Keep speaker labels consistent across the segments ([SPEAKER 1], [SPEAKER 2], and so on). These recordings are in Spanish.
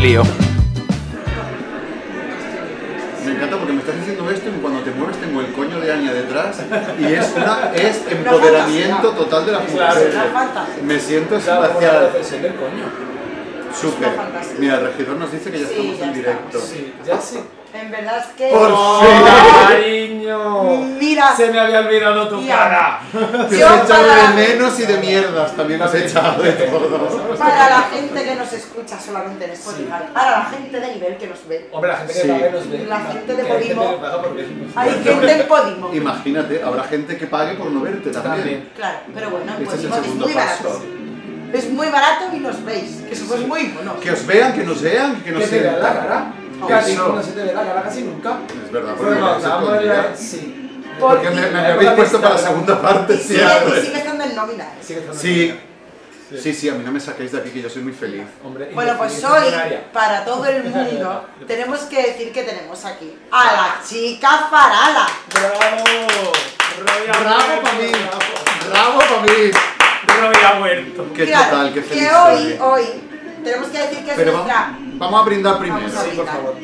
[SPEAKER 1] frío.
[SPEAKER 2] Me encanta porque me estás diciendo esto y cuando te mueves tengo el coño de Aña detrás y es, una, es empoderamiento total de las
[SPEAKER 3] Claro,
[SPEAKER 2] mujeres.
[SPEAKER 3] una fantasía.
[SPEAKER 2] Me siento
[SPEAKER 3] Claro, por la
[SPEAKER 2] espacial.
[SPEAKER 3] profesión del coño.
[SPEAKER 2] Súper.
[SPEAKER 4] una fantasía.
[SPEAKER 2] Mira, el regidor nos dice que ya
[SPEAKER 4] Sí,
[SPEAKER 2] estamos
[SPEAKER 4] ya
[SPEAKER 2] en directo.
[SPEAKER 3] Sí, ya sí.
[SPEAKER 4] En verdad es que.
[SPEAKER 2] Por
[SPEAKER 3] ¡Cariño!
[SPEAKER 4] Mira.
[SPEAKER 3] Se me había olvidado tu
[SPEAKER 4] Mira.
[SPEAKER 3] cara.
[SPEAKER 2] Te
[SPEAKER 4] Yo
[SPEAKER 2] has echado
[SPEAKER 4] para-
[SPEAKER 2] de menos y de mierdas, también has echado de todo.
[SPEAKER 4] Para la gente que nos escucha solamente en Spotify, para la gente de nivel que nos ve,
[SPEAKER 3] Hombre, la gente que
[SPEAKER 2] Sí.
[SPEAKER 3] paga nos ve.
[SPEAKER 4] La gente de
[SPEAKER 3] Que hay
[SPEAKER 4] Podimo.
[SPEAKER 3] gente que paga por vernos.
[SPEAKER 4] hay gente en Podimo.
[SPEAKER 2] Imagínate, habrá gente que pague por no verte también.
[SPEAKER 3] También.
[SPEAKER 4] Claro, pero bueno, en
[SPEAKER 2] Este es el
[SPEAKER 4] Podimo es
[SPEAKER 2] segundo
[SPEAKER 4] muy barato.
[SPEAKER 2] paso.
[SPEAKER 4] Es muy barato y nos veis, que somos
[SPEAKER 3] Sí.
[SPEAKER 4] muy monos.
[SPEAKER 2] Que os vean, que nos vean, que
[SPEAKER 3] Que
[SPEAKER 2] nos
[SPEAKER 3] te vea
[SPEAKER 2] sientan.
[SPEAKER 3] la cara.
[SPEAKER 2] Eso.
[SPEAKER 3] Casi no se te ve la cara casi nunca.
[SPEAKER 2] Es verdad, porque
[SPEAKER 3] Bueno,
[SPEAKER 2] me parece
[SPEAKER 3] acabamos de
[SPEAKER 2] tontería.
[SPEAKER 3] ver- Sí.
[SPEAKER 2] Porque me, me
[SPEAKER 3] Por
[SPEAKER 2] habéis
[SPEAKER 3] la
[SPEAKER 2] puesto para la
[SPEAKER 3] vista,
[SPEAKER 2] segunda
[SPEAKER 4] Y
[SPEAKER 2] parte
[SPEAKER 4] sigue, y
[SPEAKER 2] siempre.
[SPEAKER 4] sigue estando en nómina. ¿eh?
[SPEAKER 3] Sí, que estamos
[SPEAKER 2] Sí.
[SPEAKER 3] en Sí.
[SPEAKER 2] Sí, sí, a mí no me saquéis de aquí que yo soy muy feliz.
[SPEAKER 3] la- Hombre,
[SPEAKER 4] Bueno, pues
[SPEAKER 3] indefinición
[SPEAKER 4] hoy,
[SPEAKER 3] horaria.
[SPEAKER 4] para todo el mundo, tenemos que decir que tenemos aquí a la chica Farala.
[SPEAKER 5] ¡Bravo! Robbie ha
[SPEAKER 2] Bravo para mí,
[SPEAKER 5] vuelto.
[SPEAKER 2] bravo para mí.
[SPEAKER 5] Robbie ha vuerto.
[SPEAKER 2] Qué
[SPEAKER 4] Mirad,
[SPEAKER 2] total, qué feliz.
[SPEAKER 4] Que hoy,
[SPEAKER 2] soy.
[SPEAKER 4] hoy, tenemos que decir que es
[SPEAKER 2] Pero
[SPEAKER 4] nuestra.
[SPEAKER 2] vamos, vamos a brindar primero.
[SPEAKER 4] Vamos a
[SPEAKER 3] Sí, por favor.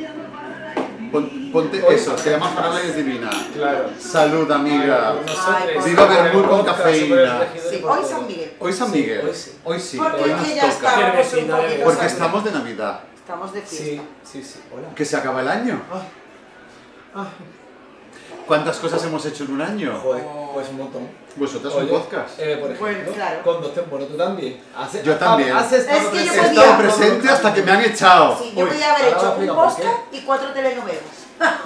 [SPEAKER 2] Pon- Ponte eso, se llama Farala y es divina.
[SPEAKER 3] Claro.
[SPEAKER 2] Salud, amiga.
[SPEAKER 3] Por nosotros.
[SPEAKER 4] Viva
[SPEAKER 2] Vermut con
[SPEAKER 3] Podcast,
[SPEAKER 2] cafeína.
[SPEAKER 3] super elegido
[SPEAKER 4] Sí,
[SPEAKER 3] por
[SPEAKER 4] hoy
[SPEAKER 3] todos.
[SPEAKER 4] San Miguel.
[SPEAKER 2] Hoy San
[SPEAKER 3] Sí,
[SPEAKER 2] Miguel.
[SPEAKER 3] hoy sí.
[SPEAKER 2] Hoy sí,
[SPEAKER 4] Porque
[SPEAKER 2] hoy
[SPEAKER 4] es que
[SPEAKER 2] nos
[SPEAKER 4] ya
[SPEAKER 2] toca.
[SPEAKER 4] estábamos un
[SPEAKER 5] Cervecita de
[SPEAKER 4] poquito.
[SPEAKER 5] verano.
[SPEAKER 2] Porque
[SPEAKER 4] sabios.
[SPEAKER 2] estamos de Navidad,
[SPEAKER 4] Estamos de
[SPEAKER 3] Sí,
[SPEAKER 4] fiesta.
[SPEAKER 3] sí, sí. Hola.
[SPEAKER 2] que se acaba el año.
[SPEAKER 3] Ah.
[SPEAKER 2] ¿Cuántas cosas hemos hecho en un año?
[SPEAKER 3] Joder, pues un montón.
[SPEAKER 2] Vosotras un
[SPEAKER 3] Oye,
[SPEAKER 2] podcast.
[SPEAKER 3] eh, por
[SPEAKER 4] Bueno,
[SPEAKER 3] ejemplo,
[SPEAKER 4] Oh. Pues, claro.
[SPEAKER 3] con dos tem- bueno, tú también. Has-
[SPEAKER 2] Yo
[SPEAKER 3] has-
[SPEAKER 2] también.
[SPEAKER 3] has estado
[SPEAKER 4] Es que yo
[SPEAKER 2] He
[SPEAKER 3] presente.
[SPEAKER 2] estado
[SPEAKER 4] podía-
[SPEAKER 2] presente hasta que me han echado.
[SPEAKER 4] Sí, yo
[SPEAKER 2] Uy,
[SPEAKER 4] podía haber
[SPEAKER 3] ahora
[SPEAKER 4] hecho un
[SPEAKER 3] explica por
[SPEAKER 4] podcast y cuatro telenovelas.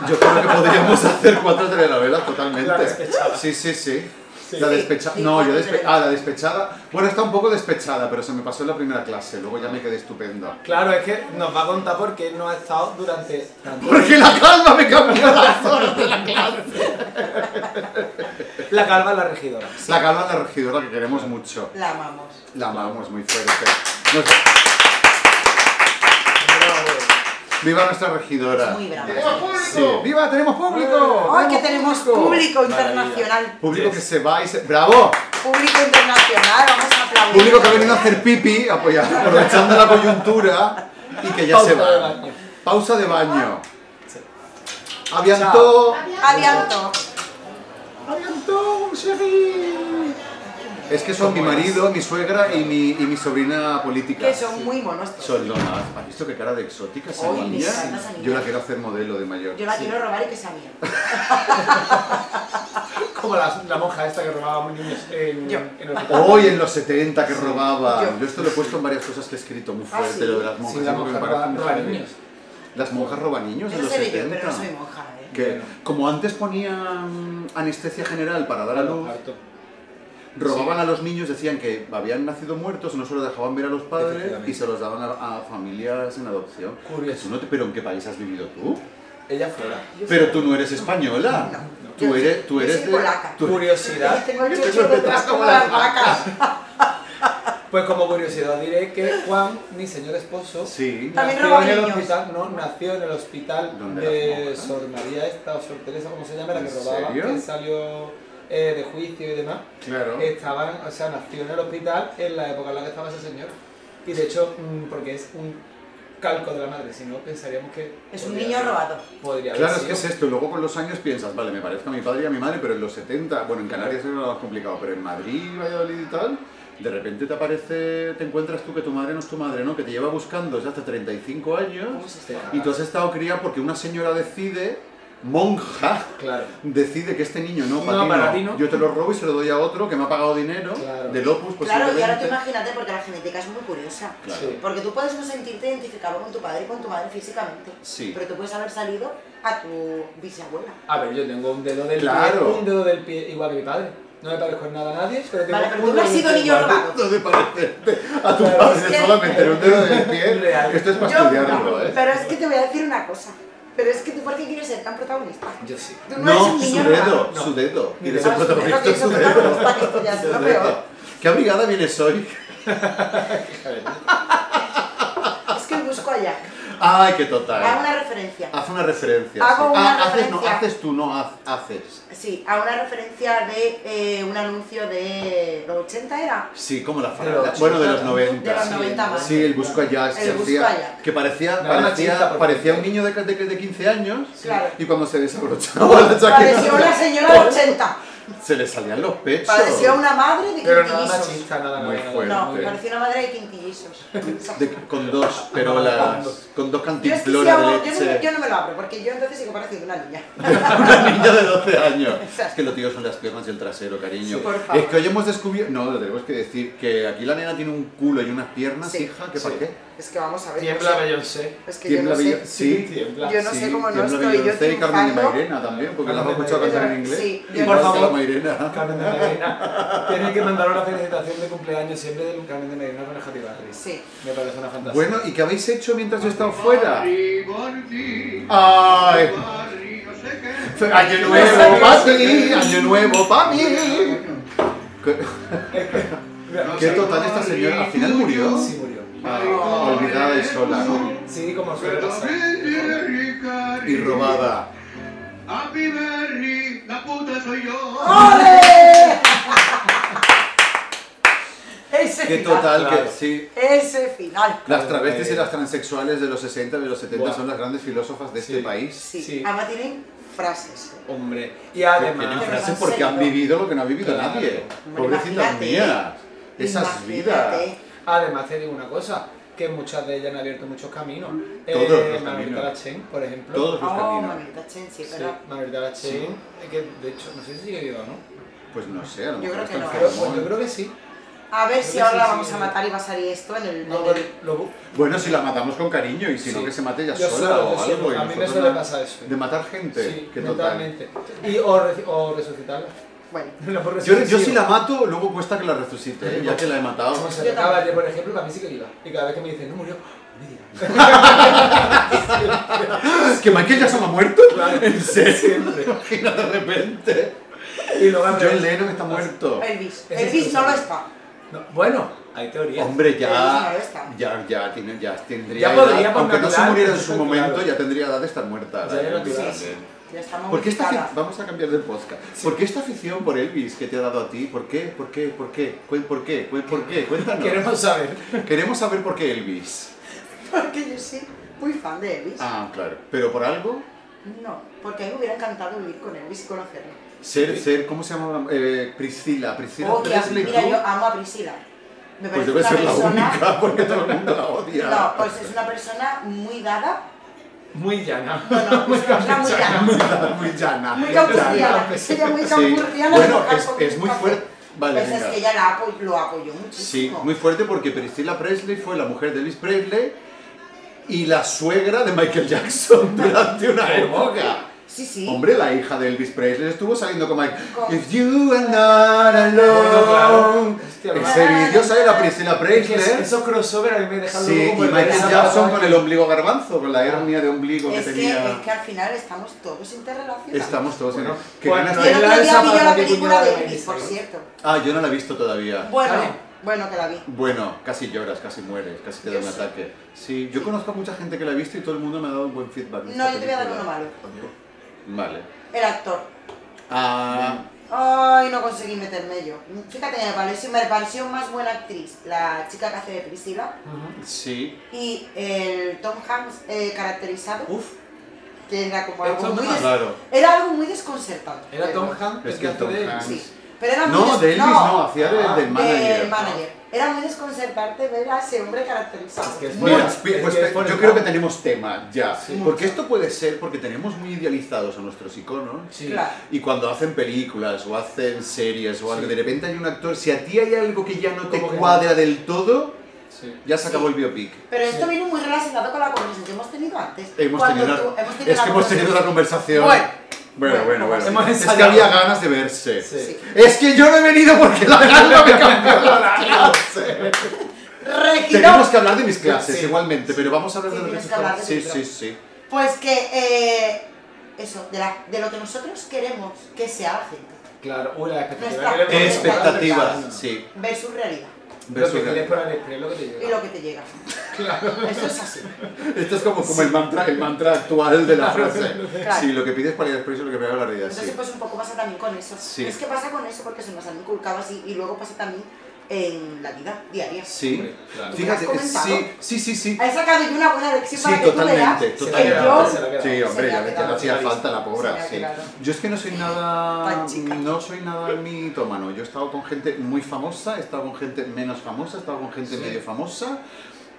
[SPEAKER 2] yo creo que podríamos hacer cuatro telenovelas totalmente.
[SPEAKER 3] La despechada.
[SPEAKER 2] Sí, sí, sí.
[SPEAKER 3] Sí.
[SPEAKER 2] La
[SPEAKER 4] Sí,
[SPEAKER 2] despechada.
[SPEAKER 4] sí,
[SPEAKER 2] No, yo
[SPEAKER 4] cuatro
[SPEAKER 2] despe-
[SPEAKER 4] telenovelas.
[SPEAKER 2] Ah, la despechada. Bueno, está un poco despechada, pero se me pasó en la primera clase. Luego ya me quedé estupenda.
[SPEAKER 3] Claro, es que nos va a contar por qué no ha estado durante tanto
[SPEAKER 2] Porque la calma me cambió las horas de la clase.
[SPEAKER 3] La calva es la regidora.
[SPEAKER 2] La calma de la regidora que queremos mucho.
[SPEAKER 4] La amamos.
[SPEAKER 2] La amamos muy fuerte. Nos- Viva nuestra regidora.
[SPEAKER 4] Muy brava.
[SPEAKER 2] Sí. ¡Viva! ¡Tenemos público!
[SPEAKER 4] Hoy que tenemos público internacional.
[SPEAKER 2] Público que se va y se. ¡Bravo!
[SPEAKER 4] Público internacional, vamos a aplaudir.
[SPEAKER 2] Público que ha venido a hacer pipi, apoyar, aprovechando la coyuntura y que ya
[SPEAKER 3] Pausa
[SPEAKER 2] se
[SPEAKER 3] de
[SPEAKER 2] va.
[SPEAKER 3] baño.
[SPEAKER 2] Pausa de baño.
[SPEAKER 3] Sí.
[SPEAKER 2] Aviantó.
[SPEAKER 4] Avianto.
[SPEAKER 2] Aviantó, chéri. Es que son mi marido, mi suegra y mi, y mi sobrina política.
[SPEAKER 4] Que son muy monos. todos.
[SPEAKER 2] Son lo más. ¿Has visto qué cara de exótica esa
[SPEAKER 4] Ay, me
[SPEAKER 2] niña?
[SPEAKER 4] encanta esa niña.
[SPEAKER 2] Yo la quiero hacer modelo de mayor.
[SPEAKER 4] Yo la quiero robar y que sea mía.
[SPEAKER 3] Como la, la monja esta que robaba niños en,
[SPEAKER 4] Yo.
[SPEAKER 3] en el
[SPEAKER 2] Hoy en los 70 que robaba.
[SPEAKER 4] Yo.
[SPEAKER 2] Yo esto lo he puesto en varias cosas que he escrito muy
[SPEAKER 4] Ah,
[SPEAKER 2] fuerte,
[SPEAKER 4] ¿sí?
[SPEAKER 2] lo de las monjas.
[SPEAKER 3] Sí, la
[SPEAKER 2] porque me
[SPEAKER 3] monja
[SPEAKER 2] parece
[SPEAKER 3] roba-
[SPEAKER 2] muy
[SPEAKER 3] roba
[SPEAKER 2] heavy.
[SPEAKER 3] niños.
[SPEAKER 2] Las monjas roban niños en
[SPEAKER 4] Eso
[SPEAKER 2] los
[SPEAKER 4] seré
[SPEAKER 2] 70.
[SPEAKER 4] yo, pero no soy monja, ¿eh?
[SPEAKER 2] Que como antes ponían anestesia general para dar a luz,
[SPEAKER 3] Harto.
[SPEAKER 2] robaban a los niños, decían que habían nacido muertos, no se los dejaban ver a los padres y
[SPEAKER 3] Efectivamente.
[SPEAKER 2] se los daban a, a familias en adopción.
[SPEAKER 3] Curioso.
[SPEAKER 2] Eso no te- pero ¿en qué país has vivido tú?
[SPEAKER 3] Ella fuera.
[SPEAKER 2] Pero tú no eres española.
[SPEAKER 4] No.
[SPEAKER 2] Tú eres, tú
[SPEAKER 4] Yo
[SPEAKER 2] eres
[SPEAKER 4] soy
[SPEAKER 2] de-
[SPEAKER 4] polaca.
[SPEAKER 2] tú-
[SPEAKER 4] Yo
[SPEAKER 3] Curiosidad.
[SPEAKER 4] tengo el chocho detrás como las vacas.
[SPEAKER 3] Pues como curiosidad diré que Juan, mi señor esposo,
[SPEAKER 2] Sí.
[SPEAKER 4] También
[SPEAKER 3] nació
[SPEAKER 4] robaba
[SPEAKER 3] en el
[SPEAKER 4] niños.
[SPEAKER 3] hospital, no, nació en el hospital
[SPEAKER 2] ¿Dónde las
[SPEAKER 3] de
[SPEAKER 2] monjas?
[SPEAKER 3] Sor María esta o Sor Teresa, como se llama, la
[SPEAKER 2] ¿En
[SPEAKER 3] que robaba,
[SPEAKER 2] serio?
[SPEAKER 3] que salió eh, de juicio y demás.
[SPEAKER 2] Claro.
[SPEAKER 4] Eh,
[SPEAKER 3] Estaban, o sea, nació en el hospital en la época en la que estaba ese señor. Y de hecho, mm, porque es un calco de la madre, si no pensaríamos que...
[SPEAKER 4] Es un
[SPEAKER 3] podría-
[SPEAKER 4] niño robado.
[SPEAKER 3] Podría haber
[SPEAKER 2] Claro, es que es
[SPEAKER 3] sido.
[SPEAKER 2] esto. Luego con los años piensas, vale, me parezco a mi padre y a mi madre, pero en los 70, bueno, en Canarias era lo más complicado, pero en Madrid, Valladolid y tal, de repente te aparece, te encuentras tú que tu madre no es tu madre, ¿no? Que te lleva buscando desde hace 35 años y tú has estado criada porque una señora decide, monja,
[SPEAKER 3] Claro.
[SPEAKER 2] decide que este niño no,
[SPEAKER 3] No,
[SPEAKER 2] para, ti
[SPEAKER 3] para
[SPEAKER 2] no.
[SPEAKER 3] ti no.
[SPEAKER 2] Yo te lo robo y se lo doy a otro que me ha pagado dinero
[SPEAKER 3] Claro.
[SPEAKER 2] del Opus,
[SPEAKER 4] Claro, y ahora tú
[SPEAKER 2] posiblemente.
[SPEAKER 4] imagínate, porque la genética es muy curiosa.
[SPEAKER 2] Claro.
[SPEAKER 3] Sí.
[SPEAKER 4] Porque tú puedes no sentirte identificado con tu padre y con tu madre físicamente.
[SPEAKER 2] Sí.
[SPEAKER 4] Pero tú puedes haber salido a tu bisabuela.
[SPEAKER 3] A ver, yo tengo un dedo del
[SPEAKER 2] Claro.
[SPEAKER 3] pie, un dedo del pie igual que mi padre. No me parezco en nada a nadie, pero tengo
[SPEAKER 4] Vale, pero
[SPEAKER 3] un
[SPEAKER 4] tú no has
[SPEAKER 3] dedo del
[SPEAKER 4] sido
[SPEAKER 3] pie
[SPEAKER 4] niño
[SPEAKER 3] igual.
[SPEAKER 4] robado.
[SPEAKER 2] No te parecerte a tu
[SPEAKER 3] Claro,
[SPEAKER 2] padre
[SPEAKER 4] es que-
[SPEAKER 2] solamente en un dedo del pie.
[SPEAKER 3] Real.
[SPEAKER 2] Esto es para
[SPEAKER 4] Yo-
[SPEAKER 2] estudiarlo, ¿eh?
[SPEAKER 4] Pero es que te voy a decir una cosa. Pero es que tú, ¿por qué quieres ser tan protagonista?
[SPEAKER 3] Yo sí.
[SPEAKER 4] Tú no, eres
[SPEAKER 2] No,
[SPEAKER 4] un
[SPEAKER 2] su
[SPEAKER 4] niño
[SPEAKER 2] dedo,
[SPEAKER 3] No.
[SPEAKER 2] su dedo.
[SPEAKER 3] Ni
[SPEAKER 2] Quiere
[SPEAKER 3] dedo.
[SPEAKER 2] ser
[SPEAKER 4] robado. Ah,
[SPEAKER 2] protagonista,
[SPEAKER 4] es
[SPEAKER 2] su
[SPEAKER 4] un
[SPEAKER 2] dedo.
[SPEAKER 4] dedo, los patitos, ya es lo
[SPEAKER 2] Su
[SPEAKER 4] peor.
[SPEAKER 2] dedo. ¿Qué abrigada vienes hoy?
[SPEAKER 4] Es que busco a Jack.
[SPEAKER 2] Ay, qué
[SPEAKER 4] Hago
[SPEAKER 2] total.
[SPEAKER 4] una referencia.
[SPEAKER 2] Haz una referencia.
[SPEAKER 4] Hago
[SPEAKER 2] sí.
[SPEAKER 4] una
[SPEAKER 2] Ah, haces, no,
[SPEAKER 4] referencia.
[SPEAKER 2] haces tú, no, haz- haces.
[SPEAKER 4] Sí, a una referencia de eh, un anuncio de los 80 era.
[SPEAKER 2] Sí, como la
[SPEAKER 3] los
[SPEAKER 2] faranda.
[SPEAKER 3] 80,
[SPEAKER 2] Bueno, de los
[SPEAKER 3] ¿no?
[SPEAKER 2] 90.
[SPEAKER 4] De los 90 más.
[SPEAKER 2] Sí, el busco allá,
[SPEAKER 4] El busco allá.
[SPEAKER 2] que parecía,
[SPEAKER 3] Nada, chinta,
[SPEAKER 2] parecía,
[SPEAKER 3] por
[SPEAKER 2] parecía un
[SPEAKER 3] favor.
[SPEAKER 2] niño de, de, de 15 años
[SPEAKER 4] Claro.
[SPEAKER 2] y cuando se desabrochaba la
[SPEAKER 4] Pareció una
[SPEAKER 2] chaqueta
[SPEAKER 4] señora de 80.
[SPEAKER 2] se le salían los pechos.
[SPEAKER 4] Parecía una madre de
[SPEAKER 3] Pero nada
[SPEAKER 4] quintillisos.
[SPEAKER 3] machista, nada,
[SPEAKER 2] Muy
[SPEAKER 3] nada, nada.
[SPEAKER 2] fuerte.
[SPEAKER 4] No, parecía una madre de quintillisos.
[SPEAKER 2] De- con dos perolas, con dos
[SPEAKER 4] Yo es que si
[SPEAKER 2] cantimploras
[SPEAKER 4] hago-
[SPEAKER 2] de
[SPEAKER 4] yo, no,
[SPEAKER 2] leche.
[SPEAKER 4] yo no me lo abro, porque yo entonces sigo pareciendo una niña.
[SPEAKER 2] Una niña de 12 años.
[SPEAKER 4] Exacto.
[SPEAKER 2] Es que lo tío son las piernas y el trasero, cariño.
[SPEAKER 4] Sí, por favor.
[SPEAKER 2] Es que hoy hemos descubierto. No, lo tenemos que decir que aquí la nena tiene un culo y unas piernas,
[SPEAKER 4] Sí.
[SPEAKER 2] hija, que
[SPEAKER 3] Sí.
[SPEAKER 2] para qué.
[SPEAKER 4] Es que vamos a ver.
[SPEAKER 3] Tiembla
[SPEAKER 4] no sé.
[SPEAKER 3] Beyoncé.
[SPEAKER 4] Es que yo no
[SPEAKER 2] Tiembla
[SPEAKER 4] sé.
[SPEAKER 2] Bella- Sí.
[SPEAKER 3] tiembla.
[SPEAKER 4] Yo no sé cómo no
[SPEAKER 2] tiembla
[SPEAKER 4] estoy yo
[SPEAKER 2] Beyoncé y Carmen de
[SPEAKER 4] triunfando.
[SPEAKER 2] Mairena también, porque las hemos
[SPEAKER 3] Carmen de
[SPEAKER 2] escuchado cantar en
[SPEAKER 4] Mairena.
[SPEAKER 2] inglés.
[SPEAKER 4] Sí,
[SPEAKER 2] y
[SPEAKER 4] yo
[SPEAKER 2] por
[SPEAKER 3] no sé.
[SPEAKER 2] favor. Mairena.
[SPEAKER 3] Carmen de Medina. Tienes que mandar una felicitación de cumpleaños siempre del Carmen de Medina con el Hattie Barry.
[SPEAKER 4] Sí.
[SPEAKER 3] Me parece una fantasía.
[SPEAKER 2] Bueno, ¿y qué habéis hecho mientras yo he estado fuera? ¡Ay! ¡Año nuevo para ti! ¡Año nuevo para mí! ¿Qué,
[SPEAKER 3] Mira,
[SPEAKER 2] qué total esta señora? ¿Al final murió?
[SPEAKER 3] Sí, murió.
[SPEAKER 2] Ah, olvidada y sola, ¿no?
[SPEAKER 3] Sí, como suele pasar.
[SPEAKER 2] Y
[SPEAKER 1] Y
[SPEAKER 2] robada.
[SPEAKER 1] Happy Berry, la puta soy yo.
[SPEAKER 4] ¡Ole! Ese
[SPEAKER 2] Qué
[SPEAKER 4] final.
[SPEAKER 2] total que
[SPEAKER 3] Claro.
[SPEAKER 2] sí.
[SPEAKER 4] Ese final.
[SPEAKER 2] Las travestis y las transexuales de los 60 y de los 70
[SPEAKER 3] Buah.
[SPEAKER 2] son las grandes filósofas de este
[SPEAKER 3] Sí.
[SPEAKER 2] país.
[SPEAKER 4] Sí.
[SPEAKER 3] Sí.
[SPEAKER 4] Además tienen frases.
[SPEAKER 3] Hombre. Y
[SPEAKER 2] Tienen
[SPEAKER 3] además.
[SPEAKER 4] Pero
[SPEAKER 2] frases
[SPEAKER 4] han
[SPEAKER 2] porque han
[SPEAKER 4] seguido.
[SPEAKER 2] vivido lo que no ha vivido
[SPEAKER 3] Claro.
[SPEAKER 2] nadie.
[SPEAKER 4] Hombre,
[SPEAKER 2] Pobrecitas
[SPEAKER 4] imagínate.
[SPEAKER 2] mías. Esas vidas.
[SPEAKER 4] Imagínate.
[SPEAKER 3] Además te digo una cosa, que muchas de ellas han abierto muchos caminos. Eh,
[SPEAKER 2] Todos los caminos.
[SPEAKER 3] Margarita Lachén, por ejemplo.
[SPEAKER 2] Todos los
[SPEAKER 4] Oh,
[SPEAKER 2] caminos.
[SPEAKER 4] mamita Chen, sí,
[SPEAKER 3] Sí,
[SPEAKER 4] pero.
[SPEAKER 3] Margarita Lachén, eh, que de hecho, no sé si sigue viva o no.
[SPEAKER 2] Pues no sé, a lo
[SPEAKER 4] Yo
[SPEAKER 2] mejor
[SPEAKER 4] creo que
[SPEAKER 2] está
[SPEAKER 4] no.
[SPEAKER 3] Pero
[SPEAKER 2] enfermo.
[SPEAKER 3] pues, yo creo que sí.
[SPEAKER 4] A ver
[SPEAKER 3] Creo
[SPEAKER 4] si
[SPEAKER 3] que
[SPEAKER 4] ahora
[SPEAKER 3] sí,
[SPEAKER 4] la
[SPEAKER 3] sí,
[SPEAKER 4] vamos
[SPEAKER 3] sí.
[SPEAKER 4] a matar y va a salir esto en el.
[SPEAKER 3] No,
[SPEAKER 4] en
[SPEAKER 3] pero
[SPEAKER 4] el-
[SPEAKER 3] lo bu-
[SPEAKER 2] Bueno, si la matamos con cariño y si no
[SPEAKER 3] Sí.
[SPEAKER 2] que se mate ella
[SPEAKER 3] Yo
[SPEAKER 2] sola o
[SPEAKER 3] solo, yo solo.
[SPEAKER 2] algo. y
[SPEAKER 3] A mí me
[SPEAKER 2] nosotros
[SPEAKER 3] suele
[SPEAKER 2] nada.
[SPEAKER 3] pasar eso.
[SPEAKER 2] De matar gente.
[SPEAKER 3] sí,
[SPEAKER 2] que total.
[SPEAKER 3] mentalmente. Y, o, reci- o resucitarla.
[SPEAKER 4] Bueno.
[SPEAKER 3] La hemos
[SPEAKER 2] Yo, yo
[SPEAKER 3] resucitado.
[SPEAKER 2] si la mato, luego cuesta que la resucite, ¿eh? ya que la he matado.
[SPEAKER 3] Como se
[SPEAKER 4] Yo
[SPEAKER 3] acaba
[SPEAKER 4] también.
[SPEAKER 3] de, por ejemplo, para mí sí que viva. Y cada vez que me dicen, no murió, no me digas.
[SPEAKER 2] ¿Que Michael Jackson ha muerto?
[SPEAKER 3] Claro.
[SPEAKER 2] ¿En serio?
[SPEAKER 3] Siempre.
[SPEAKER 2] Imagina de repente.
[SPEAKER 3] Y luego al
[SPEAKER 2] John
[SPEAKER 3] revés.
[SPEAKER 2] Lennon está muerto.
[SPEAKER 4] Elvis.
[SPEAKER 3] Es
[SPEAKER 4] Elvis no lo
[SPEAKER 3] interesante.
[SPEAKER 4] está.
[SPEAKER 3] No, bueno, hay teorías.
[SPEAKER 2] Hombre,
[SPEAKER 4] Elvis
[SPEAKER 2] ya,
[SPEAKER 4] no está.
[SPEAKER 2] ya, ya, tiene, ya tendría
[SPEAKER 3] Ya podría
[SPEAKER 2] edad, aunque no se
[SPEAKER 3] condenar,
[SPEAKER 2] muriera en
[SPEAKER 3] eso
[SPEAKER 2] su
[SPEAKER 3] está
[SPEAKER 2] momento,
[SPEAKER 3] claro.
[SPEAKER 2] ya tendría edad de estar muerta.
[SPEAKER 3] Ya era
[SPEAKER 2] la
[SPEAKER 3] natural.
[SPEAKER 2] Elvis.
[SPEAKER 3] Sí,
[SPEAKER 4] Ya está
[SPEAKER 2] ¿Por qué esta
[SPEAKER 4] modificada.
[SPEAKER 2] afición- Vamos a cambiar de podcast. ¿Por qué esta afición por Elvis que te ha dado a ti? ¿Por qué? ¿Por qué? ¿Por qué? Cu- ¿Por qué? Cu- ¿Por qué? Cuéntanos.
[SPEAKER 3] Queremos saber.
[SPEAKER 2] Queremos saber por qué Elvis.
[SPEAKER 4] Porque yo soy muy fan de Elvis.
[SPEAKER 2] Ah, claro. ¿Pero por algo?
[SPEAKER 4] No, porque a mí me hubiera encantado vivir con Elvis y conocerlo.
[SPEAKER 2] Ser, ser, ¿cómo se llama? Eh, Priscila, Priscila
[SPEAKER 4] Oh, que a-
[SPEAKER 2] Presley,
[SPEAKER 4] mira,
[SPEAKER 2] ¿tú?
[SPEAKER 4] yo amo a Priscila. Me
[SPEAKER 2] Pues
[SPEAKER 4] parece
[SPEAKER 2] debe
[SPEAKER 4] una
[SPEAKER 2] ser la
[SPEAKER 4] persona.
[SPEAKER 2] única, porque todo el mundo la odia.
[SPEAKER 4] No, pues es una persona muy dada.
[SPEAKER 3] Muy llana.
[SPEAKER 4] Bueno, es una persona muy dada.
[SPEAKER 2] muy llana.
[SPEAKER 4] Muy
[SPEAKER 2] llana.
[SPEAKER 4] campurriana. Ella muy
[SPEAKER 2] Sí.
[SPEAKER 4] campurriana.
[SPEAKER 2] Bueno,
[SPEAKER 4] loca
[SPEAKER 2] es,
[SPEAKER 4] con
[SPEAKER 2] es
[SPEAKER 4] un
[SPEAKER 2] muy
[SPEAKER 4] café.
[SPEAKER 2] fuerte. Vale,
[SPEAKER 4] Pues es
[SPEAKER 2] venga.
[SPEAKER 4] que ella la apo- lo apoyó
[SPEAKER 2] Sí,
[SPEAKER 4] muchísimo.
[SPEAKER 2] muy fuerte porque Priscilla Presley fue la mujer de Elvis Presley y la suegra de Michael Jackson durante una época.
[SPEAKER 4] sí, sí.
[SPEAKER 2] Hombre, la hija de Elvis Presley estuvo saliendo con Mike.
[SPEAKER 4] Con-
[SPEAKER 2] If you are not
[SPEAKER 3] Bueno,
[SPEAKER 2] alone.
[SPEAKER 3] claro. Hostia,
[SPEAKER 2] Ese
[SPEAKER 4] madre.
[SPEAKER 2] vídeo sale la Priscilla
[SPEAKER 3] Es que
[SPEAKER 2] Presley.
[SPEAKER 3] es- esos crossover a mí me dejan
[SPEAKER 2] ¿eh? Sí,
[SPEAKER 3] luego
[SPEAKER 2] y
[SPEAKER 3] como el
[SPEAKER 2] Michael
[SPEAKER 3] verano
[SPEAKER 2] Jackson
[SPEAKER 3] pasado.
[SPEAKER 2] con el ombligo garbanzo, con la hernia de ombligo que
[SPEAKER 4] es, que,
[SPEAKER 2] tenía.
[SPEAKER 4] es que al final estamos todos interrelacionados.
[SPEAKER 2] Estamos todos en.
[SPEAKER 3] Bueno,
[SPEAKER 2] ¿Qué
[SPEAKER 3] bueno,
[SPEAKER 2] ganas
[SPEAKER 4] Y el
[SPEAKER 2] de-
[SPEAKER 4] otro
[SPEAKER 3] La
[SPEAKER 4] día
[SPEAKER 3] esa
[SPEAKER 4] vi yo la
[SPEAKER 3] parte que
[SPEAKER 4] película de
[SPEAKER 3] cuñada
[SPEAKER 4] Elvis,
[SPEAKER 3] de
[SPEAKER 4] por
[SPEAKER 3] Elvis.
[SPEAKER 4] cierto.
[SPEAKER 2] Ah, yo no la he visto todavía.
[SPEAKER 4] Bueno,
[SPEAKER 3] Dale.
[SPEAKER 4] bueno que la vi.
[SPEAKER 2] Bueno, casi lloras, casi mueres, casi te da un
[SPEAKER 4] Yo sí.
[SPEAKER 2] ataque. Sí, yo conozco a mucha gente que la ha visto y todo el mundo me ha dado un buen feedback. de
[SPEAKER 4] No,
[SPEAKER 2] esta
[SPEAKER 4] yo te voy a dar uno
[SPEAKER 2] película.
[SPEAKER 4] malo.
[SPEAKER 2] Vale.
[SPEAKER 4] El actor.
[SPEAKER 2] Ah,
[SPEAKER 4] Ay, no conseguí meterme yo. Fíjate, me pareció, me pareció más buena actriz la chica que hace de Priscila
[SPEAKER 3] Ujú.
[SPEAKER 2] sí.
[SPEAKER 4] y el Tom Hanks eh, caracterizado,
[SPEAKER 3] Uf,
[SPEAKER 4] que era como
[SPEAKER 3] El
[SPEAKER 4] algo
[SPEAKER 3] Tom
[SPEAKER 4] muy,
[SPEAKER 3] Hanks.
[SPEAKER 4] des-
[SPEAKER 2] Claro.
[SPEAKER 4] era algo muy desconcertante.
[SPEAKER 3] era Tom
[SPEAKER 4] Pero-
[SPEAKER 3] Hanks.
[SPEAKER 2] Es que
[SPEAKER 3] el
[SPEAKER 2] Tom
[SPEAKER 3] de-
[SPEAKER 2] Hanks.
[SPEAKER 4] Sí, pero era muy
[SPEAKER 2] No,
[SPEAKER 4] des-
[SPEAKER 2] de Elvis no, hacía de-
[SPEAKER 3] Ah,
[SPEAKER 2] del
[SPEAKER 4] del
[SPEAKER 2] manager.
[SPEAKER 4] manager. Era muy desconcertante ver a ese hombre caracterizado.
[SPEAKER 3] Es que es
[SPEAKER 4] Muy-
[SPEAKER 2] Mira,
[SPEAKER 3] Bueno,
[SPEAKER 2] pi-
[SPEAKER 3] es
[SPEAKER 2] pues
[SPEAKER 3] que
[SPEAKER 2] te-
[SPEAKER 3] es por
[SPEAKER 2] yo
[SPEAKER 3] el
[SPEAKER 2] creo que
[SPEAKER 3] pan.
[SPEAKER 2] tenemos tema ya.
[SPEAKER 3] Sí.
[SPEAKER 2] porque esto puede ser porque tenemos muy idealizados a nuestros iconos.
[SPEAKER 3] Sí.
[SPEAKER 4] Claro.
[SPEAKER 2] Y cuando hacen películas o hacen series o algo,
[SPEAKER 3] Sí.
[SPEAKER 2] de repente hay un actor, si a ti hay algo que ya no te
[SPEAKER 3] Como que no.
[SPEAKER 2] cuadra del todo,
[SPEAKER 3] Sí.
[SPEAKER 2] ya se acabó el
[SPEAKER 4] Sí.
[SPEAKER 2] biopic.
[SPEAKER 4] Pero esto
[SPEAKER 3] Sí.
[SPEAKER 4] viene muy relacionado con la conversación que hemos tenido antes.
[SPEAKER 2] Hemos
[SPEAKER 4] Cuando
[SPEAKER 2] tenido, la-
[SPEAKER 4] tú- hemos tenido
[SPEAKER 2] es
[SPEAKER 4] la
[SPEAKER 2] que hemos tenido la conversación.
[SPEAKER 4] Bueno.
[SPEAKER 2] bueno, bueno.
[SPEAKER 4] Bueno,
[SPEAKER 2] bueno.
[SPEAKER 3] hemos
[SPEAKER 2] Es que
[SPEAKER 3] ensayado.
[SPEAKER 2] había ganas de verse.
[SPEAKER 3] Sí.
[SPEAKER 4] Sí.
[SPEAKER 2] Es que yo no he venido porque la gala me cambió la clase.
[SPEAKER 4] Regidor.
[SPEAKER 2] Tenemos que hablar de mis clases
[SPEAKER 3] Sí.
[SPEAKER 2] igualmente, pero vamos a hablar
[SPEAKER 4] Sí,
[SPEAKER 2] de
[SPEAKER 4] tienes
[SPEAKER 2] mis
[SPEAKER 4] que hablar de
[SPEAKER 2] Sí,
[SPEAKER 4] libros.
[SPEAKER 2] sí, sí.
[SPEAKER 4] Pues que eh, eso, de, la- de lo que nosotros queremos que sea la gente
[SPEAKER 3] Claro, uy, la expectativa.
[SPEAKER 4] Nuestra-
[SPEAKER 3] que le hemos
[SPEAKER 4] Expectativa.
[SPEAKER 3] dado.
[SPEAKER 2] Expectativas, sí.
[SPEAKER 4] versus realidad.
[SPEAKER 3] Lo que
[SPEAKER 2] Versus
[SPEAKER 3] tienes
[SPEAKER 2] realidad.
[SPEAKER 3] por Aliexpress lo que te
[SPEAKER 4] Y
[SPEAKER 3] llega.
[SPEAKER 4] lo que te llega. Eso es así.
[SPEAKER 2] Esto es como, como el, mantra, el mantra actual de la frase.
[SPEAKER 4] Claro.
[SPEAKER 2] Si lo que pides para ir después es lo que pega la realidad.
[SPEAKER 4] Entonces,
[SPEAKER 2] Sí.
[SPEAKER 4] pues un poco pasa también con eso.
[SPEAKER 2] Sí.
[SPEAKER 4] Es que pasa con eso porque se nos han inculcado así y luego pasa también en la vida diaria.
[SPEAKER 2] Sí.
[SPEAKER 3] Claro.
[SPEAKER 4] ¿Tú me has
[SPEAKER 2] Fíjate,
[SPEAKER 4] comentado?
[SPEAKER 2] sí, sí, sí, sí.
[SPEAKER 4] He sacado yo una buena lección
[SPEAKER 2] Sí,
[SPEAKER 4] para que
[SPEAKER 2] totalmente,
[SPEAKER 4] tú
[SPEAKER 3] Se
[SPEAKER 4] veas
[SPEAKER 3] la ha
[SPEAKER 4] que
[SPEAKER 3] quedado,
[SPEAKER 4] yo
[SPEAKER 3] se la ha
[SPEAKER 2] Sí,
[SPEAKER 3] quedado.
[SPEAKER 2] hombre,
[SPEAKER 4] Se me ha
[SPEAKER 2] ya ves que
[SPEAKER 4] quedado
[SPEAKER 2] no hacía
[SPEAKER 3] claro.
[SPEAKER 2] falta la
[SPEAKER 4] Se me
[SPEAKER 2] pobra,
[SPEAKER 4] ha
[SPEAKER 2] sí.
[SPEAKER 4] quedado.
[SPEAKER 2] Yo es que no soy nada.
[SPEAKER 4] Tan chica.
[SPEAKER 2] No soy nada mitómano. Yo he estado con gente muy famosa, he estado con gente menos famosa, he estado con gente
[SPEAKER 3] Sí.
[SPEAKER 2] medio famosa.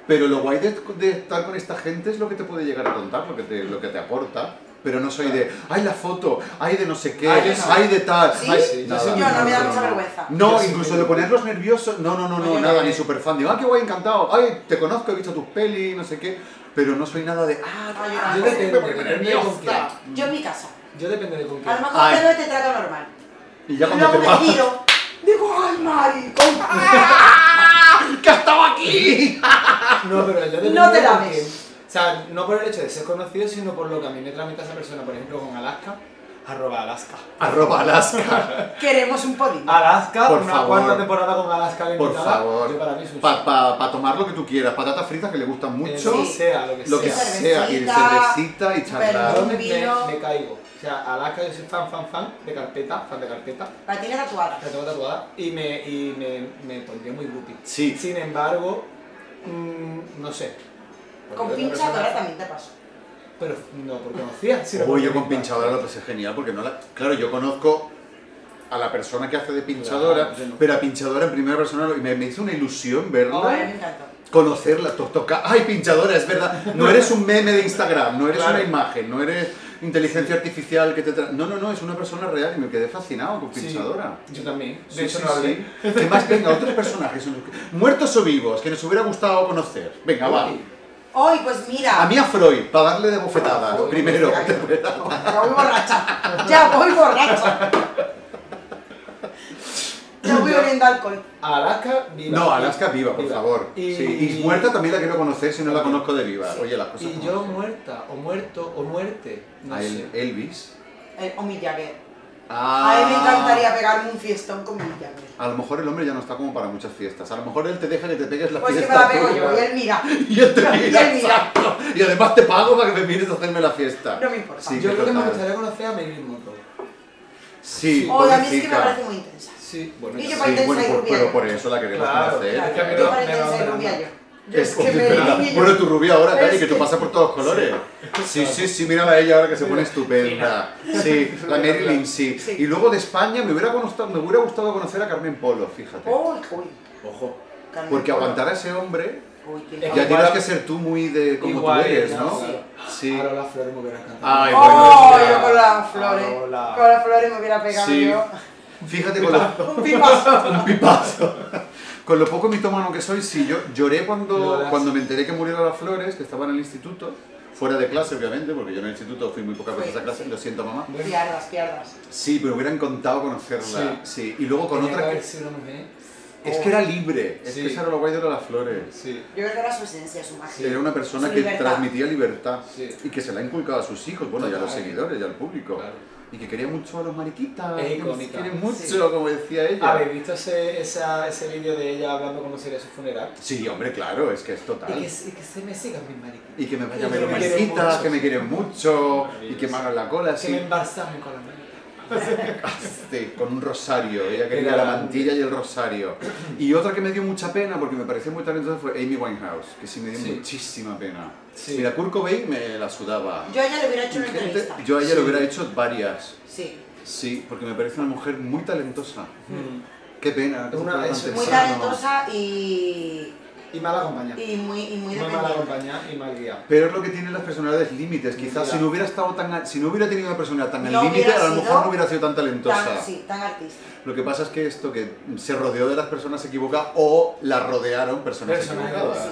[SPEAKER 2] Pero lo guay de, de estar con esta gente es lo que te puede llegar a contar, lo que te, lo que te aporta. Pero no soy de, ay la foto, ay de no sé qué,
[SPEAKER 3] Ah, yo sí.
[SPEAKER 2] ay de tal.
[SPEAKER 4] ¿Sí?
[SPEAKER 2] ay,
[SPEAKER 3] Sí, yo
[SPEAKER 2] nada,
[SPEAKER 3] sí. Yo no,
[SPEAKER 2] nada,
[SPEAKER 3] me da
[SPEAKER 2] no,
[SPEAKER 4] mucha
[SPEAKER 2] no.
[SPEAKER 4] vergüenza.
[SPEAKER 2] No,
[SPEAKER 3] Yo sí.
[SPEAKER 2] incluso de ponerlos nerviosos, no, no, no,
[SPEAKER 4] No, eh.
[SPEAKER 2] no,
[SPEAKER 4] yo
[SPEAKER 2] nada, ni
[SPEAKER 4] también.
[SPEAKER 2] super fan. Digo, ah, qué guay, encantado, ay, te conozco, he visto tus pelis, no sé qué. Pero no soy nada de, ah,
[SPEAKER 4] Ah, yo
[SPEAKER 3] Yo
[SPEAKER 4] tampoco.
[SPEAKER 3] depende, depende de con quién.
[SPEAKER 4] Yo en mi casa.
[SPEAKER 3] Yo depende de con
[SPEAKER 4] A lo
[SPEAKER 3] quién.
[SPEAKER 4] mejor
[SPEAKER 2] Ay.
[SPEAKER 4] Pedro te trata normal.
[SPEAKER 2] Y ya
[SPEAKER 4] y
[SPEAKER 2] cuando
[SPEAKER 4] luego
[SPEAKER 2] te
[SPEAKER 4] me
[SPEAKER 2] vas.
[SPEAKER 4] giro, digo, ay, maricón.
[SPEAKER 2] ¡Ah! ¡Que estaba aquí!
[SPEAKER 3] Ah, No, pero yo depende
[SPEAKER 4] No te
[SPEAKER 3] de
[SPEAKER 4] la
[SPEAKER 3] con
[SPEAKER 4] ves.
[SPEAKER 3] quién. O sea, no por el hecho de ser conocido, sino por lo que a mí me tramita esa persona. Por ejemplo, con Alaska. Arroba Alaska.
[SPEAKER 2] Arroba Alaska.
[SPEAKER 4] Queremos un podín.
[SPEAKER 3] Alaska,
[SPEAKER 2] Por
[SPEAKER 3] una
[SPEAKER 2] favor.
[SPEAKER 3] cuarta temporada con Alaska de
[SPEAKER 2] Por
[SPEAKER 3] invitada.
[SPEAKER 2] favor.
[SPEAKER 3] Yo para mí sushi.
[SPEAKER 2] Para pa, pa tomar lo que tú quieras. Patatas fritas que le gustan
[SPEAKER 3] Eh,
[SPEAKER 2] mucho.
[SPEAKER 3] Lo que sea, lo que
[SPEAKER 2] Lo que
[SPEAKER 3] sea.
[SPEAKER 2] sea. Y
[SPEAKER 4] Cervecita,
[SPEAKER 2] cervecita y
[SPEAKER 3] Yo
[SPEAKER 2] charlar.
[SPEAKER 4] perdón.
[SPEAKER 3] me,
[SPEAKER 4] Vino.
[SPEAKER 3] me- me caigo. O sea, Alaska yo soy fan, fan, fan de carpeta, fan de carpeta.
[SPEAKER 4] La tiene tatuada.
[SPEAKER 3] La tengo tatuada y me, y me, me pondría muy guti.
[SPEAKER 2] Sí.
[SPEAKER 3] Sin embargo, mm, no sé.
[SPEAKER 4] Con
[SPEAKER 3] Porque otra
[SPEAKER 4] pinchadora
[SPEAKER 3] persona-
[SPEAKER 4] también te pasó.
[SPEAKER 3] Pero no, porque conocía. sino
[SPEAKER 2] Uy,
[SPEAKER 3] porque
[SPEAKER 2] yo con
[SPEAKER 3] misma.
[SPEAKER 2] pinchadora lo pasé genial porque no la. Claro, yo conozco a la persona que hace de pinchadora,
[SPEAKER 3] Claro, yo no.
[SPEAKER 2] pero a pinchadora en primera persona lo- y me, me hizo una ilusión verla.
[SPEAKER 4] Ay, me encantó.
[SPEAKER 2] conocerla, to- tocar. ¡Ay, pinchadora! Es verdad. No eres un meme de Instagram, no eres
[SPEAKER 3] Claro.
[SPEAKER 2] una imagen, no eres inteligencia artificial que te tra- No, no, no, es una persona real y me quedé fascinado con
[SPEAKER 3] Sí,
[SPEAKER 2] pinchadora.
[SPEAKER 3] yo también. De
[SPEAKER 2] Sí,
[SPEAKER 3] hecho,
[SPEAKER 2] sí,
[SPEAKER 3] no hablé.
[SPEAKER 2] sí. ¿Qué más? Venga, otros personajes. Muertos o vivos, que nos hubiera gustado conocer. Venga, va.
[SPEAKER 3] Uy,
[SPEAKER 4] Hoy, pues mira.
[SPEAKER 2] A mí a Freud, para darle de bofetadas.
[SPEAKER 3] Freud.
[SPEAKER 2] Primero.
[SPEAKER 4] Ya voy borracha. Ya voy borracha. Ya voy oliendo alcohol.
[SPEAKER 3] a Alaska viva.
[SPEAKER 2] No, Alaska viva, por favor.
[SPEAKER 3] Y-
[SPEAKER 2] Sí, Y muerta también la quiero conocer si no la conozco de viva. Oye, las cosas.
[SPEAKER 3] Y
[SPEAKER 2] como
[SPEAKER 3] yo
[SPEAKER 2] son.
[SPEAKER 3] muerta, o muerto, o muerte. No
[SPEAKER 2] A
[SPEAKER 3] sé.
[SPEAKER 2] el- Elvis.
[SPEAKER 4] El, eh, o mi Jagger.
[SPEAKER 2] Ah.
[SPEAKER 4] A mí me encantaría pegarme un fiestón con mi Jagger.
[SPEAKER 2] A lo mejor el hombre ya no está como para muchas fiestas. A lo mejor él te deja que te pegues la
[SPEAKER 4] Pues que me
[SPEAKER 2] fiesta.
[SPEAKER 4] la pego
[SPEAKER 2] tú.
[SPEAKER 4] yo. Y él mira.
[SPEAKER 2] Y él te
[SPEAKER 4] Y él
[SPEAKER 2] mira,
[SPEAKER 4] mira.
[SPEAKER 2] exacto. Y además te pago para que me mires a hacerme la fiesta.
[SPEAKER 4] No me importa.
[SPEAKER 2] Sí,
[SPEAKER 3] yo creo que me
[SPEAKER 2] total.
[SPEAKER 3] gustaría conocer a Marilyn Monroe.
[SPEAKER 2] Sí,
[SPEAKER 4] Hoy a mí es que me
[SPEAKER 2] pobrecita.
[SPEAKER 4] parece muy intensa.
[SPEAKER 3] Sí, bueno.
[SPEAKER 4] Y
[SPEAKER 3] ya
[SPEAKER 4] yo
[SPEAKER 3] sé.
[SPEAKER 4] para-
[SPEAKER 2] Sí, bueno,
[SPEAKER 4] intensa y
[SPEAKER 2] por-
[SPEAKER 4] rubia.
[SPEAKER 2] pero por eso la queremos
[SPEAKER 3] Claro,
[SPEAKER 2] conocer.
[SPEAKER 3] claro,
[SPEAKER 2] claro.
[SPEAKER 4] Yo me parece
[SPEAKER 3] Me va a
[SPEAKER 4] intensa y
[SPEAKER 3] doler
[SPEAKER 4] rubia
[SPEAKER 3] más.
[SPEAKER 4] yo. Yo
[SPEAKER 2] Es
[SPEAKER 4] es que me
[SPEAKER 2] verdad.
[SPEAKER 4] niña, yo-
[SPEAKER 2] Bueno, tu rubia ahora,
[SPEAKER 4] Es
[SPEAKER 2] Cari, que tú
[SPEAKER 4] que-
[SPEAKER 2] pasas por todos colores. Sí, sí, sí, mírala a ella ahora que se pone estupenda. Sí, la Marilyn, sí.
[SPEAKER 4] Sí.
[SPEAKER 2] Y luego de España me hubiera, gustado, me hubiera gustado conocer a Carmen Polo, fíjate.
[SPEAKER 4] Uy, uy.
[SPEAKER 3] Ojo.
[SPEAKER 4] Oh, Carmen,
[SPEAKER 2] Porque
[SPEAKER 4] por-
[SPEAKER 2] aguantar a ese hombre,
[SPEAKER 4] Uy, qué-
[SPEAKER 3] Es
[SPEAKER 2] ya
[SPEAKER 3] Igual-
[SPEAKER 2] tienes que ser tú muy de como
[SPEAKER 3] Igual,
[SPEAKER 2] tú eres,
[SPEAKER 3] ya,
[SPEAKER 2] ¿no?
[SPEAKER 3] claro.
[SPEAKER 2] Sí.
[SPEAKER 3] Ahora la flor me hubiera encantado.
[SPEAKER 2] Ay, bueno,
[SPEAKER 4] Oh,
[SPEAKER 2] ya.
[SPEAKER 4] yo con las flores.
[SPEAKER 3] Ah, hola.
[SPEAKER 4] Con las flores me hubiera pegado
[SPEAKER 2] Sí.
[SPEAKER 4] yo.
[SPEAKER 2] Fíjate con lo,
[SPEAKER 4] Un pipazo.
[SPEAKER 2] un pipazo. Con lo poco mitómano que soy, sí, yo lloré cuando,
[SPEAKER 3] Lloras.
[SPEAKER 2] cuando me enteré que murió Lola Flores, que estaba en el instituto, fuera de clase obviamente, porque yo en el instituto fui muy pocas veces a clase, lo siento mamá.
[SPEAKER 4] Pierdas, pierdas.
[SPEAKER 2] Sí, pero me hubieran contado conocerla. Sí, y luego con
[SPEAKER 3] Tenía que
[SPEAKER 2] otra
[SPEAKER 3] haber
[SPEAKER 2] que...
[SPEAKER 3] sido una mujer.
[SPEAKER 2] Es que era libre, es
[SPEAKER 3] Sí.
[SPEAKER 2] que eso era lo guay de Lola Flores.
[SPEAKER 3] Oh, Sí.
[SPEAKER 4] Yo creo que era su esencia, su magia.
[SPEAKER 3] Sí.
[SPEAKER 2] Era una persona
[SPEAKER 4] Su
[SPEAKER 2] que
[SPEAKER 4] libertad.
[SPEAKER 2] transmitía libertad
[SPEAKER 3] Sí.
[SPEAKER 2] y que se la ha inculcado a sus hijos, bueno, y a los
[SPEAKER 3] Total.
[SPEAKER 2] seguidores y al público.
[SPEAKER 3] Claro.
[SPEAKER 2] Y que quería mucho a los mariquitas.
[SPEAKER 3] Es
[SPEAKER 2] que nos
[SPEAKER 3] icónica.
[SPEAKER 2] Quiere mucho,
[SPEAKER 4] Sí.
[SPEAKER 2] como decía ella.
[SPEAKER 3] ¿Habéis visto ese, esa- ese vídeo de ella hablando cómo sería su funeral?
[SPEAKER 2] Sí, hombre, claro, es que es
[SPEAKER 3] Y
[SPEAKER 2] total.
[SPEAKER 3] que, y que se me sigan mis mariquitas.
[SPEAKER 2] Y que me
[SPEAKER 3] Y que
[SPEAKER 2] vayan a ver
[SPEAKER 3] me
[SPEAKER 2] mariquitas,
[SPEAKER 3] quieren mucho.
[SPEAKER 2] que me quieren mucho, y
[SPEAKER 3] Maravilloso.
[SPEAKER 2] que me hagan la cola,
[SPEAKER 3] Que
[SPEAKER 2] así,
[SPEAKER 3] me embalsamen con las mariquitas.
[SPEAKER 2] sí, este, con un rosario. Ella quería
[SPEAKER 3] Era-
[SPEAKER 2] la mantilla y el rosario. Y otra que me dio mucha pena, porque me pareció muy talentosa, fue Amy Winehouse, que sí me dio
[SPEAKER 3] Sí.
[SPEAKER 2] muchísima pena.
[SPEAKER 3] Sí.
[SPEAKER 2] Mira, Kurt Cobain me la sudaba.
[SPEAKER 4] Yo a ella le hubiera hecho una
[SPEAKER 2] Gente-
[SPEAKER 4] entrevista.
[SPEAKER 2] yo a ella le
[SPEAKER 3] Sí.
[SPEAKER 2] hubiera hecho varias,
[SPEAKER 4] Sí.
[SPEAKER 2] sí, porque me parece una mujer muy talentosa.
[SPEAKER 3] Mm.
[SPEAKER 2] Qué pena. que
[SPEAKER 3] Una-
[SPEAKER 2] fuera tan
[SPEAKER 3] es muy
[SPEAKER 4] Muy
[SPEAKER 2] temprano.
[SPEAKER 4] talentosa y,
[SPEAKER 3] Y mal acompañada.
[SPEAKER 4] y muy, y muy
[SPEAKER 3] Muy mal
[SPEAKER 4] dependiente.
[SPEAKER 3] acompañada y mal guiada.
[SPEAKER 2] Pero es lo que tienen las personalidades límites. Quizás
[SPEAKER 3] Ya.
[SPEAKER 2] si no hubiera estado tan, a- si no hubiera tenido una personalidad tan al
[SPEAKER 4] No
[SPEAKER 2] límite,
[SPEAKER 4] hubiera
[SPEAKER 2] a lo
[SPEAKER 4] sido
[SPEAKER 2] mejor no hubiera sido tan talentosa.
[SPEAKER 4] Tan, sí, tan artista.
[SPEAKER 2] Lo que pasa es que esto que se rodeó de las personas equivocadas o la rodearon personas
[SPEAKER 3] Personas
[SPEAKER 2] equivocadas.
[SPEAKER 4] Sí.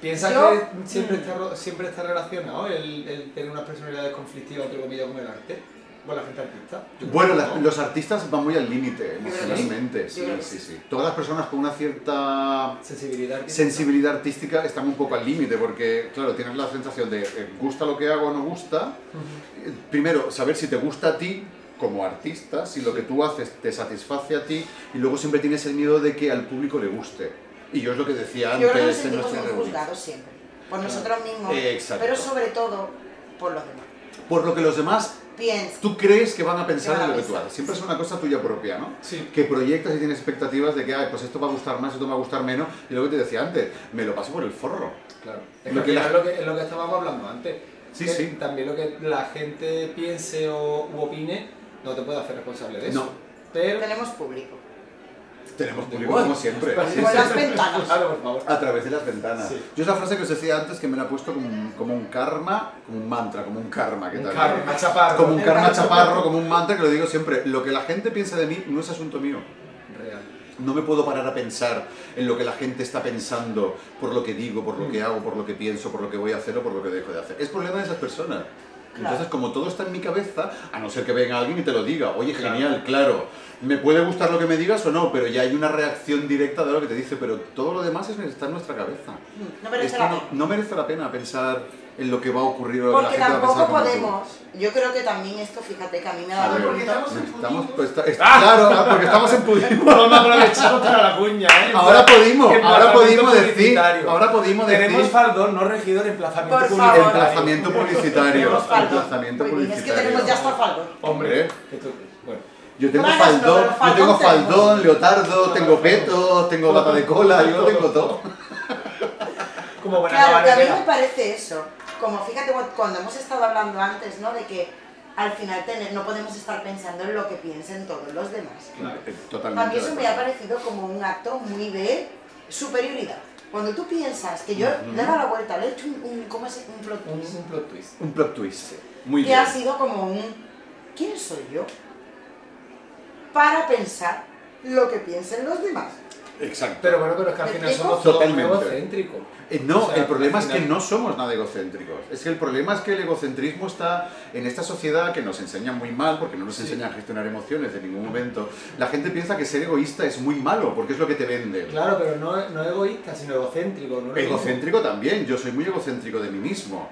[SPEAKER 3] Piensa
[SPEAKER 4] Yo- mm.
[SPEAKER 3] que siempre, está, ro- siempre está relacionado el, el tener unas personalidades conflictivas, entre comillas, con el arte. Con la gente artista. Yo creo
[SPEAKER 2] Bueno,
[SPEAKER 3] que
[SPEAKER 2] las-
[SPEAKER 3] no.
[SPEAKER 2] los artistas van muy al límite emocionalmente,
[SPEAKER 4] sí.
[SPEAKER 2] sí,
[SPEAKER 4] Yo creo que
[SPEAKER 2] sí,
[SPEAKER 4] sí.
[SPEAKER 2] sí. Todas las personas con una cierta
[SPEAKER 3] Sensibilidad artística.
[SPEAKER 2] sensibilidad artística están un poco al límite porque, claro, tienes la sensación de eh, gusta lo que hago o no gusta.
[SPEAKER 3] Ujú.
[SPEAKER 2] Eh, Primero, saber si te gusta a ti como artista si lo que tú haces te satisface a ti y luego siempre tienes el miedo de que al público le guste. Y yo es lo que decía
[SPEAKER 4] Yo creo que nos
[SPEAKER 2] antes en
[SPEAKER 4] sentimos
[SPEAKER 2] nuestra
[SPEAKER 4] muy
[SPEAKER 2] reunión.
[SPEAKER 4] juzgados siempre, por nosotros mismos,
[SPEAKER 2] Eh, exacto.
[SPEAKER 4] pero sobre todo por los demás.
[SPEAKER 2] Por lo que los demás
[SPEAKER 4] Piensa,
[SPEAKER 2] tú crees que van a pensar
[SPEAKER 4] Que van
[SPEAKER 2] en lo
[SPEAKER 4] a
[SPEAKER 2] que tú
[SPEAKER 4] pensar.
[SPEAKER 2] haces. Siempre es una cosa tuya propia, ¿no?
[SPEAKER 3] Sí.
[SPEAKER 2] Que proyectas y tienes expectativas de que, ay, pues esto va a gustar más, esto me va a gustar menos. Y lo que te decía antes, me lo paso por el forro.
[SPEAKER 3] Claro. Es que
[SPEAKER 2] Lo
[SPEAKER 3] al
[SPEAKER 2] que la-
[SPEAKER 3] final lo que, es lo que estábamos hablando antes.
[SPEAKER 2] Sí,
[SPEAKER 3] Que
[SPEAKER 2] sí.
[SPEAKER 3] También lo que la gente piense o u opine no te puede hacer responsable de eso.
[SPEAKER 2] No.
[SPEAKER 3] Pero.
[SPEAKER 4] tenemos público.
[SPEAKER 2] Tenemos público
[SPEAKER 3] Igual.
[SPEAKER 2] como siempre.
[SPEAKER 3] Así
[SPEAKER 4] Con
[SPEAKER 3] es.
[SPEAKER 4] las ventanas.
[SPEAKER 3] Claro, por favor.
[SPEAKER 2] A través de las ventanas.
[SPEAKER 3] Sí.
[SPEAKER 2] Yo es la frase que os decía antes que me la he puesto como un, como un karma, como un mantra, como un karma, ¿qué
[SPEAKER 3] Un
[SPEAKER 2] tal?
[SPEAKER 3] karma chaparro.
[SPEAKER 2] Como un
[SPEAKER 4] El
[SPEAKER 2] karma
[SPEAKER 4] karma.
[SPEAKER 2] chaparro, como un mantra que lo digo siempre. Lo que la gente piensa de mí no es asunto mío.
[SPEAKER 3] Real.
[SPEAKER 2] No me puedo parar a pensar en lo que la gente está pensando por lo que digo, por lo
[SPEAKER 4] Mm.
[SPEAKER 2] que hago, por lo que pienso, por lo que voy a hacer o por lo que dejo de hacer. Es problema de esas personas.
[SPEAKER 4] Claro.
[SPEAKER 2] Entonces, como todo está en mi cabeza, a no ser que venga alguien y te lo diga, oye, genial, claro, me puede gustar lo que me digas o no, pero ya hay una reacción directa de lo que te dice, pero todo lo demás es- está en nuestra cabeza.
[SPEAKER 4] No merece
[SPEAKER 2] Esto
[SPEAKER 4] la
[SPEAKER 2] no,
[SPEAKER 4] pena.
[SPEAKER 2] no merece la pena pensar en lo que va a ocurrir o lo que la
[SPEAKER 4] Porque
[SPEAKER 2] gente va a pensar
[SPEAKER 4] tampoco
[SPEAKER 2] como tú.
[SPEAKER 4] podemos. Yo creo que también esto, fíjate, que a mí me ha
[SPEAKER 2] A
[SPEAKER 4] dado
[SPEAKER 2] ver,
[SPEAKER 1] porque estamos en
[SPEAKER 2] estamos,
[SPEAKER 1] pudimos.
[SPEAKER 2] pues, está- es- Claro, ah, porque estamos en pudimos.
[SPEAKER 5] Vamos a aprovechar para la cuña, ¿eh?
[SPEAKER 2] Ahora podimos, ahora
[SPEAKER 3] Emplazamiento
[SPEAKER 2] podimos decir,
[SPEAKER 3] publicitario.
[SPEAKER 2] ahora podimos
[SPEAKER 3] Tenemos
[SPEAKER 2] decir
[SPEAKER 3] faldón, no regidor, emplazamiento
[SPEAKER 4] Por
[SPEAKER 3] publicitario.
[SPEAKER 4] favor.
[SPEAKER 2] emplazamiento publicitario,
[SPEAKER 4] Tenemos faldón.
[SPEAKER 2] emplazamiento
[SPEAKER 4] Muy bien, Es que
[SPEAKER 2] publicitario.
[SPEAKER 4] tenemos ya hasta faldón.
[SPEAKER 2] Hombre,
[SPEAKER 3] Que tú- Bueno.
[SPEAKER 2] yo tengo
[SPEAKER 4] Bragas no,
[SPEAKER 2] faldón,
[SPEAKER 4] pero
[SPEAKER 2] yo tengo
[SPEAKER 4] faldón tenemos.
[SPEAKER 2] faldón, leotardo, tengo peto, tengo bata de cola, yo lo tengo todo.
[SPEAKER 3] Como buena
[SPEAKER 4] Claro, que a mí
[SPEAKER 3] habanera.
[SPEAKER 4] me parece eso. Como fíjate cu- cuando hemos estado hablando antes, ¿no? De que al final tener, no podemos estar pensando en lo que piensen todos los demás.
[SPEAKER 2] Eh,
[SPEAKER 4] A mí
[SPEAKER 2] Totalmente. de
[SPEAKER 4] eso me ha
[SPEAKER 2] acuerdo.
[SPEAKER 4] parecido como un acto muy de superioridad. Cuando tú piensas que yo le he dado la vuelta, le he hecho un, un- ¿cómo es? Un plot
[SPEAKER 3] Un,
[SPEAKER 4] twist,
[SPEAKER 3] un plot twist.
[SPEAKER 2] Un plot twist. Muy
[SPEAKER 4] que
[SPEAKER 2] bien.
[SPEAKER 4] ha sido como un ¿quién soy yo? Para pensar lo que piensen los demás.
[SPEAKER 2] Exacto.
[SPEAKER 3] Pero bueno, pero es que al
[SPEAKER 4] ¿Me
[SPEAKER 3] final
[SPEAKER 4] explico?
[SPEAKER 3] somos todos muy
[SPEAKER 2] Totalmente.
[SPEAKER 3] egocéntricos.
[SPEAKER 2] Eh, no,
[SPEAKER 3] O sea,
[SPEAKER 2] el problema
[SPEAKER 3] al
[SPEAKER 2] es que
[SPEAKER 3] final-
[SPEAKER 2] no somos nada egocéntricos. Es que el problema es que el egocentrismo está en esta sociedad que nos enseña muy mal, porque no nos enseña a gestionar emociones en ningún momento. La gente piensa que ser egoísta es muy malo, porque es lo que te venden.
[SPEAKER 3] Claro, pero no, no egoísta, sino egocéntrico. ¿no?
[SPEAKER 2] Egocéntrico también, yo soy muy egocéntrico de mí mismo.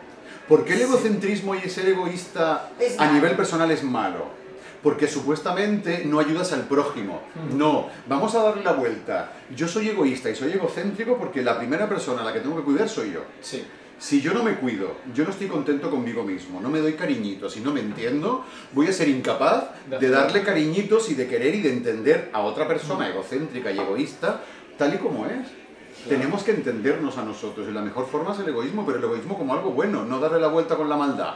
[SPEAKER 2] ¿Por qué el egocentrismo y ser egoísta
[SPEAKER 4] Es
[SPEAKER 2] a
[SPEAKER 4] malo.
[SPEAKER 2] nivel personal es malo? Porque supuestamente no ayudas al prójimo.
[SPEAKER 3] Mm.
[SPEAKER 2] No, vamos a darle la vuelta. Yo soy egoísta y soy egocéntrico porque la primera persona a la que tengo que cuidar soy yo.
[SPEAKER 3] Sí.
[SPEAKER 2] Si yo no me cuido, yo no estoy contento conmigo mismo, no me doy cariñitos y no me entiendo, voy a ser incapaz de darle cariñitos y de querer y de entender a otra persona egocéntrica y egoísta tal y como es. Tenemos que entendernos a nosotros y la mejor forma es el egoísmo, pero el egoísmo como algo bueno, no darle la vuelta con la maldad.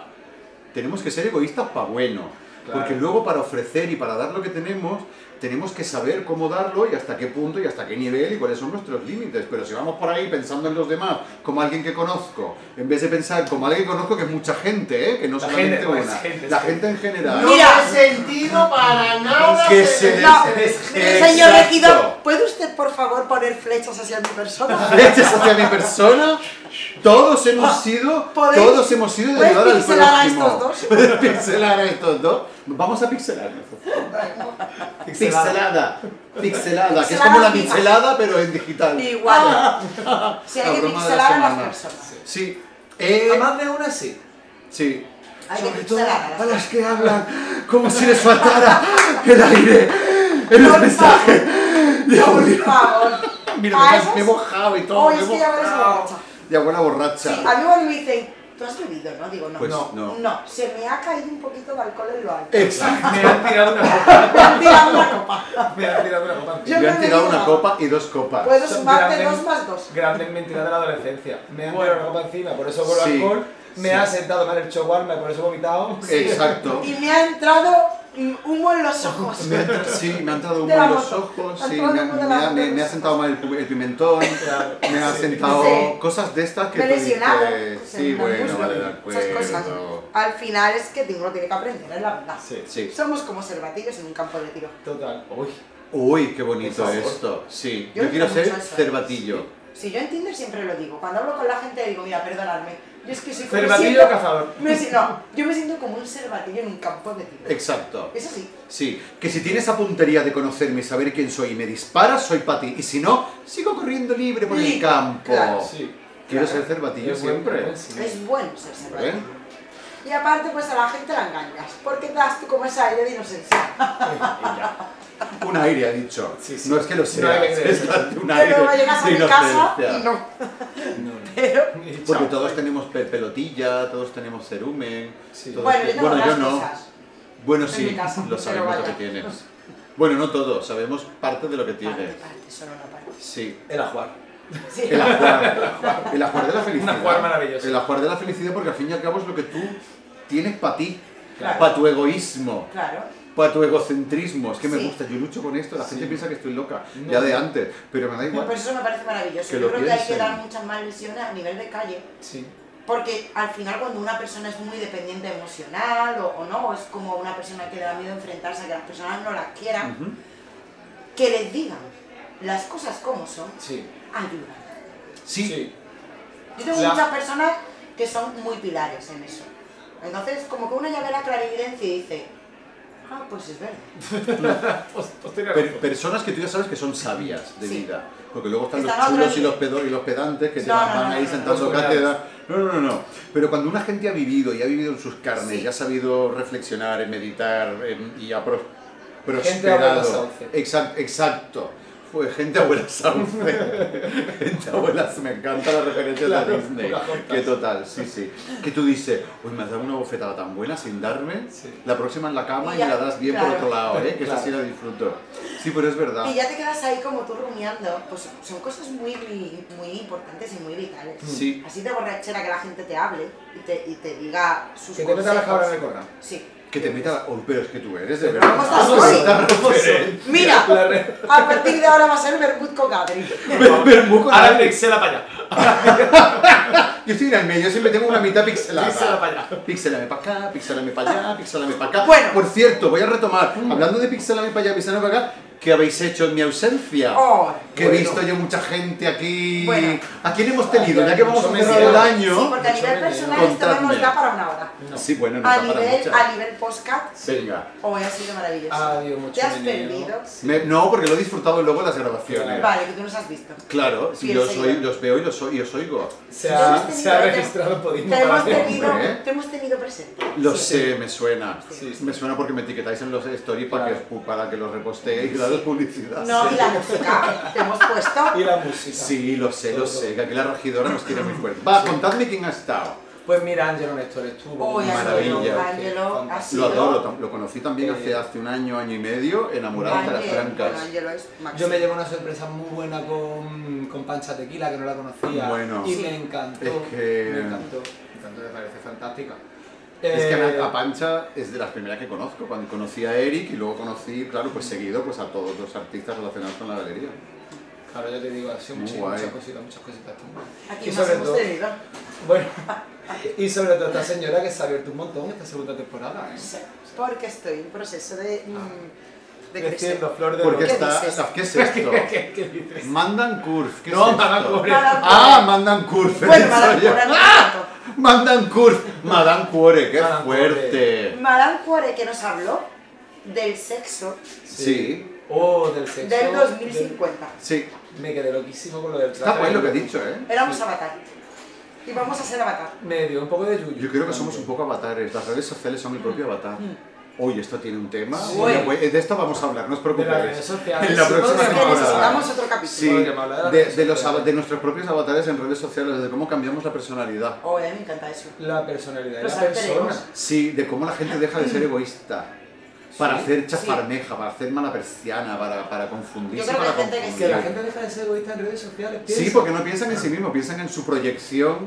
[SPEAKER 2] Tenemos que ser egoístas para bueno,
[SPEAKER 3] Claro.
[SPEAKER 2] porque luego para ofrecer y para dar lo que tenemos, tenemos que saber cómo darlo y hasta qué punto y hasta qué nivel y cuáles son nuestros límites. Pero si vamos por ahí pensando en los demás como alguien que conozco, en vez de pensar como alguien que conozco, que es mucha gente, ¿eh? que no
[SPEAKER 3] La
[SPEAKER 2] solamente
[SPEAKER 3] gente,
[SPEAKER 2] una,
[SPEAKER 3] pues, gente,
[SPEAKER 2] la
[SPEAKER 3] sí.
[SPEAKER 2] gente en general,
[SPEAKER 4] No Mira.
[SPEAKER 1] tiene sentido para nada.
[SPEAKER 2] que se
[SPEAKER 4] No,
[SPEAKER 2] des-
[SPEAKER 4] Señor
[SPEAKER 2] Exacto.
[SPEAKER 4] regidor, ¿puede usted por favor poner flechas hacia mi persona?
[SPEAKER 2] flechas hacia mi persona. Todos hemos sido,
[SPEAKER 4] Ah, ¿podéis-
[SPEAKER 2] todos hemos sido de
[SPEAKER 4] ¿puedes
[SPEAKER 2] ayudar al
[SPEAKER 4] pixelar a
[SPEAKER 2] prójimo.
[SPEAKER 4] estos dos?
[SPEAKER 2] ¿Puedes pixelar a estos dos? Vamos a pixelarnos. Pixelada. Pixelada, que es como la pixelada, pero en digital.
[SPEAKER 4] Igual. Si
[SPEAKER 2] La
[SPEAKER 4] hay que
[SPEAKER 2] broma de la
[SPEAKER 4] pixelar a las
[SPEAKER 2] Ah. semana.
[SPEAKER 4] personas.
[SPEAKER 2] Sí.
[SPEAKER 3] A
[SPEAKER 2] Eh,
[SPEAKER 3] más de una sí.
[SPEAKER 2] sí.
[SPEAKER 4] Hay que
[SPEAKER 2] Sobre todo
[SPEAKER 4] pixelar a las
[SPEAKER 2] a las que hablan como si les faltara el aire en los
[SPEAKER 4] Por
[SPEAKER 2] mensajes.
[SPEAKER 4] favor, Ah, por favor.
[SPEAKER 2] Mira,
[SPEAKER 4] A
[SPEAKER 2] me,
[SPEAKER 4] esos-
[SPEAKER 2] me he mojado y todo.
[SPEAKER 4] Hoy
[SPEAKER 2] me he
[SPEAKER 4] es que ya hueles a
[SPEAKER 2] mojado.
[SPEAKER 4] borracha.
[SPEAKER 2] Ya huele a borracha.
[SPEAKER 4] Sí, a mí cuando me dicen, ¿tú has bebido? No, digo, no.
[SPEAKER 2] Pues
[SPEAKER 4] no.
[SPEAKER 2] no. Eh.
[SPEAKER 4] No, se me ha caído un poquito de alcohol en lo alto.
[SPEAKER 2] Exacto.
[SPEAKER 3] Me han tirado una copa.
[SPEAKER 4] Me han tirado una copa.
[SPEAKER 3] Me han tirado una copa.
[SPEAKER 4] Yo
[SPEAKER 2] Me
[SPEAKER 4] no
[SPEAKER 2] han tirado
[SPEAKER 4] he bebido
[SPEAKER 2] una
[SPEAKER 4] nada.
[SPEAKER 2] copa y dos copas.
[SPEAKER 4] Puedo
[SPEAKER 3] Son
[SPEAKER 4] sumarte
[SPEAKER 3] grandes-
[SPEAKER 4] dos más dos.
[SPEAKER 3] Grandes mentiras de la adolescencia. Me han
[SPEAKER 5] Bueno.
[SPEAKER 3] tirado una copa encima, por eso vuelvo
[SPEAKER 2] Sí.
[SPEAKER 3] alcohol. Me
[SPEAKER 2] Sí.
[SPEAKER 3] ha sentado mal el choguarme, por eso he vomitado.
[SPEAKER 2] Exacto.
[SPEAKER 4] Y me ha entrado mm, humo en los ojos.
[SPEAKER 2] Me ha entra- sí, me han entrado humo
[SPEAKER 4] De la
[SPEAKER 2] en los
[SPEAKER 4] moto.
[SPEAKER 2] ojos,
[SPEAKER 4] Al
[SPEAKER 2] sí,
[SPEAKER 4] todo
[SPEAKER 2] me,
[SPEAKER 4] el mundo
[SPEAKER 2] me
[SPEAKER 4] de la
[SPEAKER 2] ha, me-
[SPEAKER 4] moto.
[SPEAKER 2] me ha sentado mal el, pu- el pimentón,
[SPEAKER 3] Claro.
[SPEAKER 2] me ha
[SPEAKER 3] Sí.
[SPEAKER 2] sentado
[SPEAKER 4] Sí.
[SPEAKER 2] cosas de estas que
[SPEAKER 4] me he
[SPEAKER 2] tú dices,
[SPEAKER 4] lesionado. pues,
[SPEAKER 2] sí,
[SPEAKER 4] en la
[SPEAKER 2] bueno,
[SPEAKER 4] angustia,
[SPEAKER 2] vale, de
[SPEAKER 4] Esas cosas.
[SPEAKER 2] acuerdo.
[SPEAKER 4] Al final es que uno tiene que aprender, es la verdad.
[SPEAKER 3] Sí.
[SPEAKER 2] Sí.
[SPEAKER 4] Somos como cervatillos en un campo de tiro.
[SPEAKER 3] Total. Uy.
[SPEAKER 2] Uy, qué bonito
[SPEAKER 3] Por favor.
[SPEAKER 2] esto. Sí,
[SPEAKER 4] Yo
[SPEAKER 2] yo,
[SPEAKER 4] lo
[SPEAKER 2] quiero
[SPEAKER 4] quiero
[SPEAKER 2] ser
[SPEAKER 4] mucho eso.
[SPEAKER 2] cervatillo.
[SPEAKER 4] Si yo en Tinder siempre lo digo. Cuando hablo con la gente digo, mira, perdonadme. Yo es que soy como
[SPEAKER 3] Cervatillo
[SPEAKER 4] siento-
[SPEAKER 3] cazador.
[SPEAKER 4] me si- no, yo me siento como un cervatillo en un campo de tiro.
[SPEAKER 2] Exacto.
[SPEAKER 4] Eso sí.
[SPEAKER 2] Sí, que si tienes esa puntería de conocerme y saber quién soy y me disparas, soy para ti. Y si no, sigo corriendo libre por el
[SPEAKER 4] Libre,
[SPEAKER 2] campo.
[SPEAKER 4] claro.
[SPEAKER 3] Sí.
[SPEAKER 2] Quiero ser cervatillo
[SPEAKER 3] Es buen-
[SPEAKER 2] siempre.
[SPEAKER 3] buen- sí.
[SPEAKER 4] Es bueno ser cervatillo.
[SPEAKER 2] ¿Eh?
[SPEAKER 4] Y aparte, pues a la gente la engañas, porque das tú como ese aire de inocencia.
[SPEAKER 2] Un aire, ha dicho.
[SPEAKER 3] Sí, sí.
[SPEAKER 2] No es que lo
[SPEAKER 3] No
[SPEAKER 2] sea.
[SPEAKER 3] hay que creer.
[SPEAKER 2] es darte un aire.
[SPEAKER 4] Pero luego llegas a
[SPEAKER 2] de
[SPEAKER 4] mi casa
[SPEAKER 2] inocencia.
[SPEAKER 4] y no.
[SPEAKER 3] No, no.
[SPEAKER 4] Pero
[SPEAKER 3] Y
[SPEAKER 2] Porque
[SPEAKER 3] chao.
[SPEAKER 2] todos tenemos pe- pelotilla, todos tenemos cerumen.
[SPEAKER 3] Sí.
[SPEAKER 2] todos
[SPEAKER 4] bueno, yo
[SPEAKER 2] te-
[SPEAKER 4] tengo
[SPEAKER 2] bueno, yo
[SPEAKER 4] otras
[SPEAKER 2] no.
[SPEAKER 4] cosas.
[SPEAKER 2] Bueno,
[SPEAKER 4] en
[SPEAKER 2] sí,
[SPEAKER 4] mi casa,
[SPEAKER 2] lo
[SPEAKER 4] pero
[SPEAKER 2] sabemos lo que
[SPEAKER 4] vaya.
[SPEAKER 2] tienes. Bueno, no todos, sabemos parte de lo que
[SPEAKER 4] Parte,
[SPEAKER 2] tienes.
[SPEAKER 4] parte, solo una parte.
[SPEAKER 2] Sí.
[SPEAKER 3] El ajuar.
[SPEAKER 4] Sí.
[SPEAKER 2] El ajuar, el ajuar de la felicidad.
[SPEAKER 3] Un ajuar maravilloso.
[SPEAKER 2] El ajuar de la felicidad porque al fin y al cabo es lo que tú tienes para ti,
[SPEAKER 4] Claro.
[SPEAKER 2] para tu egoísmo,
[SPEAKER 4] Claro.
[SPEAKER 2] para tu egocentrismo. Es que me
[SPEAKER 4] Sí.
[SPEAKER 2] gusta, yo lucho con esto, la gente
[SPEAKER 3] Sí.
[SPEAKER 2] piensa que estoy loca,
[SPEAKER 3] No.
[SPEAKER 2] ya de antes, pero me da
[SPEAKER 4] Pero
[SPEAKER 2] igual.
[SPEAKER 4] Pues, eso me parece maravilloso.
[SPEAKER 2] Que
[SPEAKER 4] Yo
[SPEAKER 2] lo
[SPEAKER 4] creo que hay que
[SPEAKER 2] piensen.
[SPEAKER 4] dar muchas más lesiones a nivel de calle.
[SPEAKER 3] Sí.
[SPEAKER 4] Porque al final cuando una persona es muy dependiente emocional o, o no, o es como una persona que le da miedo enfrentarse a que las personas no las quieran,
[SPEAKER 2] Ujú.
[SPEAKER 4] que les digan las cosas como son,
[SPEAKER 3] Sí.
[SPEAKER 4] ayuda.
[SPEAKER 2] Sí,
[SPEAKER 4] Yo tengo
[SPEAKER 3] La-
[SPEAKER 4] muchas personas que son muy pilares en eso. Entonces, como que una ya ve la clarividencia y dice, ah, pues es verdad.
[SPEAKER 3] Pues, pues tenía
[SPEAKER 2] Per-
[SPEAKER 3] razón.
[SPEAKER 2] personas que tú ya sabes que son sabias de
[SPEAKER 4] Sí.
[SPEAKER 2] vida. Porque luego están
[SPEAKER 4] Están
[SPEAKER 2] los
[SPEAKER 4] a otro
[SPEAKER 2] chulos y
[SPEAKER 4] nivel.
[SPEAKER 2] los, pedo- y los pedantes que te
[SPEAKER 4] No,
[SPEAKER 2] las
[SPEAKER 4] no,
[SPEAKER 2] van
[SPEAKER 4] no,
[SPEAKER 2] ahí
[SPEAKER 4] no,
[SPEAKER 2] sentando
[SPEAKER 3] no.
[SPEAKER 2] cátedra. No, no, no, no. Pero cuando una gente ha vivido y ha vivido en sus carnes
[SPEAKER 4] Sí.
[SPEAKER 2] y ha sabido reflexionar, eh, meditar em, y ha pros-
[SPEAKER 3] Gente abuela
[SPEAKER 2] prosperado.
[SPEAKER 3] sauce.
[SPEAKER 2] Exacto, exacto. Fue gente abuela sauce. gente abuela, me encanta la referencia de
[SPEAKER 3] Claro,
[SPEAKER 2] Disney.
[SPEAKER 3] Pocahontas.
[SPEAKER 2] Que total, sí, sí. Que tú dices, uy, me has dado una bofetada tan buena sin darme.
[SPEAKER 3] Sí.
[SPEAKER 2] La próxima en la cama y,
[SPEAKER 4] Y ya,
[SPEAKER 2] me la das bien por
[SPEAKER 4] claro.
[SPEAKER 2] otro lado, ¿eh? Que esa
[SPEAKER 3] Claro.
[SPEAKER 2] sí la disfruto. Sí, pero es verdad.
[SPEAKER 4] Y ya te quedas ahí como tú rumiando, pues son cosas muy, muy, muy importantes y muy vitales.
[SPEAKER 2] Sí.
[SPEAKER 4] Así de borrachera que la gente te hable y te, y te diga sus
[SPEAKER 3] Que te meta la
[SPEAKER 4] consejos.
[SPEAKER 3] cabra en el corral.
[SPEAKER 4] Sí.
[SPEAKER 2] Que te meta la... Oh, pero es que tú eres de
[SPEAKER 4] ¿Cómo
[SPEAKER 2] verdad.
[SPEAKER 4] estás
[SPEAKER 2] ¿Cómo
[SPEAKER 4] hoy?
[SPEAKER 2] estás,
[SPEAKER 3] ¿Cómo
[SPEAKER 2] Roser?
[SPEAKER 3] soy?
[SPEAKER 4] Mira,
[SPEAKER 3] La re-
[SPEAKER 4] a partir de ahora va a ser Bermud con Gadri.
[SPEAKER 2] Bermú con
[SPEAKER 5] Ahora
[SPEAKER 2] Alex.
[SPEAKER 5] pixela para allá.
[SPEAKER 2] Yo estoy en el medio, siempre tengo una mitad pixelada.
[SPEAKER 5] Pixela para allá.
[SPEAKER 2] Pixelame para acá, pixelame para allá, pixelame para acá.
[SPEAKER 4] Bueno. Mm.
[SPEAKER 2] Por cierto, voy a retomar, hablando de pixelame para allá, pixelame para acá, ¿qué habéis hecho en mi ausencia?
[SPEAKER 4] Oh,
[SPEAKER 2] que he
[SPEAKER 3] bueno.
[SPEAKER 2] visto yo mucha gente aquí.
[SPEAKER 4] Bueno.
[SPEAKER 2] ¿A quién hemos tenido?
[SPEAKER 3] Ah,
[SPEAKER 2] Ya que vamos a
[SPEAKER 3] mucho
[SPEAKER 2] cerrar
[SPEAKER 3] miedo.
[SPEAKER 2] el
[SPEAKER 4] sí,
[SPEAKER 2] año.
[SPEAKER 4] porque a nivel
[SPEAKER 3] Escúchame,
[SPEAKER 4] personal esto no
[SPEAKER 2] contadme.
[SPEAKER 4] nos da para una hora.
[SPEAKER 3] No.
[SPEAKER 2] Sí, bueno, no
[SPEAKER 4] A
[SPEAKER 2] está para
[SPEAKER 4] nivel,
[SPEAKER 2] muchas.
[SPEAKER 4] a nivel podcast,
[SPEAKER 2] Venga.
[SPEAKER 4] hoy ha sido maravilloso.
[SPEAKER 3] Adiós, mucho
[SPEAKER 4] Te has
[SPEAKER 3] meneo.
[SPEAKER 4] perdido.
[SPEAKER 2] Me- no, porque lo he disfrutado luego en las grabaciones.
[SPEAKER 4] Vale, que tú nos has visto.
[SPEAKER 2] Claro,
[SPEAKER 4] Sí,
[SPEAKER 2] yo
[SPEAKER 4] el
[SPEAKER 2] soy-
[SPEAKER 4] seguidor.
[SPEAKER 2] los veo y los, oy- y os oigo.
[SPEAKER 3] Se
[SPEAKER 4] Yo
[SPEAKER 3] ha,
[SPEAKER 4] hemos
[SPEAKER 3] se
[SPEAKER 4] tenido-
[SPEAKER 3] ha registrado en Podismo
[SPEAKER 4] Te hemos,
[SPEAKER 3] para-
[SPEAKER 4] tenido,
[SPEAKER 2] Hombre, ¿eh?
[SPEAKER 4] te hemos tenido presente.
[SPEAKER 2] Lo
[SPEAKER 4] Sí.
[SPEAKER 2] sé, me suena.
[SPEAKER 3] Sí, sí.
[SPEAKER 2] Me suena porque me etiquetáis en los stories para,
[SPEAKER 3] Claro.
[SPEAKER 2] que, para que los reposteéis y daros publicidad.
[SPEAKER 4] No, y la música, te hemos puesto.
[SPEAKER 3] Y la música.
[SPEAKER 2] Sí, lo sé, lo
[SPEAKER 3] Todo.
[SPEAKER 2] sé, que aquí la regidora nos tiene muy fuerte. Va, contadme quién ha estado.
[SPEAKER 3] Pues mira, Ángelo Néstor estuvo.
[SPEAKER 4] Hoy ha
[SPEAKER 2] Maravilla.
[SPEAKER 4] sido Ángelo, ha
[SPEAKER 3] Fantástico.
[SPEAKER 4] sido.
[SPEAKER 2] Lo adoro, tam- lo conocí también hace,
[SPEAKER 3] Eh,
[SPEAKER 2] hace un año, año y medio, enamorado hasta las
[SPEAKER 4] Ángel, bueno,
[SPEAKER 2] trancas.
[SPEAKER 4] Ángelo es máximo.
[SPEAKER 3] Yo me llevo una sorpresa muy buena con, con Pancha Tequila, que no la conocía.
[SPEAKER 2] Bueno.
[SPEAKER 3] y
[SPEAKER 4] Sí.
[SPEAKER 3] me encantó.
[SPEAKER 2] Es que-
[SPEAKER 3] Me encantó. Me encantó, me parece fantástica.
[SPEAKER 2] Es que
[SPEAKER 3] Eh,
[SPEAKER 2] a- a Pancha es de las primeras que conozco, cuando conocí a Eric y luego conocí, claro, pues seguido pues a todos los artistas relacionados con la galería.
[SPEAKER 3] Claro, yo te digo, ha sido
[SPEAKER 2] Muy
[SPEAKER 3] muchas,
[SPEAKER 2] guay.
[SPEAKER 3] muchas cositas, muchas cositas.
[SPEAKER 4] Aquí
[SPEAKER 3] Y
[SPEAKER 4] más
[SPEAKER 3] sobre
[SPEAKER 4] hemos
[SPEAKER 3] todo-
[SPEAKER 4] tenido.
[SPEAKER 3] Bueno, y sobre todo esta señora que se ha abierto un montón esta segunda temporada. ¿eh?
[SPEAKER 4] Sí, Porque estoy en proceso de,
[SPEAKER 2] Ah.
[SPEAKER 4] mm, de crecer.
[SPEAKER 3] Creciendo, flor de
[SPEAKER 2] Porque
[SPEAKER 3] loto.
[SPEAKER 2] está...
[SPEAKER 4] dices?
[SPEAKER 2] ¿Qué es esto?
[SPEAKER 3] ¿Qué, qué dices?
[SPEAKER 2] Mandan Curve, ¿qué
[SPEAKER 3] No,
[SPEAKER 2] es esto?
[SPEAKER 3] Madame Curve.
[SPEAKER 4] Madame
[SPEAKER 2] Ah, Mandan Curve.
[SPEAKER 4] Bueno,
[SPEAKER 2] pensaba
[SPEAKER 4] Madame
[SPEAKER 2] yo.
[SPEAKER 4] Cuore, no
[SPEAKER 2] ¡Ah!
[SPEAKER 4] tanto.
[SPEAKER 2] Mandan Curve, Madame Cuore, qué
[SPEAKER 3] Madame Cuore.
[SPEAKER 2] fuerte.
[SPEAKER 4] Madame Cuore que nos habló del sexo
[SPEAKER 2] Sí,
[SPEAKER 3] Oh, del sexo.
[SPEAKER 4] del
[SPEAKER 3] del-
[SPEAKER 4] 2050.
[SPEAKER 2] sí.
[SPEAKER 3] Me quedé loquísimo con lo del traje.
[SPEAKER 2] Está guay lo que he dicho, ¿eh?
[SPEAKER 4] Éramos avatar. Y vamos a ser avatar.
[SPEAKER 3] Me dio un poco de yuyu.
[SPEAKER 2] Yo creo que somos un poco avatares. Las redes sociales son el propio avatar. Hoy esto tiene un tema.
[SPEAKER 3] Mm. Sí.
[SPEAKER 2] Oye, pues, de esto vamos a hablar, no os
[SPEAKER 3] De las
[SPEAKER 2] preocupéis.
[SPEAKER 3] redes sociales.
[SPEAKER 2] En la próxima
[SPEAKER 4] Porque
[SPEAKER 2] temporada.
[SPEAKER 4] necesitamos otro
[SPEAKER 2] Sí,
[SPEAKER 4] capítulo.
[SPEAKER 3] Oye, me habla de las
[SPEAKER 2] de,
[SPEAKER 3] redes
[SPEAKER 2] de los,
[SPEAKER 3] sociales.
[SPEAKER 2] av- de nuestros propios avatares en redes sociales, de cómo cambiamos la personalidad.
[SPEAKER 4] Oh, eh, me encanta eso.
[SPEAKER 3] La personalidad de
[SPEAKER 4] Los
[SPEAKER 3] la
[SPEAKER 4] alter
[SPEAKER 3] persona.
[SPEAKER 4] egos.
[SPEAKER 2] Sí, de cómo la gente deja de ser egoísta. Para
[SPEAKER 3] Sí,
[SPEAKER 2] hacer chafarmeja, para hacer mala persiana, para, para confundirse,
[SPEAKER 4] Yo creo que
[SPEAKER 2] para
[SPEAKER 4] hay gente que
[SPEAKER 2] confundir.
[SPEAKER 3] Que la gente deja de ser egoísta en redes sociales.
[SPEAKER 2] Sí,
[SPEAKER 3] piensa.
[SPEAKER 2] porque no piensan en sí mismo, piensan en su proyección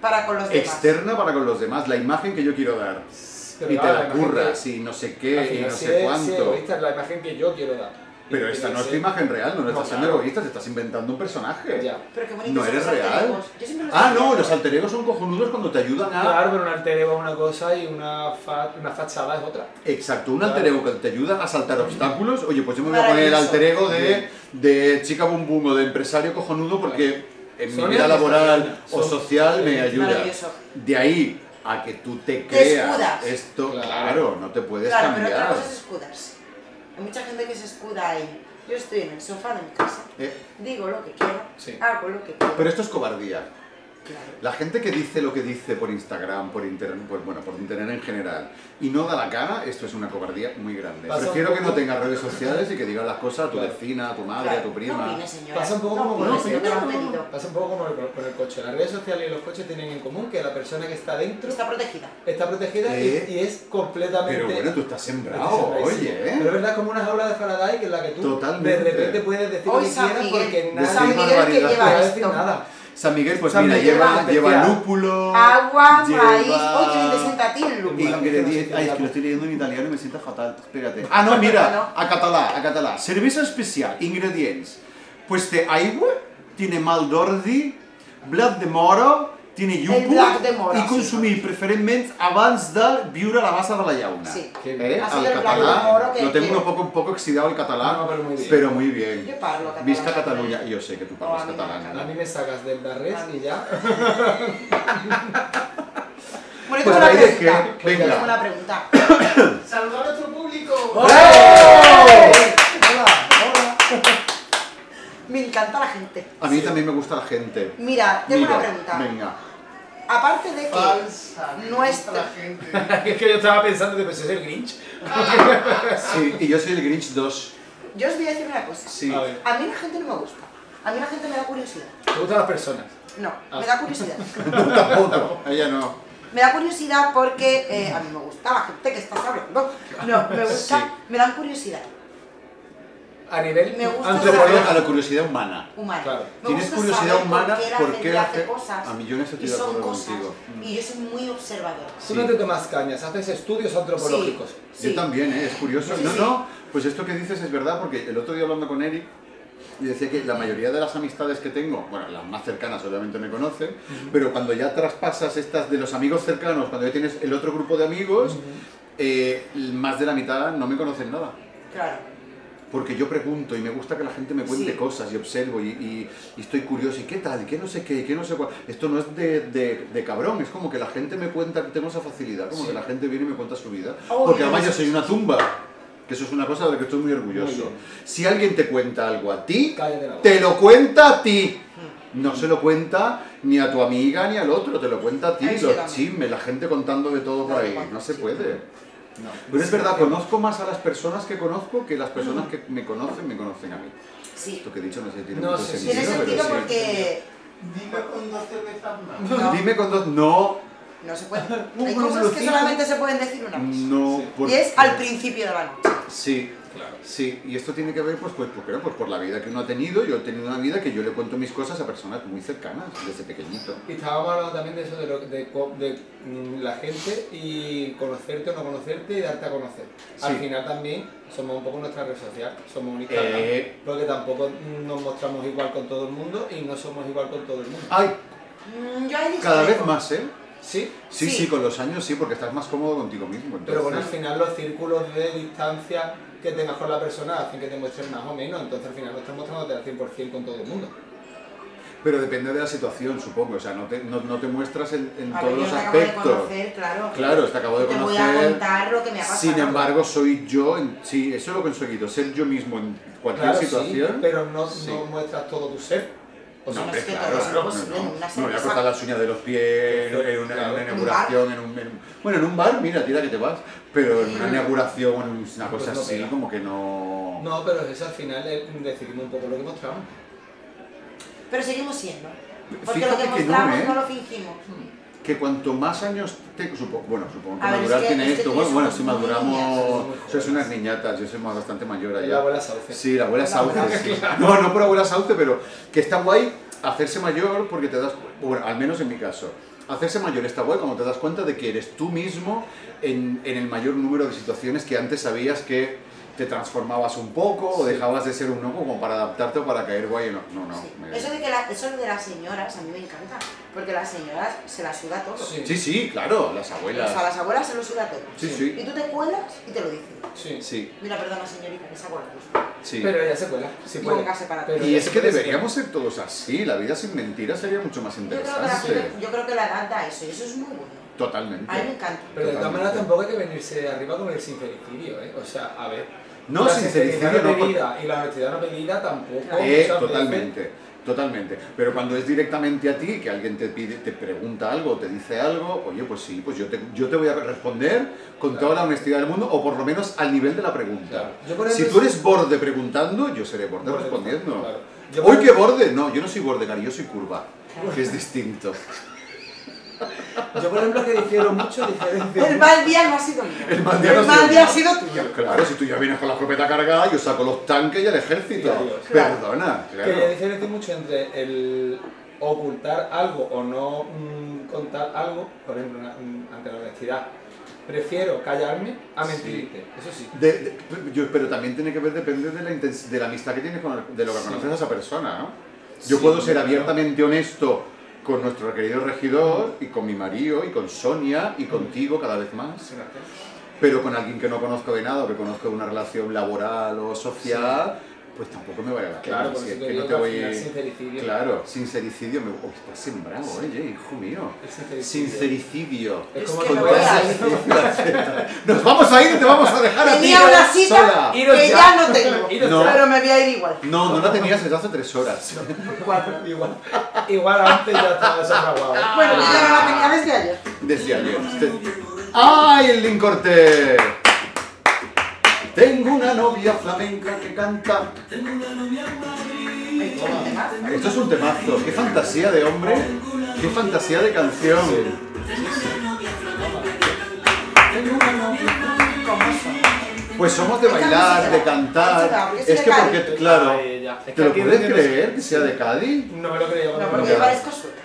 [SPEAKER 4] Para con los demás.
[SPEAKER 2] externa para con los demás, la imagen que yo quiero dar.
[SPEAKER 3] Pero
[SPEAKER 2] y te
[SPEAKER 3] claro,
[SPEAKER 2] la
[SPEAKER 3] imagen que-
[SPEAKER 2] curras y no sé
[SPEAKER 3] al
[SPEAKER 2] qué y
[SPEAKER 3] final
[SPEAKER 2] no sé
[SPEAKER 3] sí es- sí es
[SPEAKER 2] cuánto.
[SPEAKER 3] egoísta es la imagen que yo quiero dar. Y
[SPEAKER 2] Pero
[SPEAKER 3] tiene
[SPEAKER 2] esta
[SPEAKER 3] que
[SPEAKER 2] no es
[SPEAKER 3] ser-
[SPEAKER 2] tu imagen real, no, no
[SPEAKER 3] No,
[SPEAKER 2] estás siendo
[SPEAKER 3] claro.
[SPEAKER 2] egoísta, te estás inventando un personaje.
[SPEAKER 3] Ya.
[SPEAKER 4] Pero qué bonito
[SPEAKER 2] No
[SPEAKER 4] son
[SPEAKER 2] eres
[SPEAKER 4] los alter
[SPEAKER 2] real.
[SPEAKER 4] egos. Yo siempre los
[SPEAKER 2] Ah,
[SPEAKER 4] he
[SPEAKER 2] no,
[SPEAKER 4] tenido.
[SPEAKER 2] los alter egos son cojonudos cuando te ayudan a...
[SPEAKER 3] Claro, pero un alter ego es una cosa y una, fa- una fachada es otra.
[SPEAKER 2] Exacto, un
[SPEAKER 3] Claro.
[SPEAKER 2] alter ego que te ayuda a saltar obstáculos. Oye, pues yo me voy a poner el
[SPEAKER 4] Maravilloso.
[SPEAKER 2] alter ego de, de chica bum bum o de empresario cojonudo porque en mi
[SPEAKER 3] Son
[SPEAKER 2] vida
[SPEAKER 3] las
[SPEAKER 2] laboral
[SPEAKER 3] que
[SPEAKER 2] o
[SPEAKER 3] son-
[SPEAKER 2] social me
[SPEAKER 3] eh,
[SPEAKER 2] ayuda.
[SPEAKER 4] maravilloso.
[SPEAKER 2] De ahí a que tú te
[SPEAKER 4] Te
[SPEAKER 2] creas
[SPEAKER 4] escudas.
[SPEAKER 2] esto,
[SPEAKER 3] Claro.
[SPEAKER 2] claro, no te puedes
[SPEAKER 4] Claro, pero otra
[SPEAKER 2] cambiar.
[SPEAKER 4] cosa es escudarse. Hay mucha gente que se escuda en. Yo estoy en el sofá de mi casa,
[SPEAKER 2] Eh,
[SPEAKER 4] digo lo que quiero,
[SPEAKER 3] Sí.
[SPEAKER 4] hago lo que quiero.
[SPEAKER 2] Pero esto es cobardía. La gente que dice lo que dice por Instagram, por internet, por, bueno, por internet en general, y no da la cara, esto es una cobardía muy grande.
[SPEAKER 3] Pasa un
[SPEAKER 2] Prefiero que
[SPEAKER 3] poco-
[SPEAKER 2] no tengas redes sociales y que digas las cosas a tu
[SPEAKER 3] Claro.
[SPEAKER 2] vecina, a tu madre, a tu
[SPEAKER 4] No
[SPEAKER 2] prima.
[SPEAKER 4] opines, señora.
[SPEAKER 3] Pasa un poco
[SPEAKER 4] no
[SPEAKER 3] como
[SPEAKER 4] opines,
[SPEAKER 3] con
[SPEAKER 4] no te lo han
[SPEAKER 3] el-
[SPEAKER 4] pedido.
[SPEAKER 3] Pasa un poco como el- con el coche. Las redes sociales y los coches tienen en común que la persona que está dentro
[SPEAKER 4] Está protegida.
[SPEAKER 3] está protegida y-
[SPEAKER 2] ¿Eh?
[SPEAKER 3] y, es completamente.
[SPEAKER 2] Pero bueno, tú estás
[SPEAKER 3] Está
[SPEAKER 2] sembrado,
[SPEAKER 3] cerradísimo.
[SPEAKER 2] oye,
[SPEAKER 3] Pero es
[SPEAKER 2] ¿eh?
[SPEAKER 3] verdad, es como una jaula de Faraday que en la que tú
[SPEAKER 2] Totalmente.
[SPEAKER 3] de repente puedes decir lo
[SPEAKER 4] Hoy
[SPEAKER 3] que
[SPEAKER 4] San
[SPEAKER 3] quieras porque
[SPEAKER 4] Miguel,
[SPEAKER 2] nada.
[SPEAKER 4] San
[SPEAKER 2] Decir
[SPEAKER 4] Miguel que
[SPEAKER 2] barbaridades.
[SPEAKER 3] nadie te va
[SPEAKER 4] lleva
[SPEAKER 3] a decir
[SPEAKER 4] esto.
[SPEAKER 3] nada.
[SPEAKER 2] San Miguel, pues
[SPEAKER 3] San
[SPEAKER 2] mira,
[SPEAKER 3] Miguel
[SPEAKER 2] lleva,
[SPEAKER 3] va
[SPEAKER 2] lleva
[SPEAKER 3] especial.
[SPEAKER 2] lúpulo.
[SPEAKER 4] Agua,
[SPEAKER 2] lleva-
[SPEAKER 4] maíz. Oye, qué bien te sienta a ti el
[SPEAKER 3] Y-
[SPEAKER 4] lúpulo.
[SPEAKER 2] Ingrediente. Ay, es que lo estoy leyendo en italiano y me sienta fatal. Espérate. Ah, no, mira, a català, a català. Cervesa especial, ingredients. Pues té aigua, tiene mal d'ordi, blat de moro, tiene
[SPEAKER 4] blat de moro,
[SPEAKER 2] llúpol i
[SPEAKER 4] sí.
[SPEAKER 2] consumir preferentment abans de viure a la bassa de la llauna.
[SPEAKER 4] Sí.
[SPEAKER 3] Qué
[SPEAKER 2] Eh,
[SPEAKER 3] bien.
[SPEAKER 4] Ha
[SPEAKER 2] al
[SPEAKER 4] sido el blat de
[SPEAKER 2] català,
[SPEAKER 4] moro que-
[SPEAKER 2] lo tengo
[SPEAKER 4] que-
[SPEAKER 2] un poco, un poco oxidado el català,
[SPEAKER 3] No, pero muy bien.
[SPEAKER 2] pero muy bien.
[SPEAKER 4] Yo parlo catalán.
[SPEAKER 2] Visca Catalunya, jo sé que tu parles
[SPEAKER 4] Oh, a mi
[SPEAKER 2] català.
[SPEAKER 4] m'encanta.
[SPEAKER 3] A mí
[SPEAKER 2] nena.
[SPEAKER 3] me sacas del darres y ya.
[SPEAKER 4] Bueno, yo
[SPEAKER 2] Pues
[SPEAKER 4] tengo una
[SPEAKER 2] ahí es que,
[SPEAKER 4] pregunta. Yo
[SPEAKER 2] venga.
[SPEAKER 4] tengo una pregunta.
[SPEAKER 5] Saludar a nuestro público.
[SPEAKER 3] Hola, hola.
[SPEAKER 4] Me encanta la gente.
[SPEAKER 2] A mi també me gusta la gente.
[SPEAKER 4] Mira, tengo
[SPEAKER 2] Mira,
[SPEAKER 4] una pregunta.
[SPEAKER 2] Venga.
[SPEAKER 4] Aparte de que
[SPEAKER 5] Falsa.
[SPEAKER 4] Nuestra.
[SPEAKER 5] La gente.
[SPEAKER 3] Es que yo estaba pensando que pues es el Grinch.
[SPEAKER 2] Sí, i jo soy el Grinch 2.
[SPEAKER 4] yo os voy a decir una cosa.
[SPEAKER 2] Sí.
[SPEAKER 3] A ver.
[SPEAKER 4] A mí la gente no me gusta. A mí la gente me da curiosidad.
[SPEAKER 3] ¿Te gustan las personas?
[SPEAKER 4] No,
[SPEAKER 3] Ah.
[SPEAKER 4] me da curiosidad.
[SPEAKER 2] Tampoco. Ella no.
[SPEAKER 4] Me da curiosidad porque eh, a mí me gusta la gente que estás hablando. No, me gusta,
[SPEAKER 2] Sí.
[SPEAKER 4] me dan curiosidad
[SPEAKER 3] A nivel
[SPEAKER 4] Me gusta
[SPEAKER 2] Te pone a
[SPEAKER 3] antropológico.
[SPEAKER 2] la curiosidad humana.
[SPEAKER 4] humana.
[SPEAKER 3] Claro.
[SPEAKER 4] Me
[SPEAKER 2] Tienes
[SPEAKER 4] gusta
[SPEAKER 2] curiosidad
[SPEAKER 4] saber
[SPEAKER 2] humana por qué
[SPEAKER 4] la
[SPEAKER 2] hace-
[SPEAKER 4] gente hace cosas
[SPEAKER 2] a mí yo en eso estoy
[SPEAKER 4] y
[SPEAKER 2] de
[SPEAKER 4] son
[SPEAKER 2] acuerdo
[SPEAKER 4] cosas
[SPEAKER 2] contigo. Mm.
[SPEAKER 4] y yo soy muy observadora.
[SPEAKER 2] Sí.
[SPEAKER 3] Tú no te tomas cañas, haces estudios antropológicos.
[SPEAKER 4] Sí.
[SPEAKER 2] Yo también, ¿eh? es curioso.
[SPEAKER 4] Sí,
[SPEAKER 2] no,
[SPEAKER 4] sí.
[SPEAKER 2] no, pues esto que dices es verdad, porque el otro día hablando con Eric, y decía que la mayoría de las amistades que tengo, bueno, las más cercanas obviamente me conocen, pero cuando ya traspasas estas de los amigos cercanos, cuando ya tienes el otro grupo de amigos, eh, más de la mitad no me conocen nada.
[SPEAKER 4] Claro.
[SPEAKER 2] Porque yo pregunto y me gusta que la gente me cuente
[SPEAKER 4] Sí.
[SPEAKER 2] cosas y observo y, y- y estoy curioso y qué tal, y qué no sé qué, y qué no sé cuál. Esto no es de, de- de cabrón, es como que la gente me cuenta, tengo esa facilidad, como
[SPEAKER 3] Sí.
[SPEAKER 2] que la gente viene y me cuenta su vida.
[SPEAKER 4] Oh,
[SPEAKER 2] Porque
[SPEAKER 4] mira,
[SPEAKER 2] además yo
[SPEAKER 4] eso
[SPEAKER 2] soy una tumba, que eso es una cosa de la que estoy muy
[SPEAKER 3] Muy
[SPEAKER 2] orgulloso.
[SPEAKER 3] bien.
[SPEAKER 2] si alguien te cuenta algo a ti,
[SPEAKER 3] Cállate la boca.
[SPEAKER 2] te lo cuenta a ti. No se lo cuenta ni a tu amiga ni al otro, te lo cuenta a ti,
[SPEAKER 4] Ahí sí,
[SPEAKER 2] los
[SPEAKER 4] también.
[SPEAKER 2] chismes, la gente contando de todo por
[SPEAKER 4] Tal
[SPEAKER 2] ahí.
[SPEAKER 4] cual,
[SPEAKER 2] No se
[SPEAKER 4] sí.
[SPEAKER 2] puede.
[SPEAKER 3] No.
[SPEAKER 2] Pero es verdad, conozco más a las personas que conozco que las personas que me conocen me conocen a mí.
[SPEAKER 4] Sí.
[SPEAKER 2] Esto que he dicho no sé si tiene
[SPEAKER 3] No
[SPEAKER 2] mucho
[SPEAKER 3] sé si
[SPEAKER 2] sentido,
[SPEAKER 4] Tiene
[SPEAKER 3] Sí, no,
[SPEAKER 2] pero
[SPEAKER 4] sentido
[SPEAKER 2] sí.
[SPEAKER 4] porque
[SPEAKER 5] Dime con dos cervezas más.
[SPEAKER 4] no,
[SPEAKER 2] Dime con dos... No,
[SPEAKER 4] no se puede.
[SPEAKER 2] Un
[SPEAKER 4] Hay
[SPEAKER 2] grupo
[SPEAKER 4] cosas que
[SPEAKER 2] fijo.
[SPEAKER 4] solamente se pueden decir una vez.
[SPEAKER 2] no...
[SPEAKER 3] Sí.
[SPEAKER 2] por-
[SPEAKER 4] Y es al principio de la noche.
[SPEAKER 2] Sí, claro. Sí, y esto tiene que ver pues, pues, pues, claro, pues por la vida que uno ha tenido. Yo he tenido una vida que yo le cuento mis cosas a personas muy cercanas, desde pequeñito.
[SPEAKER 3] Y estábamos hablando también de eso, de, lo- de co- de, mm, la gente y conocerte o no conocerte y darte a conocer. Al
[SPEAKER 2] Sí.
[SPEAKER 3] final también somos un poco nuestra red social, somos un Instagram,
[SPEAKER 2] Eh.
[SPEAKER 3] porque tampoco nos mostramos igual con todo el mundo y no somos igual con todo el mundo.
[SPEAKER 2] Ay,
[SPEAKER 4] Mm, Yo ahí
[SPEAKER 2] cada
[SPEAKER 4] discrepo.
[SPEAKER 2] vez más, ¿eh?
[SPEAKER 3] Sí,
[SPEAKER 2] Sí,
[SPEAKER 4] Sí.
[SPEAKER 2] sí, con los años sí, porque estás más cómodo contigo mismo.
[SPEAKER 3] pero
[SPEAKER 2] entonces-
[SPEAKER 3] bueno, al final los círculos de distancia que tengas con la persona hacen que te muestres más o menos, entonces al final no estás mostrándote al 100% con todo el mundo.
[SPEAKER 2] Pero depende de la situación, supongo. O sea, no te, no, no te muestras en, en
[SPEAKER 4] A ver,
[SPEAKER 2] todos
[SPEAKER 4] yo
[SPEAKER 2] los
[SPEAKER 4] te acabo de
[SPEAKER 2] aspectos.
[SPEAKER 4] conocer, claro.
[SPEAKER 2] Claro, te acabo de
[SPEAKER 4] Te voy
[SPEAKER 2] conocer.
[SPEAKER 4] a contar lo que me ha pasado.
[SPEAKER 2] Sin embargo, soy yo, en- sí, eso lo he conseguido, ser yo mismo en cualquier
[SPEAKER 3] Claro, sí,
[SPEAKER 2] situación.
[SPEAKER 3] pero no,
[SPEAKER 2] Sí.
[SPEAKER 3] no muestras todo tu ser. O
[SPEAKER 2] No,
[SPEAKER 3] sea,
[SPEAKER 2] hombre,
[SPEAKER 4] es que
[SPEAKER 2] claro,
[SPEAKER 4] todos
[SPEAKER 2] no,
[SPEAKER 4] los
[SPEAKER 2] no,
[SPEAKER 4] en
[SPEAKER 2] no.
[SPEAKER 4] una
[SPEAKER 2] Me voy a
[SPEAKER 4] cerveza.
[SPEAKER 2] cortar las uñas de los pies en, en una, en una
[SPEAKER 3] Claro.
[SPEAKER 2] inauguración, en un, en- Bueno, en un bar, mira, tira que te vas, pero en una inauguración, en
[SPEAKER 4] Pues
[SPEAKER 2] una cosa
[SPEAKER 3] no
[SPEAKER 2] así,
[SPEAKER 3] pega.
[SPEAKER 2] como que no...
[SPEAKER 3] No, pero eso al final es decidimos un poco lo que mostramos.
[SPEAKER 4] Pero seguimos siendo. Porque
[SPEAKER 2] Fíjate
[SPEAKER 4] lo que
[SPEAKER 2] que no,
[SPEAKER 4] mostramos no,
[SPEAKER 2] ¿eh? Mm,
[SPEAKER 4] lo fingimos.
[SPEAKER 2] Que cuanto más años te... supo- bueno, supongo que
[SPEAKER 4] A ver, es
[SPEAKER 2] madurar
[SPEAKER 4] que- este
[SPEAKER 2] tiene
[SPEAKER 4] es que
[SPEAKER 2] esto.
[SPEAKER 4] tú
[SPEAKER 2] Bueno,
[SPEAKER 4] eres
[SPEAKER 2] bueno,
[SPEAKER 4] muy
[SPEAKER 2] si
[SPEAKER 4] niña,
[SPEAKER 3] eres muy
[SPEAKER 2] maduramos... Sois
[SPEAKER 3] joven.
[SPEAKER 2] unas niñatas, yo soy más bastante mayor allá.
[SPEAKER 3] La abuela Sauce.
[SPEAKER 2] Sí, la abuela
[SPEAKER 4] La
[SPEAKER 2] Sauce.
[SPEAKER 4] abuela,
[SPEAKER 2] sí. No, no por abuela Sauce, pero que está guay hacerse mayor porque te das cu- bueno, al menos en mi caso, hacerse mayor está guay cuando te das cuenta de que eres tú mismo en, en el mayor número de situaciones que antes sabías que te transformabas un poco o
[SPEAKER 3] Sí.
[SPEAKER 2] dejabas de ser un loco como para adaptarte o para caer guay. en- No, no.
[SPEAKER 4] Sí.
[SPEAKER 2] me-
[SPEAKER 4] Eso, de que la- eso de las señoras a mí me encanta. Porque las señoras se las suda todo.
[SPEAKER 2] Sí, sí, claro, las
[SPEAKER 4] O sea, a
[SPEAKER 2] abuelas.
[SPEAKER 4] las abuelas se lo suda todo.
[SPEAKER 2] Sí,
[SPEAKER 4] Y
[SPEAKER 2] sí,
[SPEAKER 4] tú te cuelas y te lo dicen.
[SPEAKER 3] sí.
[SPEAKER 2] sí,
[SPEAKER 4] Mira, perdona señorita, que se acuerda.
[SPEAKER 2] sí.
[SPEAKER 3] Pero ella se cuela, sí
[SPEAKER 4] Y
[SPEAKER 3] puede.
[SPEAKER 4] nunca se para.
[SPEAKER 3] Pero
[SPEAKER 2] Y
[SPEAKER 3] ella
[SPEAKER 2] es
[SPEAKER 3] se
[SPEAKER 2] que
[SPEAKER 3] cuela, sí
[SPEAKER 2] deberíamos ser todos así, la vida sin mentiras sería mucho más
[SPEAKER 4] Yo creo, que la,
[SPEAKER 2] interesante.
[SPEAKER 4] yo creo que la edad da eso y eso es muy bueno.
[SPEAKER 2] Totalmente.
[SPEAKER 4] A mí me encanta.
[SPEAKER 3] puede. Pero de todas maneras
[SPEAKER 2] Totalmente.
[SPEAKER 3] tampoco hay que venirse arriba con el sincericidio, ¿eh? O sea, a ver,
[SPEAKER 2] No,
[SPEAKER 3] la
[SPEAKER 2] sincericidio no, porque-
[SPEAKER 3] no Y la honestidad no pedida tampoco.
[SPEAKER 2] Eh,
[SPEAKER 3] muchas veces.
[SPEAKER 2] totalmente, totalmente. Pero cuando es directamente a ti, que alguien te pide, te pregunta algo, te dice algo, oye, pues sí, pues yo te, yo te voy a responder con
[SPEAKER 3] Claro.
[SPEAKER 2] toda la honestidad del mundo, o por lo menos al nivel de la pregunta.
[SPEAKER 3] Claro. Yo, por
[SPEAKER 2] Si
[SPEAKER 3] ejemplo,
[SPEAKER 2] tú eres borde preguntando, yo seré borde,
[SPEAKER 3] Borde,
[SPEAKER 2] respondiendo.
[SPEAKER 3] claro.
[SPEAKER 2] Yo
[SPEAKER 3] Yo,
[SPEAKER 2] ¡Uy,
[SPEAKER 3] por
[SPEAKER 2] qué borde! No, yo no soy borde, cari, yo soy curva, que es distinto.
[SPEAKER 3] Yo, por ejemplo, que difiero mucho, diferencio
[SPEAKER 4] El
[SPEAKER 3] mucho.
[SPEAKER 4] mal día no ha sido mío.
[SPEAKER 2] El mal día no ha sido
[SPEAKER 4] día
[SPEAKER 2] mío.
[SPEAKER 4] ha sido tuyo.
[SPEAKER 2] Claro, si tú ya vienes con la escopeta cargada, yo saco los tanques y el ejército.
[SPEAKER 3] Y adiós.
[SPEAKER 4] Claro.
[SPEAKER 2] Perdona, claro.
[SPEAKER 3] Que diferencio mucho entre el ocultar algo o no mm, contar algo, por ejemplo, una- mm, ante la honestidad. Prefiero callarme a
[SPEAKER 2] Sí.
[SPEAKER 3] mentirte, eso sí.
[SPEAKER 2] De- de- yo- pero también tiene que ver, depende de la, intens- de la amistad que tienes con el- de lo que
[SPEAKER 3] Sí.
[SPEAKER 2] conoces a esa persona. ¿no? Yo
[SPEAKER 3] Sí,
[SPEAKER 2] puedo ser
[SPEAKER 3] claro.
[SPEAKER 2] abiertamente honesto con nuestro querido regidor y con mi marido y con Sonia
[SPEAKER 3] Mm.
[SPEAKER 2] y contigo cada vez más, pero con alguien que no conozco de nada o que conozco de una relación laboral o social, pues tampoco me vaya a la
[SPEAKER 3] Claro,
[SPEAKER 2] pena,
[SPEAKER 3] por
[SPEAKER 2] si
[SPEAKER 3] eso
[SPEAKER 2] es
[SPEAKER 3] te
[SPEAKER 2] que
[SPEAKER 3] digo
[SPEAKER 2] no
[SPEAKER 3] que
[SPEAKER 2] te
[SPEAKER 3] al
[SPEAKER 2] voy...
[SPEAKER 3] final sincericidio.
[SPEAKER 2] Claro, sincericidio, me... Uy, estás sembrado, oye, hijo mío.
[SPEAKER 3] El sincericidio.
[SPEAKER 2] Sincericidio.
[SPEAKER 3] Es
[SPEAKER 4] Es
[SPEAKER 3] como
[SPEAKER 4] que
[SPEAKER 3] tú
[SPEAKER 4] lo
[SPEAKER 3] puedes
[SPEAKER 4] veas.
[SPEAKER 3] decir-
[SPEAKER 2] Nos vamos a ir y te vamos a dejar a ti
[SPEAKER 4] Tenía una cita
[SPEAKER 2] sola.
[SPEAKER 3] Iros
[SPEAKER 4] que
[SPEAKER 3] ya.
[SPEAKER 4] ya no tengo.
[SPEAKER 3] Iros
[SPEAKER 2] ya.
[SPEAKER 4] Pero me voy a ir igual.
[SPEAKER 2] No, no la tenías desde hace tres horas.
[SPEAKER 4] Cuatro.
[SPEAKER 3] Igual, igual antes ya estaba sofragado.
[SPEAKER 4] Bueno, yo ya no la tenía desde ayer.
[SPEAKER 2] Desde ayer. Te- ¡Ay, el lincorte! Tengo una novia flamenca que canta. Esto es un temazo. Qué fantasía de hombre. Qué fantasía de canción. Pues somos de
[SPEAKER 4] Esta
[SPEAKER 2] bailar,
[SPEAKER 4] música.
[SPEAKER 2] de cantar.
[SPEAKER 4] Esta, porque
[SPEAKER 2] Es
[SPEAKER 4] es
[SPEAKER 2] que
[SPEAKER 4] de Cádiz.
[SPEAKER 2] porque, claro,
[SPEAKER 3] Ay, ya. Es
[SPEAKER 2] ¿te
[SPEAKER 3] que
[SPEAKER 2] lo
[SPEAKER 3] aquí
[SPEAKER 2] puedes
[SPEAKER 3] donde no-
[SPEAKER 2] creer que sea de Cádiz?
[SPEAKER 3] No me lo creía cuando
[SPEAKER 4] No,
[SPEAKER 3] me lo
[SPEAKER 4] porque yo
[SPEAKER 2] Claro.
[SPEAKER 4] parezco sueca.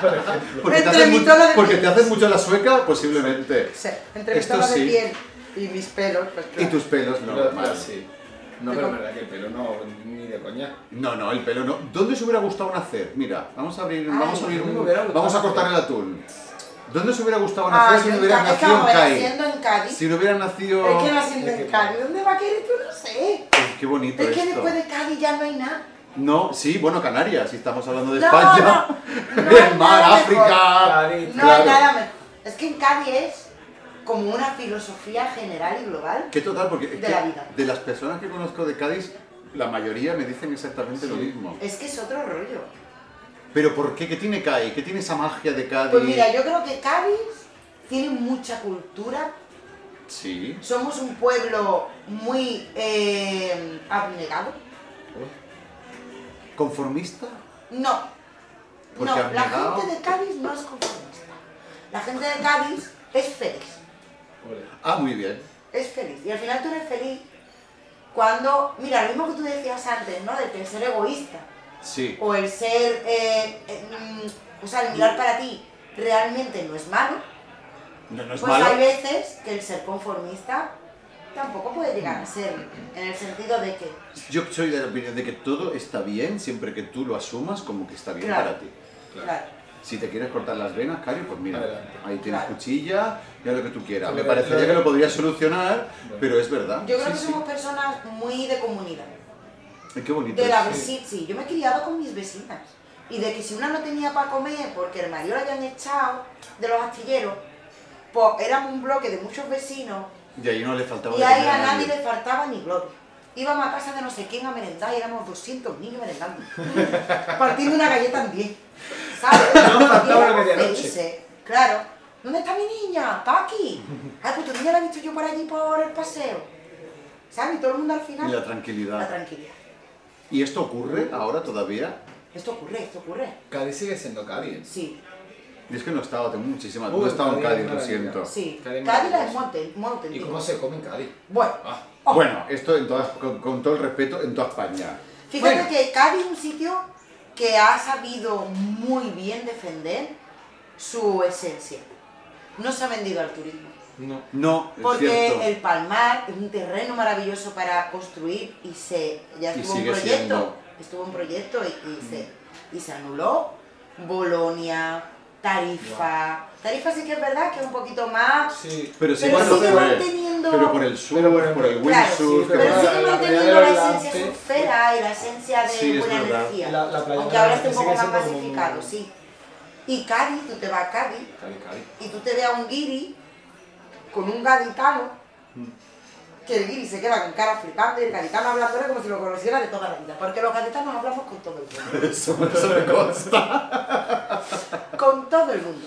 [SPEAKER 3] por ejemplo.
[SPEAKER 2] Porque te,
[SPEAKER 4] Entre
[SPEAKER 2] hacen
[SPEAKER 4] mi
[SPEAKER 2] mu-
[SPEAKER 4] tono de
[SPEAKER 2] porque
[SPEAKER 4] piel.
[SPEAKER 2] te hacen mucho la sueca, posiblemente.
[SPEAKER 4] Sí, entre mi
[SPEAKER 2] Esto
[SPEAKER 4] tono
[SPEAKER 2] sí.
[SPEAKER 4] de piel y mis pelos, pues
[SPEAKER 2] Y
[SPEAKER 4] claro.
[SPEAKER 2] tus pelos no,
[SPEAKER 3] Pero,
[SPEAKER 2] mal.
[SPEAKER 3] sí. No, pero es verdad que el pelo no, ni de coña.
[SPEAKER 2] No, no, el pelo no. ¿Dónde os hubiera gustado nacer? Mira, vamos a abrir,
[SPEAKER 4] Ay,
[SPEAKER 2] vamos a abrir
[SPEAKER 3] a mí
[SPEAKER 2] un-
[SPEAKER 3] me hubiera gustado
[SPEAKER 2] vamos a cortar el atún. ¿Dónde os hubiera gustado
[SPEAKER 4] Ah,
[SPEAKER 2] nacer si no hubieras
[SPEAKER 4] Cádiz,
[SPEAKER 2] nacido en
[SPEAKER 4] estamos
[SPEAKER 2] Cádiz?
[SPEAKER 4] naciendo en Cádiz.
[SPEAKER 2] Si no hubieras nacido...
[SPEAKER 4] Es que naciendo
[SPEAKER 3] Es
[SPEAKER 4] en
[SPEAKER 3] que-
[SPEAKER 4] Cádiz, ¿dónde va a querer? Yo no sé.
[SPEAKER 2] Ay, qué bonito
[SPEAKER 4] Es que
[SPEAKER 2] esto.
[SPEAKER 4] después de Cádiz ya no hay nada.
[SPEAKER 2] No, sí, bueno, Canarias, si estamos hablando de
[SPEAKER 4] No,
[SPEAKER 2] España.
[SPEAKER 4] no, no hay
[SPEAKER 2] el mar,
[SPEAKER 4] nada
[SPEAKER 2] África.
[SPEAKER 3] mejor.
[SPEAKER 4] No
[SPEAKER 2] Claro.
[SPEAKER 4] hay nada mejor. Es que en Cádiz es como una filosofía general y global.
[SPEAKER 2] Qué total, porque es
[SPEAKER 4] De
[SPEAKER 2] que
[SPEAKER 4] la vida.
[SPEAKER 2] de las personas que conozco de Cádiz, la mayoría me dicen exactamente lo
[SPEAKER 3] Sí.
[SPEAKER 2] mismo.
[SPEAKER 4] Es que es otro rollo.
[SPEAKER 2] Pero ¿por qué? ¿Qué tiene Cádiz? ¿Qué tiene esa magia de Cádiz?
[SPEAKER 4] Pues mira, yo creo que Cádiz tiene mucha cultura.
[SPEAKER 2] Sí.
[SPEAKER 4] Somos un pueblo muy eh, abnegado.
[SPEAKER 2] ¿Conformista?
[SPEAKER 4] No.
[SPEAKER 2] Porque
[SPEAKER 4] no, la
[SPEAKER 2] abnegado-
[SPEAKER 4] gente de Cádiz no es conformista. La gente de Cádiz es feliz.
[SPEAKER 2] Ah, muy bien.
[SPEAKER 4] Es feliz. Y al final tú eres feliz cuando, mira, lo mismo que tú decías antes, ¿no? De que el ser egoísta
[SPEAKER 2] Sí.
[SPEAKER 4] o el ser, eh, eh, mm, o sea, el mirar para ti realmente no es malo.
[SPEAKER 2] No, no es
[SPEAKER 4] pues
[SPEAKER 2] malo.
[SPEAKER 4] hay veces que el ser conformista tampoco puede llegar a ser, en el sentido de que
[SPEAKER 2] Yo soy de la opinión de que todo está bien siempre que tú lo asumas como que está bien
[SPEAKER 4] Claro.
[SPEAKER 2] para ti.
[SPEAKER 4] Claro.
[SPEAKER 2] Si te quieres cortar las venas, Cari, pues mira,
[SPEAKER 3] Adelante.
[SPEAKER 2] ahí tienes
[SPEAKER 4] Claro.
[SPEAKER 2] cuchilla, ya lo que tú quieras.
[SPEAKER 3] Sí,
[SPEAKER 2] Me
[SPEAKER 3] pero-
[SPEAKER 2] parecería que lo podrías solucionar,
[SPEAKER 3] Bueno.
[SPEAKER 2] pero es verdad.
[SPEAKER 4] Yo creo
[SPEAKER 2] Sí,
[SPEAKER 4] que
[SPEAKER 2] sí.
[SPEAKER 4] somos personas muy de comunidad.
[SPEAKER 2] Ay, Qué bonito.
[SPEAKER 4] De la
[SPEAKER 2] es.
[SPEAKER 4] vecina, sí, yo me he criado con mis vecinas. Y de que si una no tenía para comer porque el marido la habían echado de los astilleros, pues éramos un bloque de muchos vecinos
[SPEAKER 2] Y ahí no le faltaba
[SPEAKER 4] y
[SPEAKER 2] de
[SPEAKER 4] ahí
[SPEAKER 2] comer
[SPEAKER 4] a nadie le faltaba ni gloria. Íbamos a casa de no sé quién a merendar y éramos 200 niños merendando. Partiendo una galleta en 10. ¿Sabes?
[SPEAKER 3] No me faltaba
[SPEAKER 4] Íbamos
[SPEAKER 3] la medianoche.
[SPEAKER 4] felices, Claro. ¿Dónde está mi niña? Está aquí. Ay, pues tu niña la he visto yo por allí por el paseo. ¿Sabes? Y todo el mundo al final.
[SPEAKER 2] Y la tranquilidad.
[SPEAKER 4] La tranquilidad.
[SPEAKER 2] ¿Y esto ocurre ahora todavía?
[SPEAKER 4] Esto ocurre, esto ocurre.
[SPEAKER 3] Cádiz sigue siendo Cádiz.
[SPEAKER 4] Sí,
[SPEAKER 2] Y es que no he estado, tengo muchísimas. No
[SPEAKER 3] Uy,
[SPEAKER 2] he estado en
[SPEAKER 3] Cádiz,
[SPEAKER 2] Cádiz, lo
[SPEAKER 3] maravilla.
[SPEAKER 2] siento.
[SPEAKER 4] sí.
[SPEAKER 3] Cádiz
[SPEAKER 4] Cádiz
[SPEAKER 3] maravilloso.
[SPEAKER 4] es muy auténtico, muy
[SPEAKER 3] ¿Y
[SPEAKER 4] auténtico.
[SPEAKER 3] cómo se come en Cádiz?
[SPEAKER 4] Bueno,
[SPEAKER 3] Ah,
[SPEAKER 2] Bueno, esto en todas- con, con todo el respeto, en toda España.
[SPEAKER 4] fíjate
[SPEAKER 3] Bueno.
[SPEAKER 4] que Cádiz es un sitio que ha sabido muy bien defender su esencia. No se ha vendido al turismo.
[SPEAKER 3] no.
[SPEAKER 2] No, es cierto.
[SPEAKER 4] Porque el Palmar es un terreno maravilloso para construir y se ya
[SPEAKER 2] Y
[SPEAKER 4] estuvo un
[SPEAKER 2] sigue
[SPEAKER 4] proyecto,
[SPEAKER 2] siendo. Mm.
[SPEAKER 4] estuvo un proyecto y, y se, y se anuló. Bolonia, Tarifa. Tarifa sí que es verdad que es un poquito más
[SPEAKER 3] Sí.
[SPEAKER 2] Pero sí,
[SPEAKER 4] Pero
[SPEAKER 2] bueno,
[SPEAKER 4] sigue
[SPEAKER 2] fue-
[SPEAKER 4] manteniendo-
[SPEAKER 2] Pero por el sur,
[SPEAKER 3] Pero bueno,
[SPEAKER 2] por el
[SPEAKER 4] Claro,
[SPEAKER 2] windsurf,
[SPEAKER 3] sí,
[SPEAKER 2] que
[SPEAKER 4] pero
[SPEAKER 3] bueno,
[SPEAKER 2] por-
[SPEAKER 3] la-
[SPEAKER 4] sigue
[SPEAKER 3] la
[SPEAKER 4] manteniendo
[SPEAKER 3] playa
[SPEAKER 4] la
[SPEAKER 3] del
[SPEAKER 4] esencia
[SPEAKER 3] Atlante-
[SPEAKER 4] surfera y la esencia de
[SPEAKER 2] Sí, es
[SPEAKER 4] buena
[SPEAKER 2] verdad.
[SPEAKER 4] energía.
[SPEAKER 3] La- la playa
[SPEAKER 4] Aunque
[SPEAKER 3] del
[SPEAKER 4] ahora esté un
[SPEAKER 3] Atlante
[SPEAKER 4] poco más
[SPEAKER 3] sigue siendo como
[SPEAKER 4] masificado,
[SPEAKER 3] un-
[SPEAKER 4] sí. Y Cádiz, tú te vas a Cádiz
[SPEAKER 3] Cádiz, Cádiz.
[SPEAKER 2] Mm.
[SPEAKER 4] y tú te ve a un guiri con un gaditano que el guiri se queda con cara flipando y el gaditano hablándole como si lo conociera de toda la vida. Porque los gaditanos hablamos con todo el mundo.
[SPEAKER 2] Eso, eso me consta.
[SPEAKER 4] Con todo el mundo.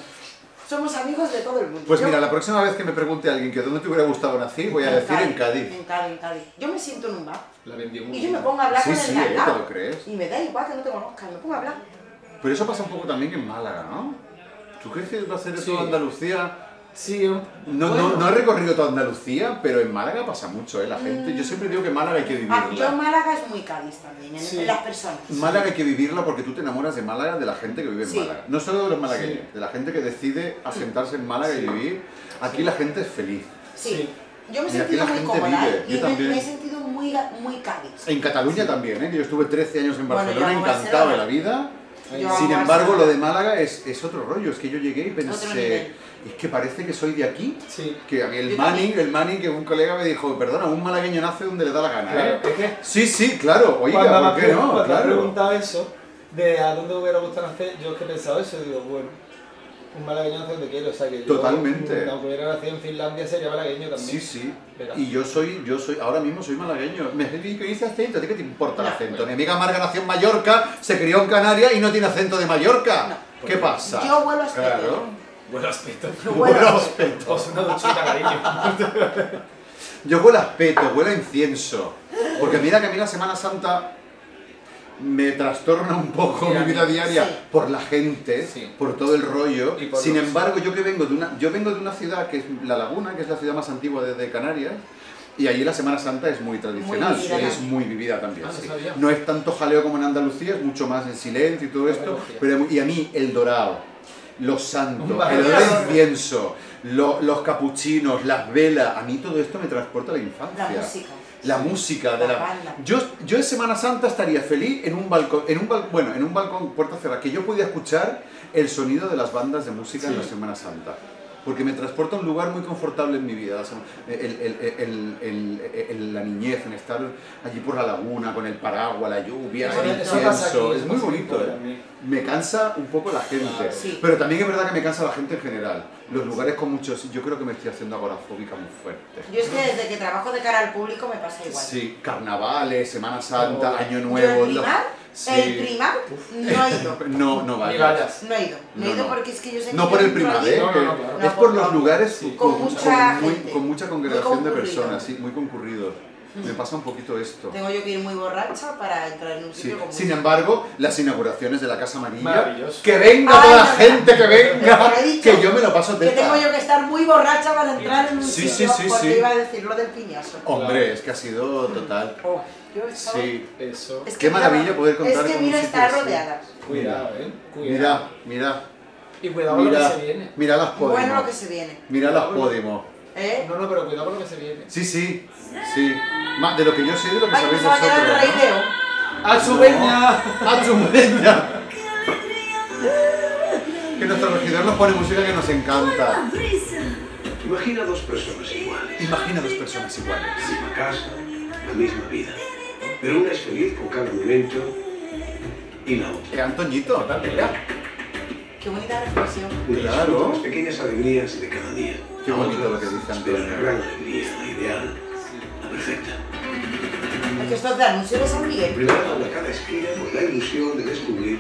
[SPEAKER 4] Somos amigos de todo el mundo.
[SPEAKER 2] Pues
[SPEAKER 4] Yo-
[SPEAKER 2] mira, la próxima vez que me pregunte alguien que dónde te hubiera gustado nacer, voy a decir en Cádiz.
[SPEAKER 4] En Cádiz, en Cádiz. Yo me siento en un bar
[SPEAKER 3] La vendió muy
[SPEAKER 4] y yo
[SPEAKER 3] bien.
[SPEAKER 4] me pongo a hablar
[SPEAKER 2] Sí,
[SPEAKER 4] con
[SPEAKER 2] sí,
[SPEAKER 4] el
[SPEAKER 2] ¿eh?
[SPEAKER 4] de al lado.
[SPEAKER 2] ¿Te lo crees?
[SPEAKER 4] Y me da igual que no te conozcan, me pongo a hablar.
[SPEAKER 2] Pero eso pasa un poco también en Málaga, ¿no? ¿Tú crees que va a ser eso
[SPEAKER 3] Sí.
[SPEAKER 2] Andalucía?
[SPEAKER 3] Sí, un-
[SPEAKER 2] No,
[SPEAKER 3] bueno,
[SPEAKER 2] no, no he recorrido toda Andalucía, pero en Málaga pasa mucho, ¿eh? La gente. Yo siempre digo que Málaga hay que
[SPEAKER 4] Ah, yo en
[SPEAKER 2] vivirla.
[SPEAKER 4] Málaga es muy Cádiz también, en,
[SPEAKER 3] Sí.
[SPEAKER 4] en las personas.
[SPEAKER 2] Málaga hay que vivirla porque tú te enamoras de Málaga, de la gente que vive en
[SPEAKER 4] Sí.
[SPEAKER 2] Málaga. No solo de los malagueños,
[SPEAKER 3] Sí.
[SPEAKER 2] de la gente que decide asentarse en Málaga y
[SPEAKER 3] Sí.
[SPEAKER 2] vivir. Aquí la gente es feliz.
[SPEAKER 4] Sí.
[SPEAKER 3] Sí.
[SPEAKER 4] Yo me he
[SPEAKER 2] Y aquí la
[SPEAKER 4] sentido muy
[SPEAKER 2] gente
[SPEAKER 4] cómoda
[SPEAKER 2] vive,
[SPEAKER 4] ¿eh?
[SPEAKER 2] yo
[SPEAKER 4] y me,
[SPEAKER 2] también.
[SPEAKER 4] me he sentido muy, ga- muy Cádiz.
[SPEAKER 2] En Cataluña también, ¿eh? Que yo estuve 13 años en
[SPEAKER 4] Bueno,
[SPEAKER 2] Barcelona,
[SPEAKER 4] yo amo
[SPEAKER 2] encantado de
[SPEAKER 4] Barcelona.
[SPEAKER 2] la vida.
[SPEAKER 4] Yo
[SPEAKER 3] Sí,
[SPEAKER 2] Sin
[SPEAKER 4] amo
[SPEAKER 2] embargo,
[SPEAKER 4] Barcelona.
[SPEAKER 2] lo de Málaga es, es otro rollo. Es que yo llegué y pensé,
[SPEAKER 4] nivel.
[SPEAKER 2] es que parece que soy de aquí.
[SPEAKER 3] sí.
[SPEAKER 2] Que a mí el
[SPEAKER 4] Yo
[SPEAKER 2] Manning,
[SPEAKER 4] también.
[SPEAKER 2] el Manning, que un colega me dijo, perdona, un malagueño nace donde le da la gana,
[SPEAKER 3] Claro,
[SPEAKER 2] ¿eh?
[SPEAKER 3] es que
[SPEAKER 2] Sí, sí, claro,
[SPEAKER 3] cuando,
[SPEAKER 2] oiga,
[SPEAKER 3] me
[SPEAKER 2] ¿por
[SPEAKER 3] has
[SPEAKER 2] qué
[SPEAKER 3] pre-
[SPEAKER 2] no?
[SPEAKER 3] cuando me has
[SPEAKER 2] Claro.
[SPEAKER 3] preguntado eso, de a dónde hubiera gustado nacer, yo es que he pensado eso, digo, bueno, un malagueño hace donde quiero, o sea que yo,
[SPEAKER 2] Totalmente.
[SPEAKER 3] mm, Aunque hubiera nacido en Finlandia, sería malagueño también.
[SPEAKER 2] Sí, sí.
[SPEAKER 3] Verás.
[SPEAKER 2] Y yo soy, yo soy, ahora mismo soy malagueño. Me dice, ¿qué dice acento? ¿A ti qué te importa el
[SPEAKER 4] No.
[SPEAKER 2] acento? Mi amiga Marga nació en Mallorca, se crió en Canarias y no tiene acento de Mallorca.
[SPEAKER 3] No.
[SPEAKER 2] ¿Qué pasa?
[SPEAKER 4] Yo vuelo hasta
[SPEAKER 2] Claro.
[SPEAKER 3] Buen aspecto.
[SPEAKER 4] Yo vuelo
[SPEAKER 2] Huele a
[SPEAKER 4] hasta-
[SPEAKER 2] espeto.
[SPEAKER 3] Os una duchita, cariño.
[SPEAKER 2] Yo huelo a espeto, huelo a incienso. Porque mira que a mí la Semana Santa me trastorna un poco
[SPEAKER 3] Sí, a
[SPEAKER 2] mi
[SPEAKER 3] mí,
[SPEAKER 2] vida diaria
[SPEAKER 4] sí.
[SPEAKER 2] por la gente,
[SPEAKER 3] Sí.
[SPEAKER 2] por todo el rollo.
[SPEAKER 3] Y por
[SPEAKER 2] Sin
[SPEAKER 3] los-
[SPEAKER 2] embargo, yo que vengo de una, yo vengo de una ciudad que es La Laguna, que es la ciudad más antigua de, de Canarias. Y allí la Semana Santa es muy tradicional,
[SPEAKER 4] vivida
[SPEAKER 2] es
[SPEAKER 4] también.
[SPEAKER 2] muy vivida también.
[SPEAKER 3] Ah, no
[SPEAKER 2] sí.
[SPEAKER 3] sabía.
[SPEAKER 2] No es tanto jaleo como en Andalucía, es mucho más en silencio y todo esto.
[SPEAKER 3] Andalucía.
[SPEAKER 2] Pero, y a mí, el dorado, los santos,
[SPEAKER 3] Un
[SPEAKER 2] el
[SPEAKER 3] barrio.
[SPEAKER 2] olor a incienso, lo- los capuchinos, las velas, a mí todo esto me transporta a la infancia.
[SPEAKER 4] La música.
[SPEAKER 2] La música de
[SPEAKER 4] La
[SPEAKER 2] la...
[SPEAKER 4] banda.
[SPEAKER 2] Yo, yo en Semana Santa estaría feliz en un balcón, en un bal- bueno, en un balcón puerta cerrada, que yo podía escuchar el sonido de las bandas de música en
[SPEAKER 3] Sí.
[SPEAKER 2] la Semana Santa. Porque me transporta a un lugar muy confortable en mi vida. la sema- el- el- el- el- el- el- la niñez, en estar allí por la laguna, con el paraguas, la lluvia,
[SPEAKER 3] Eso-
[SPEAKER 2] el
[SPEAKER 3] eso pasa aquí,
[SPEAKER 2] incienso.
[SPEAKER 3] eso
[SPEAKER 2] Es muy
[SPEAKER 3] pasa aquí
[SPEAKER 2] bonito.
[SPEAKER 3] fuera
[SPEAKER 2] eh.
[SPEAKER 3] también.
[SPEAKER 2] Me cansa un poco la gente.
[SPEAKER 3] Claro.
[SPEAKER 4] Sí.
[SPEAKER 2] Pero también es verdad que me cansa la gente en general. Los lugares con muchos... Yo creo que me estoy haciendo agorafóbica muy fuerte.
[SPEAKER 4] Yo es que desde que trabajo de cara al público me pasa igual.
[SPEAKER 2] Sí, carnavales, Semana Santa,
[SPEAKER 3] Oh.
[SPEAKER 2] Año
[SPEAKER 4] Yo
[SPEAKER 2] Nuevo.
[SPEAKER 4] el primar,
[SPEAKER 2] Sí.
[SPEAKER 4] el primar, no he ido.
[SPEAKER 2] No, no
[SPEAKER 3] Ni
[SPEAKER 2] vayas.
[SPEAKER 3] vayas.
[SPEAKER 4] No he ido. No,
[SPEAKER 2] No,
[SPEAKER 4] he ido
[SPEAKER 2] no.
[SPEAKER 4] porque es que yo sé que
[SPEAKER 2] No
[SPEAKER 4] yo
[SPEAKER 2] por el
[SPEAKER 4] entro
[SPEAKER 2] primar,
[SPEAKER 4] allí-
[SPEAKER 2] ¿eh?
[SPEAKER 3] No,
[SPEAKER 2] que
[SPEAKER 3] no, no, claro.
[SPEAKER 2] Es
[SPEAKER 4] No,
[SPEAKER 2] por
[SPEAKER 4] por-
[SPEAKER 2] los lugares
[SPEAKER 3] sí.
[SPEAKER 2] con,
[SPEAKER 4] Con mucha
[SPEAKER 2] muy-
[SPEAKER 4] gente.
[SPEAKER 2] con mucha congregación
[SPEAKER 4] Muy
[SPEAKER 2] de
[SPEAKER 4] concurrido.
[SPEAKER 2] personas, sí, muy concurridos. Me pasa un poquito esto.
[SPEAKER 4] Tengo yo que ir muy borracha para entrar en un
[SPEAKER 2] Sí.
[SPEAKER 4] sitio como
[SPEAKER 2] Sin embargo, las inauguraciones de la Casa Amarilla,
[SPEAKER 3] Maravilloso.
[SPEAKER 2] que venga
[SPEAKER 4] Ay,
[SPEAKER 2] toda la
[SPEAKER 4] no, no.
[SPEAKER 2] gente, que venga,
[SPEAKER 4] Te lo he dicho.
[SPEAKER 2] que yo me lo paso
[SPEAKER 4] que tengo
[SPEAKER 2] teta.
[SPEAKER 4] yo que estar muy borracha para entrar en un
[SPEAKER 2] Sí, sí,
[SPEAKER 4] sitio
[SPEAKER 2] sí,
[SPEAKER 4] porque
[SPEAKER 2] sí.
[SPEAKER 4] iba a decir lo del piñazo.
[SPEAKER 2] Hombre, es que ha sido total.
[SPEAKER 4] Oh, yo he estado-
[SPEAKER 2] Sí.
[SPEAKER 3] Eso.
[SPEAKER 4] Es
[SPEAKER 2] Qué maravilla poder contar
[SPEAKER 4] Es que
[SPEAKER 2] con un
[SPEAKER 4] mira,
[SPEAKER 2] sitio
[SPEAKER 4] está
[SPEAKER 2] así.
[SPEAKER 4] rodeada.
[SPEAKER 3] Cuidado, eh. Cuidado.
[SPEAKER 2] Mira, mira,
[SPEAKER 3] Y cuidado con lo que
[SPEAKER 2] mira,
[SPEAKER 3] se viene.
[SPEAKER 2] mira las
[SPEAKER 4] Bueno lo
[SPEAKER 2] Podemos.
[SPEAKER 4] que se viene.
[SPEAKER 2] Mira las Podemos.
[SPEAKER 4] ¿Eh?
[SPEAKER 3] No, no, pero cuidado con lo que se viene.
[SPEAKER 2] Sí, sí, sí. Más de lo que yo sé, de lo que
[SPEAKER 4] Ay,
[SPEAKER 2] pues sabéis
[SPEAKER 4] se va a
[SPEAKER 2] vosotros. Ah,
[SPEAKER 4] quedar el rey
[SPEAKER 2] ¿no?
[SPEAKER 4] León.
[SPEAKER 2] Ah,
[SPEAKER 3] ¡A su veña!
[SPEAKER 2] ¡A tu veña! Que nuestro regidor nos pone música que nos encanta.
[SPEAKER 6] Imagina dos personas iguales,
[SPEAKER 2] Imagina dos personas iguales.
[SPEAKER 6] la misma casa, la misma vida. Pero una es feliz con cada momento y la otra.
[SPEAKER 2] Eh, Antoñito, mira.
[SPEAKER 4] Qué bonita reflexión.
[SPEAKER 6] Una
[SPEAKER 2] Claro.
[SPEAKER 6] disfruta las pequeñas alegrías de cada día.
[SPEAKER 2] Qué
[SPEAKER 6] La
[SPEAKER 2] bonito
[SPEAKER 6] otra
[SPEAKER 2] lo que dice
[SPEAKER 6] espera
[SPEAKER 2] Antonio.
[SPEAKER 6] La gran alegría, la ideal, la perfecta.
[SPEAKER 4] Es que esto es de anuncio de San Miguel.
[SPEAKER 6] Preparada a cada esquina con pues la ilusión de descubrir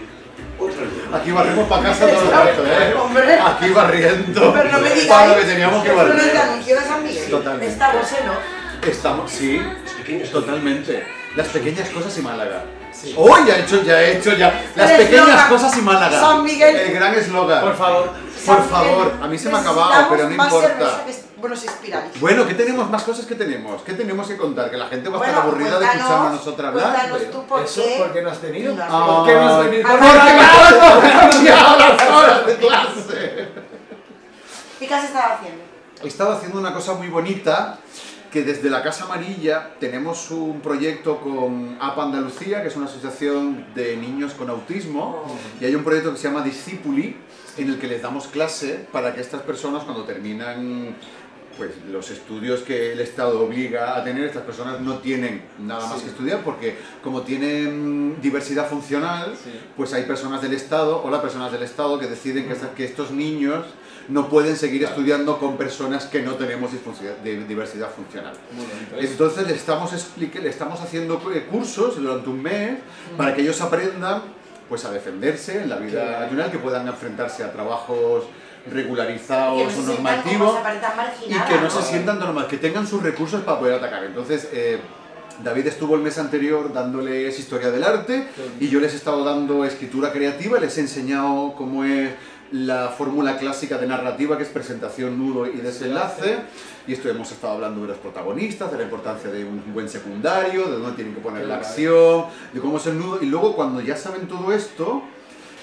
[SPEAKER 6] otra nueva.
[SPEAKER 2] Aquí barrimos para casa todo el rato, ¿eh?
[SPEAKER 4] Hombre.
[SPEAKER 2] Aquí barriendo.
[SPEAKER 4] Pero no me digáis
[SPEAKER 2] Para lo que teníamos que
[SPEAKER 4] esto no es de
[SPEAKER 2] barrer.
[SPEAKER 4] anuncio de San Miguel.
[SPEAKER 2] Totalmente.
[SPEAKER 4] Esta voz ¿eh, no.
[SPEAKER 2] Estamos, sí,
[SPEAKER 6] Las pequeñas
[SPEAKER 2] totalmente. Las pequeñas cosas y Málaga.
[SPEAKER 3] Sí.
[SPEAKER 2] ¡Oh, ya he hecho, ya he hecho, ya! Las
[SPEAKER 4] El
[SPEAKER 2] pequeñas
[SPEAKER 4] eslogan.
[SPEAKER 2] cosas y Málaga.
[SPEAKER 4] San Miguel.
[SPEAKER 2] El gran eslogan.
[SPEAKER 3] Por favor.
[SPEAKER 2] Por
[SPEAKER 4] San
[SPEAKER 2] favor,
[SPEAKER 4] Miguel,
[SPEAKER 2] a mí se me ha acabado,
[SPEAKER 4] necesitamos
[SPEAKER 2] pero no
[SPEAKER 4] más
[SPEAKER 2] importa.
[SPEAKER 4] cerveza que es- Bueno, si espiralis.
[SPEAKER 2] Bueno, ¿qué tenemos? Más cosas que tenemos. ¿Qué tenemos que contar? Que la gente va a estar
[SPEAKER 4] Bueno,
[SPEAKER 2] aburrida de
[SPEAKER 4] cuéntanos-
[SPEAKER 2] escucharnos a nosotros hablar.
[SPEAKER 4] Cuéntanos tú por
[SPEAKER 3] Eso
[SPEAKER 4] qué.
[SPEAKER 3] porque no has tenido.
[SPEAKER 4] No has Ah.
[SPEAKER 2] Ay,
[SPEAKER 3] ¿Por qué no has venido?
[SPEAKER 2] porque
[SPEAKER 4] Porque
[SPEAKER 2] me
[SPEAKER 4] me
[SPEAKER 2] has cambiado las horas de clase.
[SPEAKER 4] ¿Y qué has estado haciendo?
[SPEAKER 2] He estado haciendo una cosa muy bonita que desde la Casa Amarilla tenemos un proyecto con APA Andalucía, que es una asociación de niños con autismo, y hay un proyecto que se llama Discipuli, en el que les damos clase para que estas personas cuando terminan pues los estudios que el Estado obliga a tener, estas personas no tienen nada más
[SPEAKER 3] Sí.
[SPEAKER 2] que estudiar porque como tienen diversidad funcional,
[SPEAKER 3] Sí.
[SPEAKER 2] pues hay personas del Estado, o las personas del Estado, que deciden que, estas- que estos niños no pueden seguir estudiando con personas que no tenemos disfunci- de- diversidad funcional.
[SPEAKER 3] Muy bonito. ¿eh?
[SPEAKER 2] Entonces le estamos, explique- le estamos haciendo cu- eh, cursos durante un mes para que ellos aprendan pues, a defenderse en la vida
[SPEAKER 3] Claro.
[SPEAKER 2] nacional, que puedan enfrentarse a trabajos regularizados
[SPEAKER 4] Que no
[SPEAKER 2] o
[SPEAKER 4] se sientan como
[SPEAKER 2] normativos
[SPEAKER 4] esa pareja
[SPEAKER 2] y
[SPEAKER 4] marginada,
[SPEAKER 2] que no se sientan normal, que tengan sus recursos para poder atacar. Entonces, eh, David estuvo el mes anterior dándoles historia del arte
[SPEAKER 3] Sí.
[SPEAKER 2] y yo les he estado dando escritura creativa, les he enseñado cómo es la fórmula clásica de narrativa que es presentación, nudo y desenlace y esto hemos estado hablando de los protagonistas, de la importancia de un buen secundario, de dónde tienen que poner la
[SPEAKER 3] Claro.
[SPEAKER 2] acción, de cómo es el nudo y luego cuando ya saben todo esto,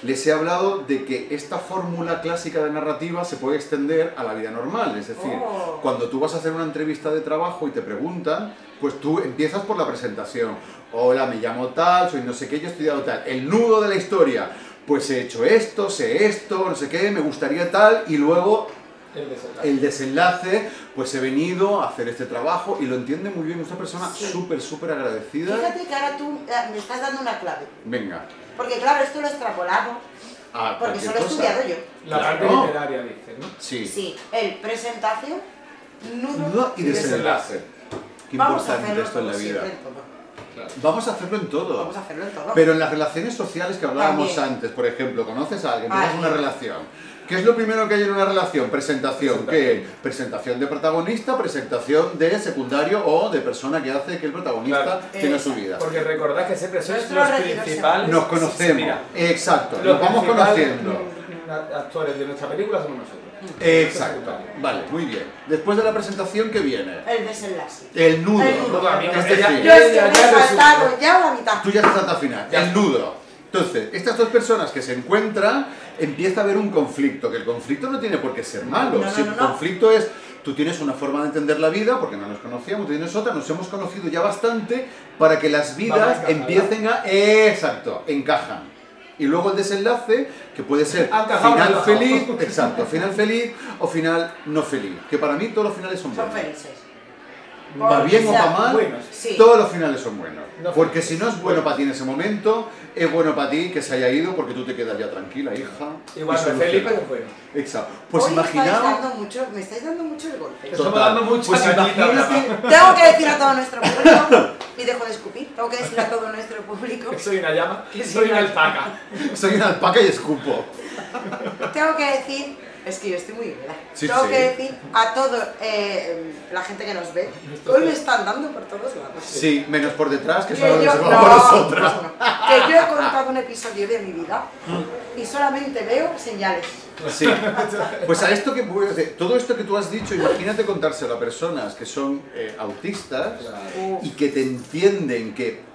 [SPEAKER 2] les he hablado de que esta fórmula clásica de narrativa se puede extender a la vida normal. Es decir,
[SPEAKER 4] Oh.
[SPEAKER 2] cuando tú vas a hacer una entrevista de trabajo y te preguntan, pues tú empiezas por la presentación. Hola, me llamo tal, soy no sé qué, yo he estudiado tal. El nudo de la historia. Pues he hecho esto, sé esto, no sé qué, me gustaría tal, y luego
[SPEAKER 3] El desenlace.
[SPEAKER 2] el desenlace, pues he venido a hacer este trabajo y lo entiende muy bien, una persona
[SPEAKER 4] Sí.
[SPEAKER 2] súper, súper agradecida.
[SPEAKER 4] Fíjate que ahora tú eh, me estás dando una clave.
[SPEAKER 2] Venga,
[SPEAKER 4] Porque claro, esto lo extrapolamos,
[SPEAKER 2] a Ah,
[SPEAKER 4] porque
[SPEAKER 2] cualquier
[SPEAKER 4] solo he
[SPEAKER 2] cosa.
[SPEAKER 4] estudiado yo.
[SPEAKER 3] La parte
[SPEAKER 2] Claro.
[SPEAKER 3] literaria, dices, ¿no?
[SPEAKER 4] Sí, el presentación, nudo,
[SPEAKER 2] Duda y desenlace.
[SPEAKER 3] desenlace.
[SPEAKER 2] Qué
[SPEAKER 4] Vamos a
[SPEAKER 2] importante
[SPEAKER 4] hacerlo
[SPEAKER 2] esto en la
[SPEAKER 4] como
[SPEAKER 2] vida.
[SPEAKER 4] siempre en todo.
[SPEAKER 2] Vamos a hacerlo en todo.
[SPEAKER 4] Vamos a hacerlo en todo.
[SPEAKER 2] Pero en las relaciones sociales que hablábamos
[SPEAKER 4] También.
[SPEAKER 2] antes, por ejemplo, conoces a alguien, tienes
[SPEAKER 4] Ay.
[SPEAKER 2] una relación. ¿Qué es lo primero que hay en una relación? Presentación. ¿Qué? Presentación de protagonista, presentación de secundario o de persona que hace que el protagonista
[SPEAKER 3] Claro.
[SPEAKER 2] tenga su
[SPEAKER 4] Exacto.
[SPEAKER 2] vida.
[SPEAKER 3] Porque recordad que siempre sois
[SPEAKER 4] Nuestro
[SPEAKER 3] los
[SPEAKER 4] regidor
[SPEAKER 3] principales.
[SPEAKER 2] Nos conocemos.
[SPEAKER 3] Mira,
[SPEAKER 2] Exacto.
[SPEAKER 3] los
[SPEAKER 2] Nos vamos
[SPEAKER 3] principales,
[SPEAKER 2] conociendo.
[SPEAKER 3] mm, Actores de nuestra película somos nosotros.
[SPEAKER 2] Exacto. Vale, muy bien. Después de la presentación, ¿qué viene?
[SPEAKER 4] El desenlace.
[SPEAKER 2] El nudo.
[SPEAKER 4] El nudo.
[SPEAKER 2] Es
[SPEAKER 3] Ella-
[SPEAKER 2] decir,
[SPEAKER 4] Yo es que
[SPEAKER 3] Ya,
[SPEAKER 4] me he
[SPEAKER 3] ya lo supo.
[SPEAKER 4] saltado ya la mitad.
[SPEAKER 2] Tú ya estás hasta el final,
[SPEAKER 3] Ya
[SPEAKER 2] el
[SPEAKER 3] está.
[SPEAKER 2] nudo. Entonces, estas dos personas que se encuentran, empieza a haber un conflicto, que el conflicto no tiene por qué ser malo.
[SPEAKER 4] No, no,
[SPEAKER 2] si
[SPEAKER 4] no,
[SPEAKER 2] el
[SPEAKER 4] no.
[SPEAKER 2] conflicto es, tú tienes una forma de entender la vida, porque no nos conocíamos, tú tienes otra, nos hemos conocido ya bastante para que las
[SPEAKER 3] Vamos a
[SPEAKER 2] vidas
[SPEAKER 3] encajar,
[SPEAKER 2] empiecen a... Exacto, encajan. Y luego el desenlace, que puede ser
[SPEAKER 3] Ha encajado,
[SPEAKER 2] final
[SPEAKER 3] ha encajado.
[SPEAKER 2] feliz, exacto, final feliz o final no feliz. Que para mí todos los finales son
[SPEAKER 4] Son
[SPEAKER 2] buenos.
[SPEAKER 4] felices.
[SPEAKER 2] Va bien o
[SPEAKER 4] Quizá
[SPEAKER 2] va mal,
[SPEAKER 3] buenos.
[SPEAKER 4] Sí.
[SPEAKER 2] todos los finales son buenos.
[SPEAKER 3] No,
[SPEAKER 2] porque
[SPEAKER 3] felices.
[SPEAKER 2] si no es bueno para ti en ese momento, es bueno para ti que se haya ido porque tú te quedas ya tranquila, hija.
[SPEAKER 3] Igual
[SPEAKER 2] y
[SPEAKER 3] que Felipe,
[SPEAKER 2] soluciona.
[SPEAKER 3] que bueno.
[SPEAKER 2] Exacto. Pues
[SPEAKER 4] Hoy me estáis
[SPEAKER 2] imaginaos.
[SPEAKER 4] dando mucho- me estáis dando mucho el golpe.
[SPEAKER 3] Estamos
[SPEAKER 2] Total.
[SPEAKER 3] dando mucha
[SPEAKER 2] Pues
[SPEAKER 3] cañita,
[SPEAKER 2] imagínate-
[SPEAKER 4] Tengo que decir a todo nuestro público, y dejo de escupir, tengo que decir a todo nuestro público,
[SPEAKER 3] Soy una llama, soy una alpaca.
[SPEAKER 2] Soy una alpaca y escupo.
[SPEAKER 4] tengo que decir, es que yo estoy muy húmeda,
[SPEAKER 2] Sí,
[SPEAKER 4] tengo
[SPEAKER 2] sí.
[SPEAKER 4] que decir a todo eh, la gente que nos ve, hoy me están dando por todos lados.
[SPEAKER 2] Sí, menos por detrás, que
[SPEAKER 4] Que
[SPEAKER 2] solo
[SPEAKER 4] yo-
[SPEAKER 2] nos
[SPEAKER 4] no,
[SPEAKER 2] vamos por nosotras.
[SPEAKER 4] no, no. que yo he contado un episodio de mi vida y solamente veo señales.
[SPEAKER 2] Sí. Pues a esto que voy a decir, todo esto que tú has dicho, imagínate contárselo a personas que son eh, autistas
[SPEAKER 4] Uf.
[SPEAKER 2] y que te entienden que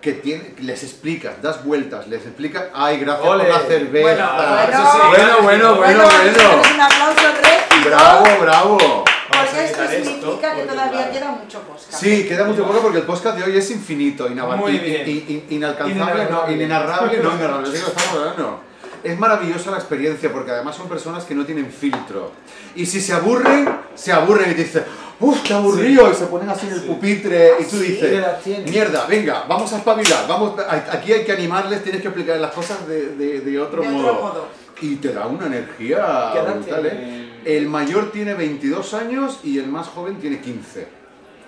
[SPEAKER 2] que tiene- que les explicas, das vueltas, les explicas, ay, gracias
[SPEAKER 3] Ole.
[SPEAKER 2] por la cerveza.
[SPEAKER 3] Bueno,
[SPEAKER 2] Eso sí.
[SPEAKER 3] bueno,
[SPEAKER 2] bueno, bueno, bueno.
[SPEAKER 4] Un aplauso rey.
[SPEAKER 2] Bravo, bravo.
[SPEAKER 3] Vamos a
[SPEAKER 4] Porque esto
[SPEAKER 3] quitar esto,
[SPEAKER 4] significa que
[SPEAKER 3] porque,
[SPEAKER 4] todavía
[SPEAKER 3] claro.
[SPEAKER 4] queda mucho posca.
[SPEAKER 2] Sí, queda mucho poco porque el podcast de hoy es infinito, inaba-
[SPEAKER 3] Muy
[SPEAKER 2] in-
[SPEAKER 3] bien.
[SPEAKER 2] in- in- inalcanzable, no,
[SPEAKER 3] Inenarrable.
[SPEAKER 2] inenarrable, no, inenarrable, digo, estamos hablando. Es maravillosa la experiencia porque además son personas que no tienen filtro. Y si se aburren, se aburren y te dicen, ¡Uf, qué aburrido! Y se ponen así en el pupitre y tú
[SPEAKER 4] Sí,
[SPEAKER 2] dices,
[SPEAKER 3] las tienen.
[SPEAKER 2] mierda, venga, vamos a espabilar, vamos, a- aquí hay que animarles, tienes que explicar las cosas de, de- de otro
[SPEAKER 4] De otro
[SPEAKER 2] modo.
[SPEAKER 4] modo.
[SPEAKER 2] Y te da una energía
[SPEAKER 3] ¿Qué edad
[SPEAKER 2] brutal, ¿eh?
[SPEAKER 3] tiene?
[SPEAKER 2] El mayor tiene 22 años y el más joven tiene 15.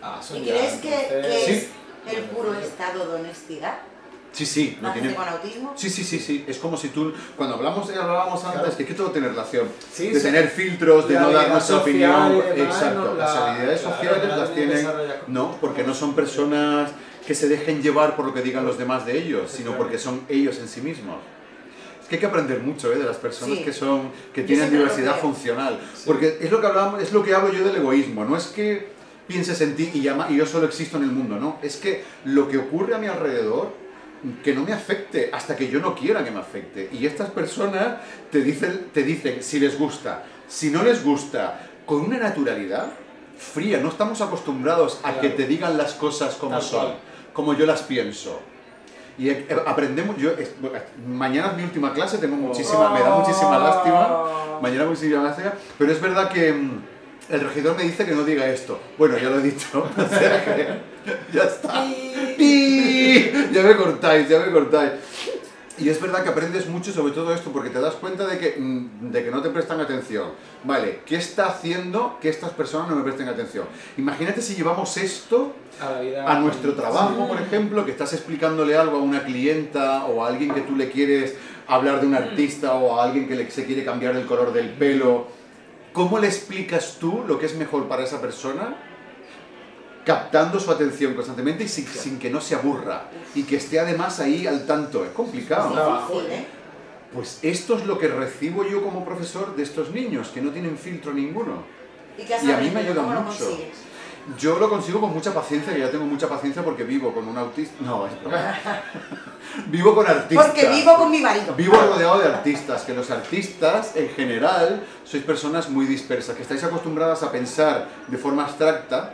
[SPEAKER 3] Ah, soy
[SPEAKER 4] ¿Y crees que, que
[SPEAKER 2] Sí.
[SPEAKER 4] es el puro estado de honestidad?
[SPEAKER 2] Sí, sí, no
[SPEAKER 4] La gente
[SPEAKER 2] tiene...
[SPEAKER 4] con autismo.
[SPEAKER 2] Sí, sí, sí, sí. Es como si tú, cuando hablamos eh, hablábamos antes,
[SPEAKER 3] Claro.
[SPEAKER 2] que, que todo tiene relación.
[SPEAKER 3] Sí,
[SPEAKER 2] de
[SPEAKER 3] sí.
[SPEAKER 2] tener filtros, de
[SPEAKER 3] La
[SPEAKER 2] no dar
[SPEAKER 3] habilidad
[SPEAKER 2] nuestra
[SPEAKER 3] social
[SPEAKER 2] opinión.
[SPEAKER 3] y demás,
[SPEAKER 2] Exacto.
[SPEAKER 3] no,
[SPEAKER 2] las
[SPEAKER 3] la-
[SPEAKER 2] habilidades
[SPEAKER 3] claro,
[SPEAKER 2] sociales
[SPEAKER 3] la
[SPEAKER 2] las
[SPEAKER 3] tienen
[SPEAKER 2] tienen.
[SPEAKER 3] desarrolladas como-
[SPEAKER 2] No, porque no son personas que se dejen llevar por lo que digan los demás de ellos, sino porque son ellos en sí mismos. Es que hay que aprender mucho ¿eh? de las personas
[SPEAKER 4] Sí.
[SPEAKER 2] que son que
[SPEAKER 4] Yo
[SPEAKER 2] tienen
[SPEAKER 4] siempre lo
[SPEAKER 2] diversidad
[SPEAKER 4] creo.
[SPEAKER 2] funcional, porque es lo que hablábamos, es lo que hablo yo del egoísmo, no es que pienses en ti y llama y yo solo existo en el mundo, no, es que lo que ocurre a mi alrededor que no me afecte hasta que yo no quiera que me afecte. Y estas personas te dicen, te dicen si les gusta, si no les gusta, con una naturalidad fría. No estamos acostumbrados a
[SPEAKER 3] Claro.
[SPEAKER 2] que te digan las cosas como
[SPEAKER 3] Tal
[SPEAKER 2] son,
[SPEAKER 3] cual.
[SPEAKER 2] como yo las pienso. Y eh, aprendemos, yo, eh, mañana es mi última clase, tengo muchísima, me da muchísima lástima, mañana muchísima lástima, pero es verdad que mm, el regidor me dice que no diga esto. Bueno, ya lo he dicho, o sea que ya está. ¡Pi! Ya me cortáis, ya me cortáis. Y Y es verdad que aprendes mucho sobre todo esto porque te das cuenta de que, mm, de que no te prestan atención. Vale, ¿qué está haciendo que estas personas no me presten atención? Imagínate si llevamos esto
[SPEAKER 3] a la vida.
[SPEAKER 2] a nuestro trabajo, por ejemplo, que estás explicándole algo a una clienta o a alguien que tú le quieres hablar de un artista o a alguien que le- se quiere cambiar el color del pelo, ¿cómo le explicas tú lo que es mejor para esa persona? captando su atención constantemente y sin, sin que no se aburra y que esté además ahí al tanto. Es complicado.
[SPEAKER 4] difícil, ¿eh?
[SPEAKER 2] Pues esto es lo que recibo yo como profesor de estos niños, que no tienen filtro ninguno.
[SPEAKER 4] ¿Y, qué has
[SPEAKER 2] Y a mí
[SPEAKER 4] aprendido?
[SPEAKER 2] me ayuda
[SPEAKER 4] ¿Cómo lo
[SPEAKER 2] mucho.
[SPEAKER 4] consigues?
[SPEAKER 2] Yo lo consigo con mucha paciencia, que ya tengo mucha paciencia porque vivo con un autista. No, es broma. vivo con artistas.
[SPEAKER 4] Porque vivo con mi marido.
[SPEAKER 2] Vivo rodeado de artistas, que los artistas en general sois personas muy dispersas, que estáis acostumbradas a pensar de forma abstracta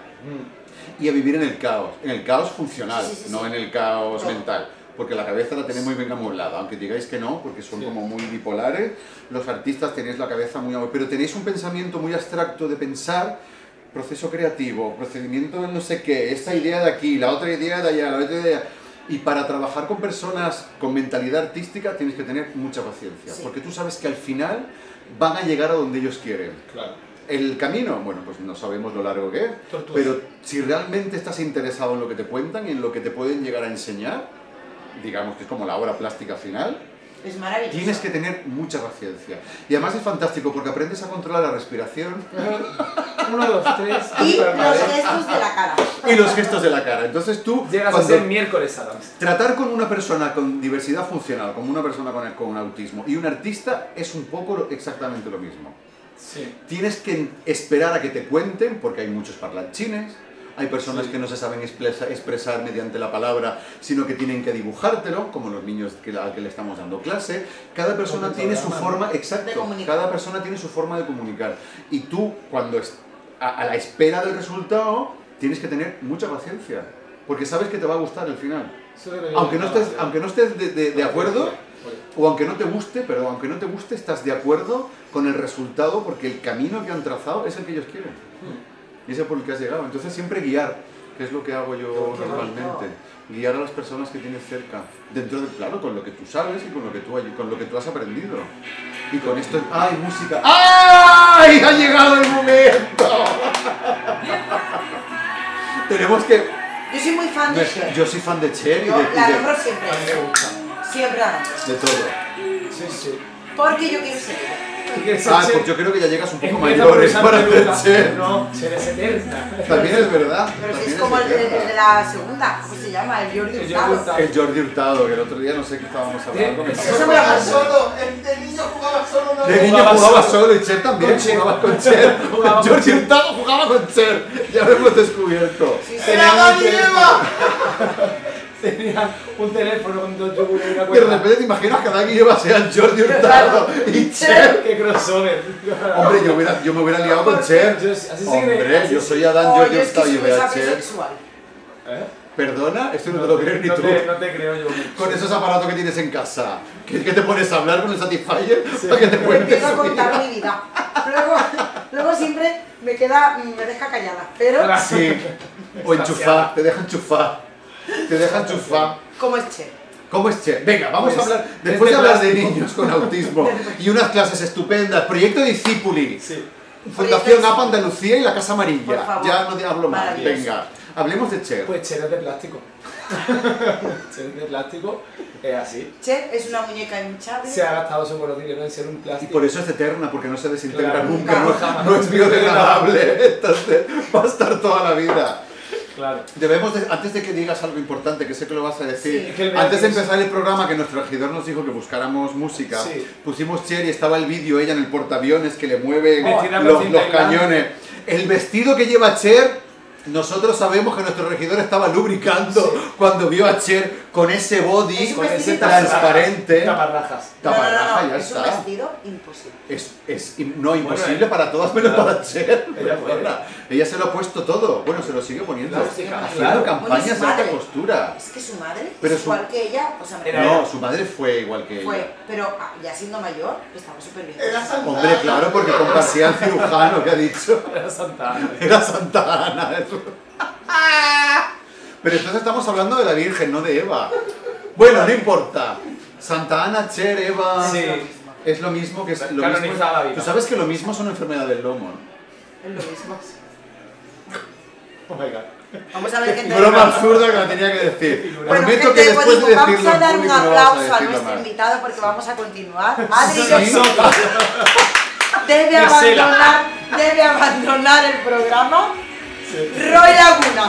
[SPEAKER 2] y a vivir en el caos, en el caos funcional,
[SPEAKER 4] Sí, sí, sí,
[SPEAKER 2] no
[SPEAKER 4] sí.
[SPEAKER 2] en el caos
[SPEAKER 4] No.
[SPEAKER 2] mental, porque la cabeza la tenéis muy bien amueblada, aunque digáis que no, porque son
[SPEAKER 3] Sí.
[SPEAKER 2] como muy bipolares, los artistas tenéis la cabeza muy amueblada, pero tenéis un pensamiento muy abstracto de pensar proceso creativo, procedimiento de no sé qué, esta idea de aquí, la otra idea de allá, la otra idea de allá. Y para trabajar con personas con mentalidad artística tienes que tener mucha paciencia,
[SPEAKER 4] Sí.
[SPEAKER 2] porque tú sabes que al final van a llegar a donde ellos quieren.
[SPEAKER 3] Claro.
[SPEAKER 2] El camino, bueno, pues no sabemos lo largo que es,
[SPEAKER 3] Tortuoso.
[SPEAKER 2] pero si realmente estás interesado en lo que te cuentan y en lo que te pueden llegar a enseñar, digamos que es como la obra plástica final,
[SPEAKER 4] Es maravilloso.
[SPEAKER 2] tienes que tener mucha paciencia. Y además es fantástico porque aprendes a controlar la respiración
[SPEAKER 3] Uno, dos, tres.
[SPEAKER 4] Y los
[SPEAKER 3] supermadre.
[SPEAKER 4] gestos de la cara.
[SPEAKER 2] y los gestos de la cara. Entonces tú,
[SPEAKER 3] Llegas a
[SPEAKER 2] cuando-
[SPEAKER 3] ser miércoles Adams.
[SPEAKER 2] tratar con una persona con diversidad funcional, como una persona con, con autismo y un artista es un poco lo- exactamente lo mismo.
[SPEAKER 3] Sí.
[SPEAKER 2] Tienes que esperar a que te cuenten, porque hay muchos parlanchines, hay personas
[SPEAKER 3] Sí.
[SPEAKER 2] que no se saben expresa- expresar mediante la palabra, sino que tienen que dibujártelo, como los niños que, a que le estamos dando clase. Cada persona
[SPEAKER 3] Como
[SPEAKER 2] tiene su
[SPEAKER 3] programa,
[SPEAKER 2] forma,
[SPEAKER 4] De
[SPEAKER 2] exacto,
[SPEAKER 4] comunicar.
[SPEAKER 2] cada persona tiene su forma de comunicar. Y tú, cuando es, a, a la espera del resultado, tienes que tener mucha paciencia, porque sabes que te va a gustar el final.
[SPEAKER 3] Eso es lo que yo
[SPEAKER 2] Aunque no
[SPEAKER 3] comentaba,
[SPEAKER 2] estés,
[SPEAKER 3] sí.
[SPEAKER 2] aunque no estés de, de- de acuerdo,
[SPEAKER 3] Pues,
[SPEAKER 2] o aunque no te guste, pero aunque no te guste, estás de acuerdo con el resultado porque el camino que han trazado es el que ellos quieren. Y es el por el que has llegado. Entonces siempre guiar, que es lo que hago yo
[SPEAKER 4] Qué bonito.
[SPEAKER 2] normalmente. Guiar a las personas que tienes cerca, dentro del claro, con lo que tú sabes y con lo que tú, hay- con lo que tú has aprendido. Y con esto... ¡Ay, música! ¡Ay! ¡Ha llegado el momento! Tenemos que...
[SPEAKER 4] Yo soy muy fan de Cher.
[SPEAKER 2] Yo soy fan de Cher y de,
[SPEAKER 4] Yo la
[SPEAKER 2] y
[SPEAKER 4] nombro
[SPEAKER 2] de-
[SPEAKER 4] siempre.
[SPEAKER 3] A mí me gusta.
[SPEAKER 4] Siempre la nombro.
[SPEAKER 2] de todo.
[SPEAKER 3] Sí, sí.
[SPEAKER 4] Porque yo quiero ser ella.
[SPEAKER 3] ¿Tú quieres ser
[SPEAKER 2] Ah,
[SPEAKER 3] Cher?
[SPEAKER 2] pues yo creo que ya llegas un poco
[SPEAKER 3] Empieza por
[SPEAKER 2] mayores
[SPEAKER 3] esa
[SPEAKER 2] para
[SPEAKER 3] pregunta.
[SPEAKER 2] hacer Cher.
[SPEAKER 3] No, Cher es eterna.
[SPEAKER 2] También es verdad.
[SPEAKER 4] Pero si
[SPEAKER 2] también
[SPEAKER 4] es como el de,
[SPEAKER 2] verdad.
[SPEAKER 4] el de la segunda, ¿cómo se llama? El Jordi
[SPEAKER 3] El Jordi
[SPEAKER 4] Hurtado.
[SPEAKER 3] Hurtado.
[SPEAKER 2] El Jordi Hurtado, que el otro día no sé qué estábamos hablando.
[SPEAKER 3] Sí,
[SPEAKER 4] Eso me la
[SPEAKER 5] Jugaba
[SPEAKER 4] pasó.
[SPEAKER 5] solo, el, el niño jugaba solo una
[SPEAKER 2] De
[SPEAKER 5] vez.
[SPEAKER 2] niño jugaba solo y Cher también
[SPEAKER 3] Con Cher.
[SPEAKER 2] jugaba con Cher.
[SPEAKER 3] Jugaba con
[SPEAKER 2] Jordi
[SPEAKER 3] Cher.
[SPEAKER 2] Hurtado jugaba con Cher. Ya lo hemos descubierto.
[SPEAKER 4] Sí, sí.
[SPEAKER 5] ¡Era Dani Eva!
[SPEAKER 3] Tenía un teléfono con dos yogures y una
[SPEAKER 2] De
[SPEAKER 3] cuenta.
[SPEAKER 2] repente te imaginas que Dani Lleva sea Jordi Hurtado y Cher.
[SPEAKER 3] Qué crossover.
[SPEAKER 2] Hombre, yo, hubiera- yo me hubiera liado con Cher.
[SPEAKER 3] Yo- así sí que-
[SPEAKER 2] Hombre, yo soy Adán
[SPEAKER 4] Oh,
[SPEAKER 2] Jordi
[SPEAKER 4] yo es que
[SPEAKER 2] Hurtado y
[SPEAKER 4] soy muy
[SPEAKER 2] veo a Cher.
[SPEAKER 4] sexual.
[SPEAKER 3] ¿Eh?
[SPEAKER 2] Perdona, esto no te lo crees ni
[SPEAKER 3] no
[SPEAKER 2] tú.
[SPEAKER 3] Te, no te creo yo.
[SPEAKER 2] Con esos aparatos que tienes en casa, que, que te pones a hablar con el Satisfyer
[SPEAKER 3] Sí.
[SPEAKER 2] para que te
[SPEAKER 4] Me
[SPEAKER 2] cuentes
[SPEAKER 4] empiezo a
[SPEAKER 2] su vida.
[SPEAKER 4] contar mi vida. Luego, luego siempre me queda, me deja callada. Pero
[SPEAKER 3] Claro.
[SPEAKER 2] Sí. O enchufar, te deja enchufar. Te deja enchufar.
[SPEAKER 4] como es Cher.
[SPEAKER 2] ¿Cómo es Che? Venga, vamos
[SPEAKER 3] Pues,
[SPEAKER 2] a hablar. Después de
[SPEAKER 3] desde
[SPEAKER 2] hablar de
[SPEAKER 3] plástico.
[SPEAKER 2] niños con autismo y unas clases estupendas, Proyecto Discípuli,
[SPEAKER 3] Sí.
[SPEAKER 2] Fundación
[SPEAKER 4] Proyecto
[SPEAKER 2] APA Andalucía y la Casa
[SPEAKER 4] Por
[SPEAKER 2] Amarilla.
[SPEAKER 4] favor.
[SPEAKER 2] Ya no te hablo más.
[SPEAKER 4] Maravilloso.
[SPEAKER 2] Venga, hablemos de Che.
[SPEAKER 3] Pues Cher es de plástico. Cher es de plástico, es así.
[SPEAKER 4] Cher es una muñeca hinchable.
[SPEAKER 3] Se ha gastado su buen dinero en ser un
[SPEAKER 2] Y
[SPEAKER 3] plástico.
[SPEAKER 2] por eso es eterna, porque no se desintegra
[SPEAKER 3] Claro,
[SPEAKER 2] nunca,
[SPEAKER 3] nunca,
[SPEAKER 2] no-
[SPEAKER 3] jamás.
[SPEAKER 2] no, es biodegradable, entonces va a estar toda la vida.
[SPEAKER 3] Claro.
[SPEAKER 2] Debemos, de- antes de que digas algo importante, que sé que lo vas a decir,
[SPEAKER 4] Sí.
[SPEAKER 3] Es que el
[SPEAKER 2] antes de
[SPEAKER 3] verano es-
[SPEAKER 2] empezar el programa que nuestro regidor nos dijo que buscáramos música,
[SPEAKER 3] Sí.
[SPEAKER 2] pusimos Cher y estaba el vídeo ella en el portaaviones que le mueve
[SPEAKER 3] Vestida
[SPEAKER 2] los,
[SPEAKER 3] con
[SPEAKER 2] los
[SPEAKER 3] cinta aislante.
[SPEAKER 2] cañones. El vestido que lleva Cher, nosotros sabemos que nuestro regidor estaba lubricando cuando vio a Cher con ese body,
[SPEAKER 4] Es un
[SPEAKER 2] con ese
[SPEAKER 4] vestidito.
[SPEAKER 2] transparente.
[SPEAKER 3] Taparrajas.
[SPEAKER 4] no, no, no,
[SPEAKER 2] Taparraja,
[SPEAKER 4] no,
[SPEAKER 2] ya
[SPEAKER 4] es un
[SPEAKER 2] está.
[SPEAKER 4] vestido imposible.
[SPEAKER 2] Es, es im- no imposible
[SPEAKER 3] Bueno, eh.
[SPEAKER 2] para todas, menos
[SPEAKER 3] Claro.
[SPEAKER 2] para Cher.
[SPEAKER 3] Ella puede.
[SPEAKER 2] Perdona. Ella se lo ha puesto todo. Bueno, se lo sigue poniendo.
[SPEAKER 3] Claro, sí, claro.
[SPEAKER 2] Haciendo
[SPEAKER 4] Bueno, y
[SPEAKER 2] campañas
[SPEAKER 4] su
[SPEAKER 2] de alta
[SPEAKER 4] madre.
[SPEAKER 2] costura.
[SPEAKER 4] Es que su madre
[SPEAKER 2] Pero
[SPEAKER 4] es
[SPEAKER 2] su-
[SPEAKER 4] igual que ella, o sea, me
[SPEAKER 3] Era-
[SPEAKER 2] No, su madre fue igual que
[SPEAKER 4] fue,
[SPEAKER 2] ella.
[SPEAKER 4] pero ah, ya siendo mayor, estaba súper bien.
[SPEAKER 5] Era Santana.
[SPEAKER 2] Hombre, claro, porque compartía al cirujano que ha dicho.
[SPEAKER 3] Era Santa Ana.
[SPEAKER 2] Era Santa Ana. eso. Pero entonces estamos hablando de la Virgen, no de Eva. Bueno, no importa. Santa Ana Chereva.
[SPEAKER 3] Sí.
[SPEAKER 2] Es lo mismo que es lo mismo.
[SPEAKER 3] Canonizada viva.
[SPEAKER 2] Tú sabes que lo mismo es una enfermedad del lomo. ¿no?
[SPEAKER 4] Es lo mismo.
[SPEAKER 3] Oh my god.
[SPEAKER 4] Vamos a ver qué tenemos.
[SPEAKER 2] Broma absurda que la tenía que decir.
[SPEAKER 4] Bueno,
[SPEAKER 2] Prometo
[SPEAKER 4] gente,
[SPEAKER 2] que después
[SPEAKER 4] pues,
[SPEAKER 2] de
[SPEAKER 4] digo,
[SPEAKER 2] decirlo
[SPEAKER 4] vamos a
[SPEAKER 2] en
[SPEAKER 4] dar un
[SPEAKER 2] público no vamos
[SPEAKER 4] aplauso a
[SPEAKER 2] decirlo
[SPEAKER 4] nuestro
[SPEAKER 2] más.
[SPEAKER 4] invitado porque vamos a continuar. Adri
[SPEAKER 2] Sí.
[SPEAKER 4] Johnson debe
[SPEAKER 3] Marcela.
[SPEAKER 4] abandonar, debe abandonar el programa.
[SPEAKER 3] Sí.
[SPEAKER 4] Roy Laguna.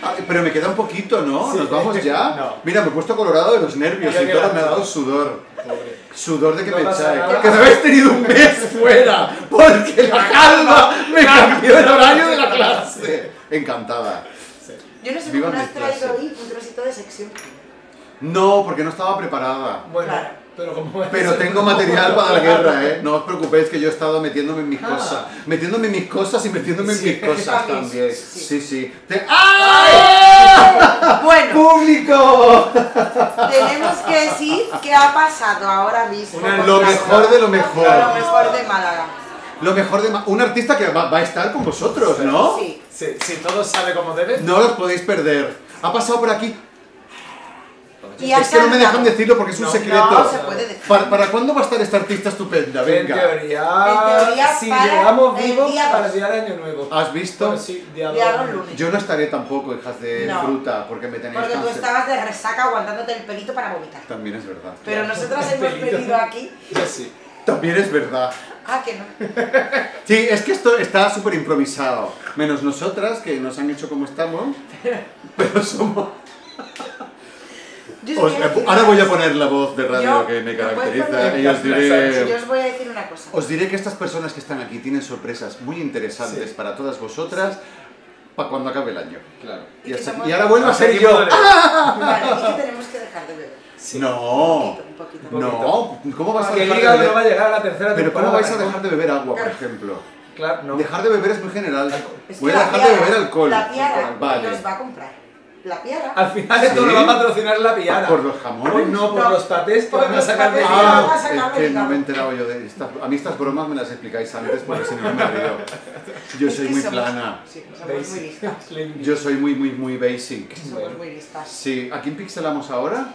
[SPEAKER 2] Ah, Pero me queda un poquito, ¿no?
[SPEAKER 3] Sí.
[SPEAKER 2] Nos vamos ya.
[SPEAKER 3] No.
[SPEAKER 2] Mira, me he puesto colorado de los nervios
[SPEAKER 3] Ya
[SPEAKER 2] y
[SPEAKER 3] que
[SPEAKER 2] todo
[SPEAKER 3] la-
[SPEAKER 2] me ha dado sudor.
[SPEAKER 3] Pobre.
[SPEAKER 2] Sudor de que
[SPEAKER 3] No
[SPEAKER 2] me
[SPEAKER 3] pasa
[SPEAKER 2] echáis.
[SPEAKER 3] nada.
[SPEAKER 2] Que me habéis tenido un mes fuera. Porque la calma me cambió el horario de la clase. Encantada.
[SPEAKER 4] Yo no sé
[SPEAKER 2] Viva
[SPEAKER 4] cómo no has
[SPEAKER 2] mi
[SPEAKER 4] traído
[SPEAKER 2] clase.
[SPEAKER 4] hoy un trocito de sección.
[SPEAKER 2] No, porque no estaba preparada.
[SPEAKER 3] Bueno,
[SPEAKER 4] Claro.
[SPEAKER 3] pero como es-
[SPEAKER 2] Pero tengo material para la guerra, ¿eh? No os preocupéis que yo he estado metiéndome en mis cosas. Metiéndome en mis cosas y metiéndome en
[SPEAKER 3] Sí.
[SPEAKER 2] mis cosas
[SPEAKER 4] Sí,
[SPEAKER 2] también.
[SPEAKER 4] sí.
[SPEAKER 2] Sí, sí. Te- ¡Ay!
[SPEAKER 4] Bueno,
[SPEAKER 2] ¡Público!
[SPEAKER 4] tenemos que decir qué ha pasado ahora mismo.
[SPEAKER 3] Una-
[SPEAKER 4] con
[SPEAKER 2] Lo
[SPEAKER 4] la-
[SPEAKER 2] mejor de lo mejor.
[SPEAKER 4] Lo mejor de Málaga.
[SPEAKER 2] Lo mejor de... ma- Un artista que va, va a estar con vosotros, ¿no?
[SPEAKER 4] Sí.
[SPEAKER 3] Si, si todo sale como debe.
[SPEAKER 2] No los podéis perder. Ha pasado por aquí.
[SPEAKER 4] Y ha
[SPEAKER 2] Es que no me
[SPEAKER 4] cantado.
[SPEAKER 2] dejan decirlo porque es un
[SPEAKER 3] No,
[SPEAKER 2] secreto.
[SPEAKER 4] No se puede decir.
[SPEAKER 2] ¿Para, para cuándo va a estar esta artista estupenda?
[SPEAKER 3] En
[SPEAKER 2] Venga.
[SPEAKER 3] teoría,
[SPEAKER 4] En teoría,
[SPEAKER 3] si
[SPEAKER 4] para
[SPEAKER 3] llegamos
[SPEAKER 4] el
[SPEAKER 3] vivos
[SPEAKER 4] día
[SPEAKER 3] para
[SPEAKER 4] dos.
[SPEAKER 3] el día de Año Nuevo.
[SPEAKER 2] ¿Has visto?
[SPEAKER 3] Bueno, sí, día
[SPEAKER 4] Día
[SPEAKER 3] dos.
[SPEAKER 4] dos lunes.
[SPEAKER 2] Yo no estaré tampoco, hijas de
[SPEAKER 4] No.
[SPEAKER 2] fruta, porque me tenéis
[SPEAKER 4] Porque tú
[SPEAKER 2] cáncer.
[SPEAKER 4] estabas de resaca aguantándote el pelito para vomitar.
[SPEAKER 2] También es verdad.
[SPEAKER 4] Pero nosotros hemos
[SPEAKER 3] Pelito.
[SPEAKER 4] pedido aquí.
[SPEAKER 3] Yo sí.
[SPEAKER 2] También es verdad.
[SPEAKER 4] Ah, que no.
[SPEAKER 2] Sí, es que esto está súper improvisado. Menos nosotras, que nos han hecho como estamos. Pero somos...
[SPEAKER 4] Yo os
[SPEAKER 2] Os-
[SPEAKER 4] voy a decir
[SPEAKER 2] Pues, ahora
[SPEAKER 4] una
[SPEAKER 2] voy a
[SPEAKER 4] cosa.
[SPEAKER 2] poner la voz de radio
[SPEAKER 4] Yo-
[SPEAKER 2] que me
[SPEAKER 4] ¿me puedes
[SPEAKER 2] caracteriza
[SPEAKER 4] poner?
[SPEAKER 2] y os
[SPEAKER 4] Yo
[SPEAKER 2] diré... Oh.
[SPEAKER 4] os voy a decir una cosa.
[SPEAKER 2] Os diré que estas personas que están aquí tienen sorpresas muy interesantes
[SPEAKER 3] Sí.
[SPEAKER 2] para todas vosotras para cuando acabe el año.
[SPEAKER 3] Claro.
[SPEAKER 2] Y,
[SPEAKER 4] Y que
[SPEAKER 2] hasta-
[SPEAKER 4] somos-
[SPEAKER 2] y ahora vuelvo a ser
[SPEAKER 3] Así que
[SPEAKER 2] yo.
[SPEAKER 3] podré.
[SPEAKER 4] Vale, y que tenemos que dejar de beber.
[SPEAKER 2] No,
[SPEAKER 4] Un poquito, un
[SPEAKER 2] no, ¿cómo vas a
[SPEAKER 3] Que el
[SPEAKER 2] dejar de
[SPEAKER 3] hígado
[SPEAKER 2] beber?
[SPEAKER 3] no va a llegar a la tercera
[SPEAKER 2] Pero ¿cómo
[SPEAKER 3] temporada. ¿eh?
[SPEAKER 2] vais a dejar de beber agua, por ejemplo?
[SPEAKER 3] Claro, no.
[SPEAKER 2] Dejar de beber es muy general.
[SPEAKER 4] Es que
[SPEAKER 2] Voy a
[SPEAKER 4] la
[SPEAKER 2] dejar de
[SPEAKER 4] piara-
[SPEAKER 2] beber alcohol.
[SPEAKER 4] La piara
[SPEAKER 2] Vale.
[SPEAKER 4] nos va a comprar. La piara.
[SPEAKER 3] Al final esto
[SPEAKER 2] ¿Sí?
[SPEAKER 3] lo va a patrocinar la piara.
[SPEAKER 2] ¿Por los jamones?
[SPEAKER 3] No, por
[SPEAKER 4] No.
[SPEAKER 3] los patés que
[SPEAKER 4] Por
[SPEAKER 3] van a
[SPEAKER 4] los
[SPEAKER 3] sacar de
[SPEAKER 4] patés.
[SPEAKER 3] hígado.
[SPEAKER 4] vas
[SPEAKER 2] Ah,
[SPEAKER 4] a sacar
[SPEAKER 2] es que
[SPEAKER 4] del
[SPEAKER 2] no me
[SPEAKER 4] hígado.
[SPEAKER 2] he enterado yo de estas. A mí estas bromas me las explicáis antes porque si no no me río. Yo
[SPEAKER 4] Es
[SPEAKER 2] soy
[SPEAKER 4] que
[SPEAKER 2] muy
[SPEAKER 4] somos-
[SPEAKER 2] plana.
[SPEAKER 4] Sí, somos muy
[SPEAKER 3] Basic.
[SPEAKER 4] listas.
[SPEAKER 2] Yo soy muy, muy, muy basic.
[SPEAKER 4] Somos muy listas.
[SPEAKER 2] Sí, ¿a quién pixelamos ahora?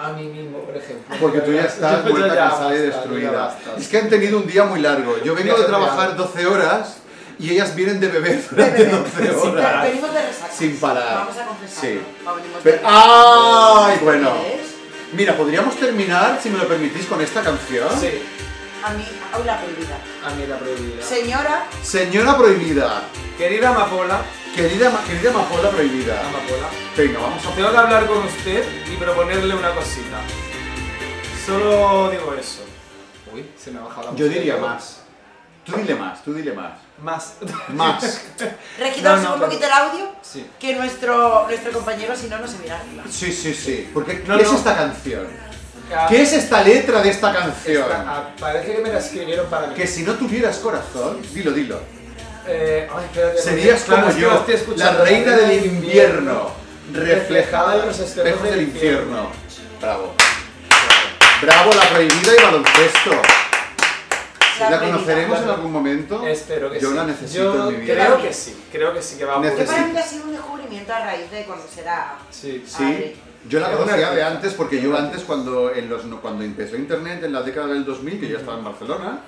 [SPEAKER 3] A mí mismo, por ejemplo.
[SPEAKER 2] Porque tú ya estás
[SPEAKER 3] Yo
[SPEAKER 2] vuelta
[SPEAKER 3] ya
[SPEAKER 2] cansada y
[SPEAKER 3] basta, yo ya
[SPEAKER 2] destruida.
[SPEAKER 3] basta.
[SPEAKER 2] Es que han tenido un día muy largo. Yo vengo de trabajar 12 horas y ellas vienen de beber durante
[SPEAKER 4] beber.
[SPEAKER 2] 12
[SPEAKER 4] Sin parar.
[SPEAKER 2] horas.
[SPEAKER 4] Venimos de resaca.
[SPEAKER 2] Sin parar.
[SPEAKER 4] Vamos a confesarlo.
[SPEAKER 2] Sí.
[SPEAKER 4] Venimos de
[SPEAKER 2] Pero-
[SPEAKER 4] resaca. Este
[SPEAKER 2] ¡Ay! Bueno.
[SPEAKER 4] ¿Ves?
[SPEAKER 2] Mira, podríamos terminar, si me lo permitís, con esta canción.
[SPEAKER 3] Sí,
[SPEAKER 4] A mí, hoy la prohibida.
[SPEAKER 3] a mí la prohibida.
[SPEAKER 4] Señora,
[SPEAKER 2] Señora prohibida.
[SPEAKER 3] Querida Amapola,
[SPEAKER 2] Querida, Ma- querida Majola prohibida.
[SPEAKER 3] Amapola,
[SPEAKER 2] Venga, vamos a
[SPEAKER 3] tengo que hablar con usted y proponerle una cosita. Solo digo eso. Uy, se me ha bajado la
[SPEAKER 2] Yo
[SPEAKER 3] música.
[SPEAKER 2] diría más. Tú dile más, tú dile más.
[SPEAKER 3] Más.
[SPEAKER 2] Más.
[SPEAKER 4] regidor,
[SPEAKER 3] No, no,
[SPEAKER 4] sube un
[SPEAKER 3] no.
[SPEAKER 4] poquito el audio.
[SPEAKER 3] Sí.
[SPEAKER 4] Que nuestro, nuestro compañero, si no, no se mira.
[SPEAKER 2] Sí, sí, sí. Porque,
[SPEAKER 3] No,
[SPEAKER 2] ¿qué es
[SPEAKER 3] no.
[SPEAKER 2] esta canción? ¿Qué es esta letra de esta canción?
[SPEAKER 3] Esta- ah, parece que me la escribieron para mí.
[SPEAKER 2] Que si no tuvieras corazón, dilo, dilo.
[SPEAKER 3] Eh, ay, espérate,
[SPEAKER 2] Serías
[SPEAKER 3] claro,
[SPEAKER 2] como
[SPEAKER 3] es que lo
[SPEAKER 2] yo,
[SPEAKER 3] estoy
[SPEAKER 2] la
[SPEAKER 3] escuchando.
[SPEAKER 2] reina del invierno, reflejada en los espejos del infierno.
[SPEAKER 3] infierno.
[SPEAKER 2] Bravo. Bravo, la prohibida y baloncesto. ¿La
[SPEAKER 4] prohibida.
[SPEAKER 2] conoceremos en
[SPEAKER 3] claro.
[SPEAKER 2] algún momento?
[SPEAKER 3] Espero que
[SPEAKER 2] Yo
[SPEAKER 3] sí.
[SPEAKER 2] la necesito
[SPEAKER 3] Yo
[SPEAKER 2] en mi vida.
[SPEAKER 3] Creo que sí, creo que sí que va a
[SPEAKER 4] Que
[SPEAKER 3] ocurrir.
[SPEAKER 4] para mí ha sido un descubrimiento a raíz de conocer a.
[SPEAKER 3] Sí, sí.
[SPEAKER 2] Sí,
[SPEAKER 4] Vale.
[SPEAKER 2] yo la
[SPEAKER 3] Es una
[SPEAKER 2] conocía de
[SPEAKER 3] artista.
[SPEAKER 2] antes porque yo antes cuando, en los, no- cuando empezó internet en la década del 2000, que yo estaba en Barcelona,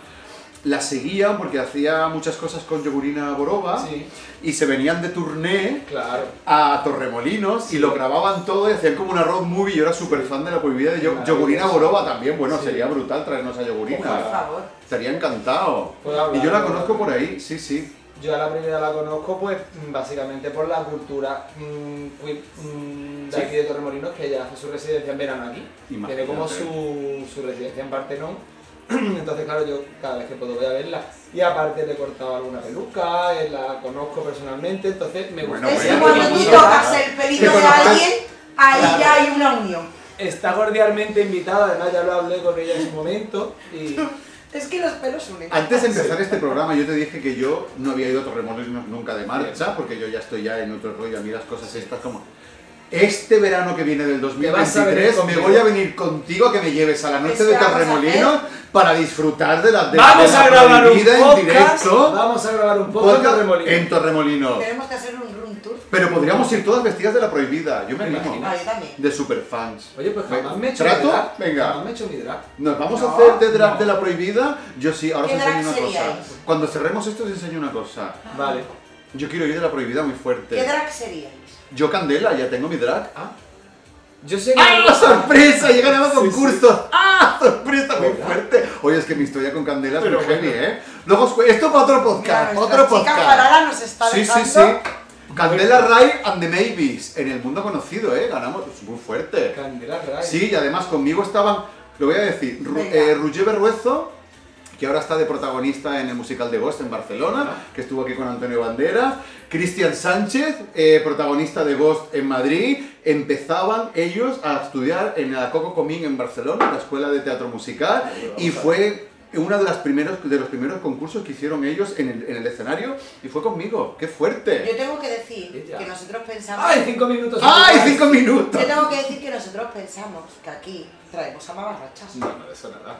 [SPEAKER 2] la seguía porque hacía muchas cosas con Yogurina Borova
[SPEAKER 3] Sí,
[SPEAKER 2] y se venían de tourné
[SPEAKER 3] claro.
[SPEAKER 2] a Torremolinos y lo grababan todo y hacían como una road movie. Yo era súper fan de la prohibida de Yo-
[SPEAKER 3] Maravilloso.
[SPEAKER 2] Yogurina Borova también. Bueno,
[SPEAKER 3] Sí.
[SPEAKER 2] sería brutal traernos a
[SPEAKER 4] Por
[SPEAKER 2] Yogurina.
[SPEAKER 3] Ojalá.
[SPEAKER 4] favor.
[SPEAKER 2] Estaría encantado.
[SPEAKER 3] Puedo hablar,
[SPEAKER 2] Y yo la
[SPEAKER 3] puedo
[SPEAKER 2] conozco
[SPEAKER 3] hablar.
[SPEAKER 2] por ahí, sí, sí.
[SPEAKER 3] Yo a la primera la conozco, pues mm, básicamente por la cultura mm, que- mm, de
[SPEAKER 2] Sí.
[SPEAKER 3] aquí de Torremolinos, que ella hace su residencia en verano aquí.
[SPEAKER 2] Imagínate.
[SPEAKER 3] Tiene como su, su residencia en Partenón. Entonces, claro, yo cada vez que puedo voy a verla. Y aparte le he cortado alguna peluca, eh, la conozco personalmente, entonces me gusta.
[SPEAKER 2] Bueno, pues
[SPEAKER 4] es que
[SPEAKER 2] bueno,
[SPEAKER 4] cuando
[SPEAKER 2] pero
[SPEAKER 4] tú
[SPEAKER 2] no
[SPEAKER 4] tocas
[SPEAKER 2] pasa.
[SPEAKER 4] el pelito
[SPEAKER 2] Que
[SPEAKER 4] de
[SPEAKER 2] conozcas-
[SPEAKER 4] alguien, ahí
[SPEAKER 3] Claro.
[SPEAKER 4] ya hay una unión.
[SPEAKER 3] Está cordialmente invitada, además ya lo hablé con ella en su momento. Y
[SPEAKER 4] Es que los pelos unen.
[SPEAKER 2] Antes de empezar este programa yo te dije que yo no había ido a Torremolinos nunca de marcha, porque yo ya estoy ya en otro rollo, a mí las cosas estas como... Este verano que viene del
[SPEAKER 3] Te vas a
[SPEAKER 2] 2023 me
[SPEAKER 3] venir conmigo. Este
[SPEAKER 2] voy a venir contigo a que me lleves a la noche
[SPEAKER 4] Es
[SPEAKER 2] de
[SPEAKER 4] que vamos a
[SPEAKER 2] Carremolinos para disfrutar de la de
[SPEAKER 3] Vamos
[SPEAKER 2] de
[SPEAKER 3] a
[SPEAKER 2] la
[SPEAKER 3] grabar un
[SPEAKER 2] prohibida
[SPEAKER 3] podcast.
[SPEAKER 2] en directo
[SPEAKER 3] Vamos a grabar un podcast
[SPEAKER 2] podcast
[SPEAKER 3] de remolino.
[SPEAKER 2] en Torremolinos.
[SPEAKER 4] Tenemos que hacer un room tour.
[SPEAKER 2] Pero podríamos ir todas vestidas de la prohibida, yo me
[SPEAKER 3] Me
[SPEAKER 2] animo.
[SPEAKER 4] Ah, yo también.
[SPEAKER 2] De superfans.
[SPEAKER 3] Oye, pues jamás me he hecho mi
[SPEAKER 2] ¿Trato?
[SPEAKER 3] drag. Jamás
[SPEAKER 2] Venga.
[SPEAKER 3] me he hecho mi drag.
[SPEAKER 2] Nos vamos a
[SPEAKER 4] No,
[SPEAKER 2] hacer de drag
[SPEAKER 3] no.
[SPEAKER 2] de la prohibida. Yo sí, ahora os
[SPEAKER 4] ¿Qué drag
[SPEAKER 2] enseño una cosa.
[SPEAKER 4] seríais?
[SPEAKER 2] Cuando cerremos esto os enseño una cosa.
[SPEAKER 3] Vale.
[SPEAKER 2] Yo quiero ir de la prohibida muy
[SPEAKER 4] ¿Qué
[SPEAKER 2] fuerte.
[SPEAKER 4] drag sería?
[SPEAKER 2] Yo Candela, ya tengo mi drag.
[SPEAKER 3] Ah. Yo sé que.
[SPEAKER 2] ¡Ah, sorpresa! Llegan a los
[SPEAKER 3] Sí, sí.
[SPEAKER 2] concursos. ¡Ah, sorpresa! Muy
[SPEAKER 3] ¿Verdad?
[SPEAKER 2] fuerte. Oye, es que mi historia con Candela es
[SPEAKER 3] Pero
[SPEAKER 2] muy
[SPEAKER 3] bueno.
[SPEAKER 2] heavy, ¿eh? Luego os cu- esto para otro podcast,
[SPEAKER 4] Mira,
[SPEAKER 2] otro
[SPEAKER 4] nuestra chica
[SPEAKER 2] podcast.
[SPEAKER 4] Farala nos está
[SPEAKER 2] Sí, sí,
[SPEAKER 4] dejando.
[SPEAKER 2] sí. Candela Ray and the Maybes, en el mundo conocido, ¿eh? Ganamos, es muy fuerte.
[SPEAKER 3] Candela Ray.
[SPEAKER 2] Sí, y además conmigo estaban, lo voy a decir, Ru
[SPEAKER 4] Venga.
[SPEAKER 2] eh, Roger Berruezo, que ahora está de protagonista en el musical de Ghost en Barcelona, que estuvo aquí con Antonio Banderas, Cristian Sánchez, eh, protagonista de Ghost en Madrid, empezaban ellos a estudiar en la Coco Comín en Barcelona, en la Escuela de Teatro Musical, y fue uno de, las primeros, de los primeros concursos que hicieron ellos en el, en el escenario, y fue conmigo, qué
[SPEAKER 4] Yo
[SPEAKER 2] fuerte.
[SPEAKER 4] tengo que decir
[SPEAKER 3] Ella.
[SPEAKER 4] que nosotros pensamos.
[SPEAKER 3] ¡Ay, cinco minutos!
[SPEAKER 2] ¡Ay, cinco minutos!
[SPEAKER 4] Yo tengo que decir que nosotros pensamos que aquí traemos a mamarrachas.
[SPEAKER 3] No, no, de eso nada.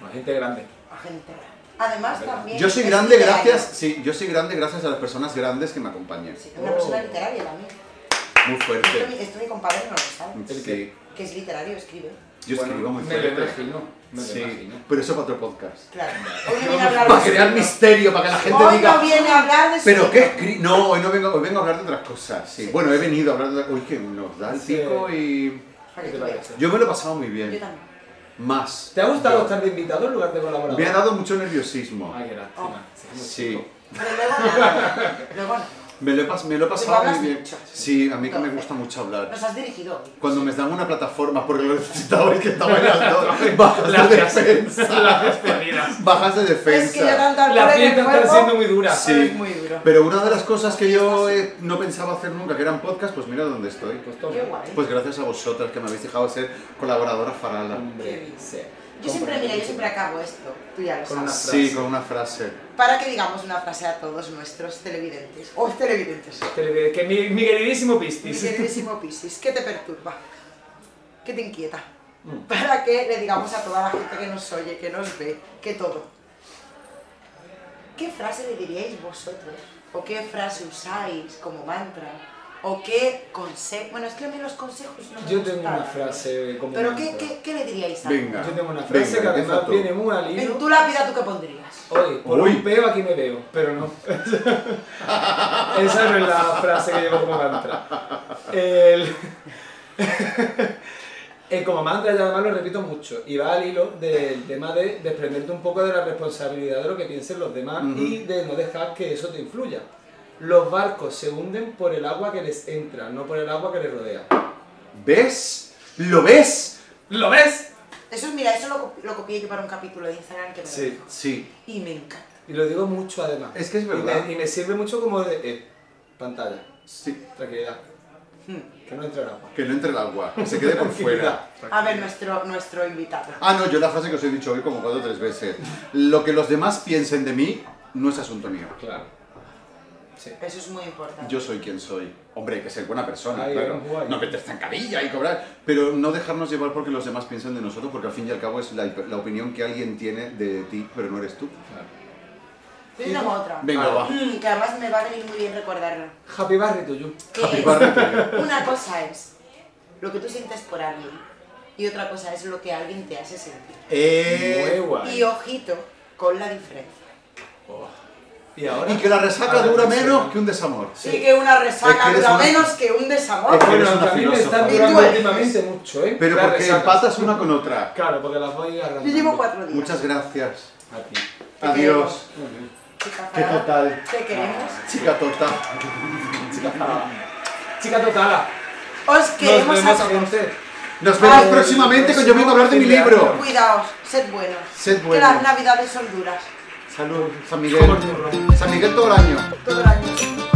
[SPEAKER 3] No, gente grande.
[SPEAKER 4] a gente grande. Además, también.
[SPEAKER 2] Yo soy
[SPEAKER 4] es
[SPEAKER 2] grande
[SPEAKER 4] literario.
[SPEAKER 2] gracias, sí, yo soy grande gracias a las personas grandes que me acompañan.
[SPEAKER 4] Sí, una
[SPEAKER 3] Oh.
[SPEAKER 4] persona literaria también.
[SPEAKER 2] Muy
[SPEAKER 4] Esto,
[SPEAKER 2] fuerte.
[SPEAKER 4] mi- esto mi compadre no lo sabe.
[SPEAKER 3] El
[SPEAKER 2] Sí.
[SPEAKER 4] Que es literario, escribe.
[SPEAKER 2] Yo escribo muy
[SPEAKER 3] Me lo
[SPEAKER 2] fuerte.
[SPEAKER 3] imagino. Me lo
[SPEAKER 2] Sí,
[SPEAKER 3] imagino.
[SPEAKER 2] pero eso para otro podcast.
[SPEAKER 4] Claro. Hoy no viene a hablar
[SPEAKER 2] Para
[SPEAKER 4] de
[SPEAKER 2] crear
[SPEAKER 4] signos.
[SPEAKER 2] misterio, para que la gente
[SPEAKER 4] Hoy no
[SPEAKER 2] diga.
[SPEAKER 4] viene a hablar de
[SPEAKER 2] Pero qué
[SPEAKER 4] signos.
[SPEAKER 2] escri-?". No, hoy no vengo, hoy vengo a hablar de otras cosas. Sí. Bueno, he venido a hablar de. Uy, que nos da el
[SPEAKER 3] Sí.
[SPEAKER 2] pico y.
[SPEAKER 4] Para que
[SPEAKER 3] ¿Qué te
[SPEAKER 4] tú veas.
[SPEAKER 3] parece?
[SPEAKER 2] Yo me lo he pasado muy
[SPEAKER 4] Yo
[SPEAKER 2] bien.
[SPEAKER 4] también.
[SPEAKER 2] Más.
[SPEAKER 3] ¿Te ha gustado
[SPEAKER 2] Yo-
[SPEAKER 3] estar de invitado en lugar de colaborador?
[SPEAKER 2] Me ha dado mucho nerviosismo.
[SPEAKER 3] Ay, qué
[SPEAKER 4] Oh.
[SPEAKER 3] lástima.
[SPEAKER 2] Sí.
[SPEAKER 4] Pero luego nada. Luego nada.
[SPEAKER 2] Me lo he, pas- me lo he pasado
[SPEAKER 4] hablas
[SPEAKER 2] muy bien.
[SPEAKER 4] mucho.
[SPEAKER 2] Sí, a mí que me gusta mucho hablar.
[SPEAKER 4] Nos has dirigido hoy.
[SPEAKER 2] Cuando me dan una plataforma porque lo necesitaba y que estaba en alto, bajas de defensa. Bajas de
[SPEAKER 4] Es que yo
[SPEAKER 2] defensa.
[SPEAKER 4] tanto
[SPEAKER 3] La
[SPEAKER 4] alcohol en el
[SPEAKER 3] fiesta está
[SPEAKER 4] cuerpo,
[SPEAKER 3] siendo muy dura.
[SPEAKER 2] Sí.
[SPEAKER 4] Es muy duro.
[SPEAKER 2] Pero una de las cosas que yo eh, no pensaba hacer nunca, que eran podcast, pues mira dónde estoy.
[SPEAKER 3] Pues toma.
[SPEAKER 4] Qué guay.
[SPEAKER 2] Pues gracias a vosotras que me habéis dejado ser colaboradora farala.
[SPEAKER 4] Qué
[SPEAKER 3] Hombre,
[SPEAKER 4] bien.
[SPEAKER 3] sí.
[SPEAKER 4] Yo siempre, mira, yo siempre acabo esto. Tú ya lo
[SPEAKER 3] Con una
[SPEAKER 4] sabes.
[SPEAKER 2] Sí, con una frase.
[SPEAKER 4] Para que digamos una frase a todos nuestros televidentes. O televidentes.
[SPEAKER 3] Televide- Que mi, mi queridísimo
[SPEAKER 4] Mi
[SPEAKER 3] Pistis.
[SPEAKER 4] queridísimo Piscis, ¿qué te perturba? ¿Qué te inquieta?
[SPEAKER 3] Mm.
[SPEAKER 4] Para que le digamos a toda la gente que nos oye, que nos ve, que todo. ¿Qué frase le diríais vosotros? ¿O qué frase usáis como mantra? ¿O qué consejo? Bueno, es que a mí los consejos no me
[SPEAKER 3] Yo tengo
[SPEAKER 4] gustan.
[SPEAKER 3] una frase como.
[SPEAKER 4] ¿Pero
[SPEAKER 3] mantra.
[SPEAKER 4] qué, qué, qué le diríais a
[SPEAKER 2] Venga.
[SPEAKER 3] Yo tengo una
[SPEAKER 2] Venga,
[SPEAKER 3] frase que
[SPEAKER 2] empieza
[SPEAKER 3] además
[SPEAKER 2] tú.
[SPEAKER 3] viene muy al hilo.
[SPEAKER 4] En tu lápida, ¿tú qué pondrías?
[SPEAKER 3] Oye, por
[SPEAKER 2] Uy.
[SPEAKER 3] un peo aquí me veo, pero no. Esa no es la frase que llevo como mantra. El... El como mantra ya además lo repito mucho y va al hilo del tema de desprenderte un poco de la responsabilidad de lo que piensen los demás
[SPEAKER 2] Ujú.
[SPEAKER 3] y de no dejar que eso te influya. Los barcos se hunden por el agua que les entra, no por el agua que les rodea.
[SPEAKER 2] ¿Ves? ¿Lo ves?
[SPEAKER 3] ¿Lo ves?
[SPEAKER 4] Eso, es- mira, eso lo, co- lo copié yo para un capítulo de Instagram que me lo dijo.
[SPEAKER 2] Sí.
[SPEAKER 4] Y me encanta.
[SPEAKER 3] Y lo digo mucho además.
[SPEAKER 2] Es que es
[SPEAKER 3] Y me-
[SPEAKER 2] verdad.
[SPEAKER 3] Y me, sirve mucho como de... eh, pantalla,
[SPEAKER 2] Sí.
[SPEAKER 3] tranquilidad,
[SPEAKER 4] Hmm.
[SPEAKER 3] que no entra el agua.
[SPEAKER 2] Que no entre el agua, que se quede por fuera.
[SPEAKER 4] A ver, nuestro, nuestro invitado.
[SPEAKER 2] Ah, no, yo la frase que os he dicho hoy como cuatro o tres veces. Lo que los demás piensen de mí no es asunto mío.
[SPEAKER 3] Claro. Sí.
[SPEAKER 4] Eso es muy importante.
[SPEAKER 2] Yo soy quien soy. Hombre, hay que ser buena persona,
[SPEAKER 3] Ay,
[SPEAKER 2] claro.
[SPEAKER 3] eres guay.
[SPEAKER 2] No meter zancadilla y cobrar. Pero no dejarnos llevar porque los demás piensan de nosotros, porque al fin y al cabo es la, la opinión que alguien tiene de ti, pero no eres tú.
[SPEAKER 4] Tenemos otra.
[SPEAKER 2] Venga, va.
[SPEAKER 4] Mm, que además me va a venir muy bien recordarlo.
[SPEAKER 3] Happy birthday to you.
[SPEAKER 4] Que
[SPEAKER 2] Happy
[SPEAKER 4] es-
[SPEAKER 2] birthday to
[SPEAKER 4] una cosa es lo que tú sientes por alguien y otra cosa es lo que alguien te hace sentir.
[SPEAKER 2] Eh,
[SPEAKER 3] Muy guay.
[SPEAKER 4] Y ojito con la diferencia.
[SPEAKER 3] Y ahora.
[SPEAKER 2] y que la resaca
[SPEAKER 3] Ahora
[SPEAKER 2] dura
[SPEAKER 3] sí.
[SPEAKER 2] menos que un desamor.
[SPEAKER 4] Sí, que una
[SPEAKER 2] Es que
[SPEAKER 4] resaca
[SPEAKER 2] eres
[SPEAKER 4] dura
[SPEAKER 2] una-
[SPEAKER 4] menos que un desamor.
[SPEAKER 2] Es que-
[SPEAKER 3] Bueno,
[SPEAKER 2] eres una
[SPEAKER 3] aunque a mí me
[SPEAKER 2] filósofa.
[SPEAKER 3] están
[SPEAKER 4] Y tú
[SPEAKER 3] durando
[SPEAKER 4] eres.
[SPEAKER 3] últimamente mucho, ¿eh?
[SPEAKER 2] Pero
[SPEAKER 3] Las
[SPEAKER 2] porque
[SPEAKER 3] resacas.
[SPEAKER 2] empatas una con otra.
[SPEAKER 3] Claro, porque las voy agarrando.
[SPEAKER 4] Yo llevo cuatro días.
[SPEAKER 2] Muchas gracias.
[SPEAKER 3] A ti.
[SPEAKER 2] Adiós.
[SPEAKER 4] Chica
[SPEAKER 2] Qué
[SPEAKER 4] Farah,
[SPEAKER 2] total.
[SPEAKER 4] Te queremos.
[SPEAKER 2] Chica tota. Chica tota.
[SPEAKER 3] Chica totala.
[SPEAKER 2] Ah.
[SPEAKER 4] Os
[SPEAKER 3] Nos
[SPEAKER 4] queremos a
[SPEAKER 3] vemos a
[SPEAKER 4] todos.
[SPEAKER 3] conocer.
[SPEAKER 2] Nos vemos
[SPEAKER 4] Ay,
[SPEAKER 2] próximamente que yo vengo a hablar de mi
[SPEAKER 3] próximo
[SPEAKER 2] libro.
[SPEAKER 4] Cuidaos, sed buenos.
[SPEAKER 2] Sed
[SPEAKER 4] Que las
[SPEAKER 2] buenos.
[SPEAKER 4] navidades son duras.
[SPEAKER 2] Salud. San
[SPEAKER 3] Como
[SPEAKER 2] Miguel.
[SPEAKER 3] el burro.
[SPEAKER 2] San Miguel todo el año.
[SPEAKER 4] Todo el año.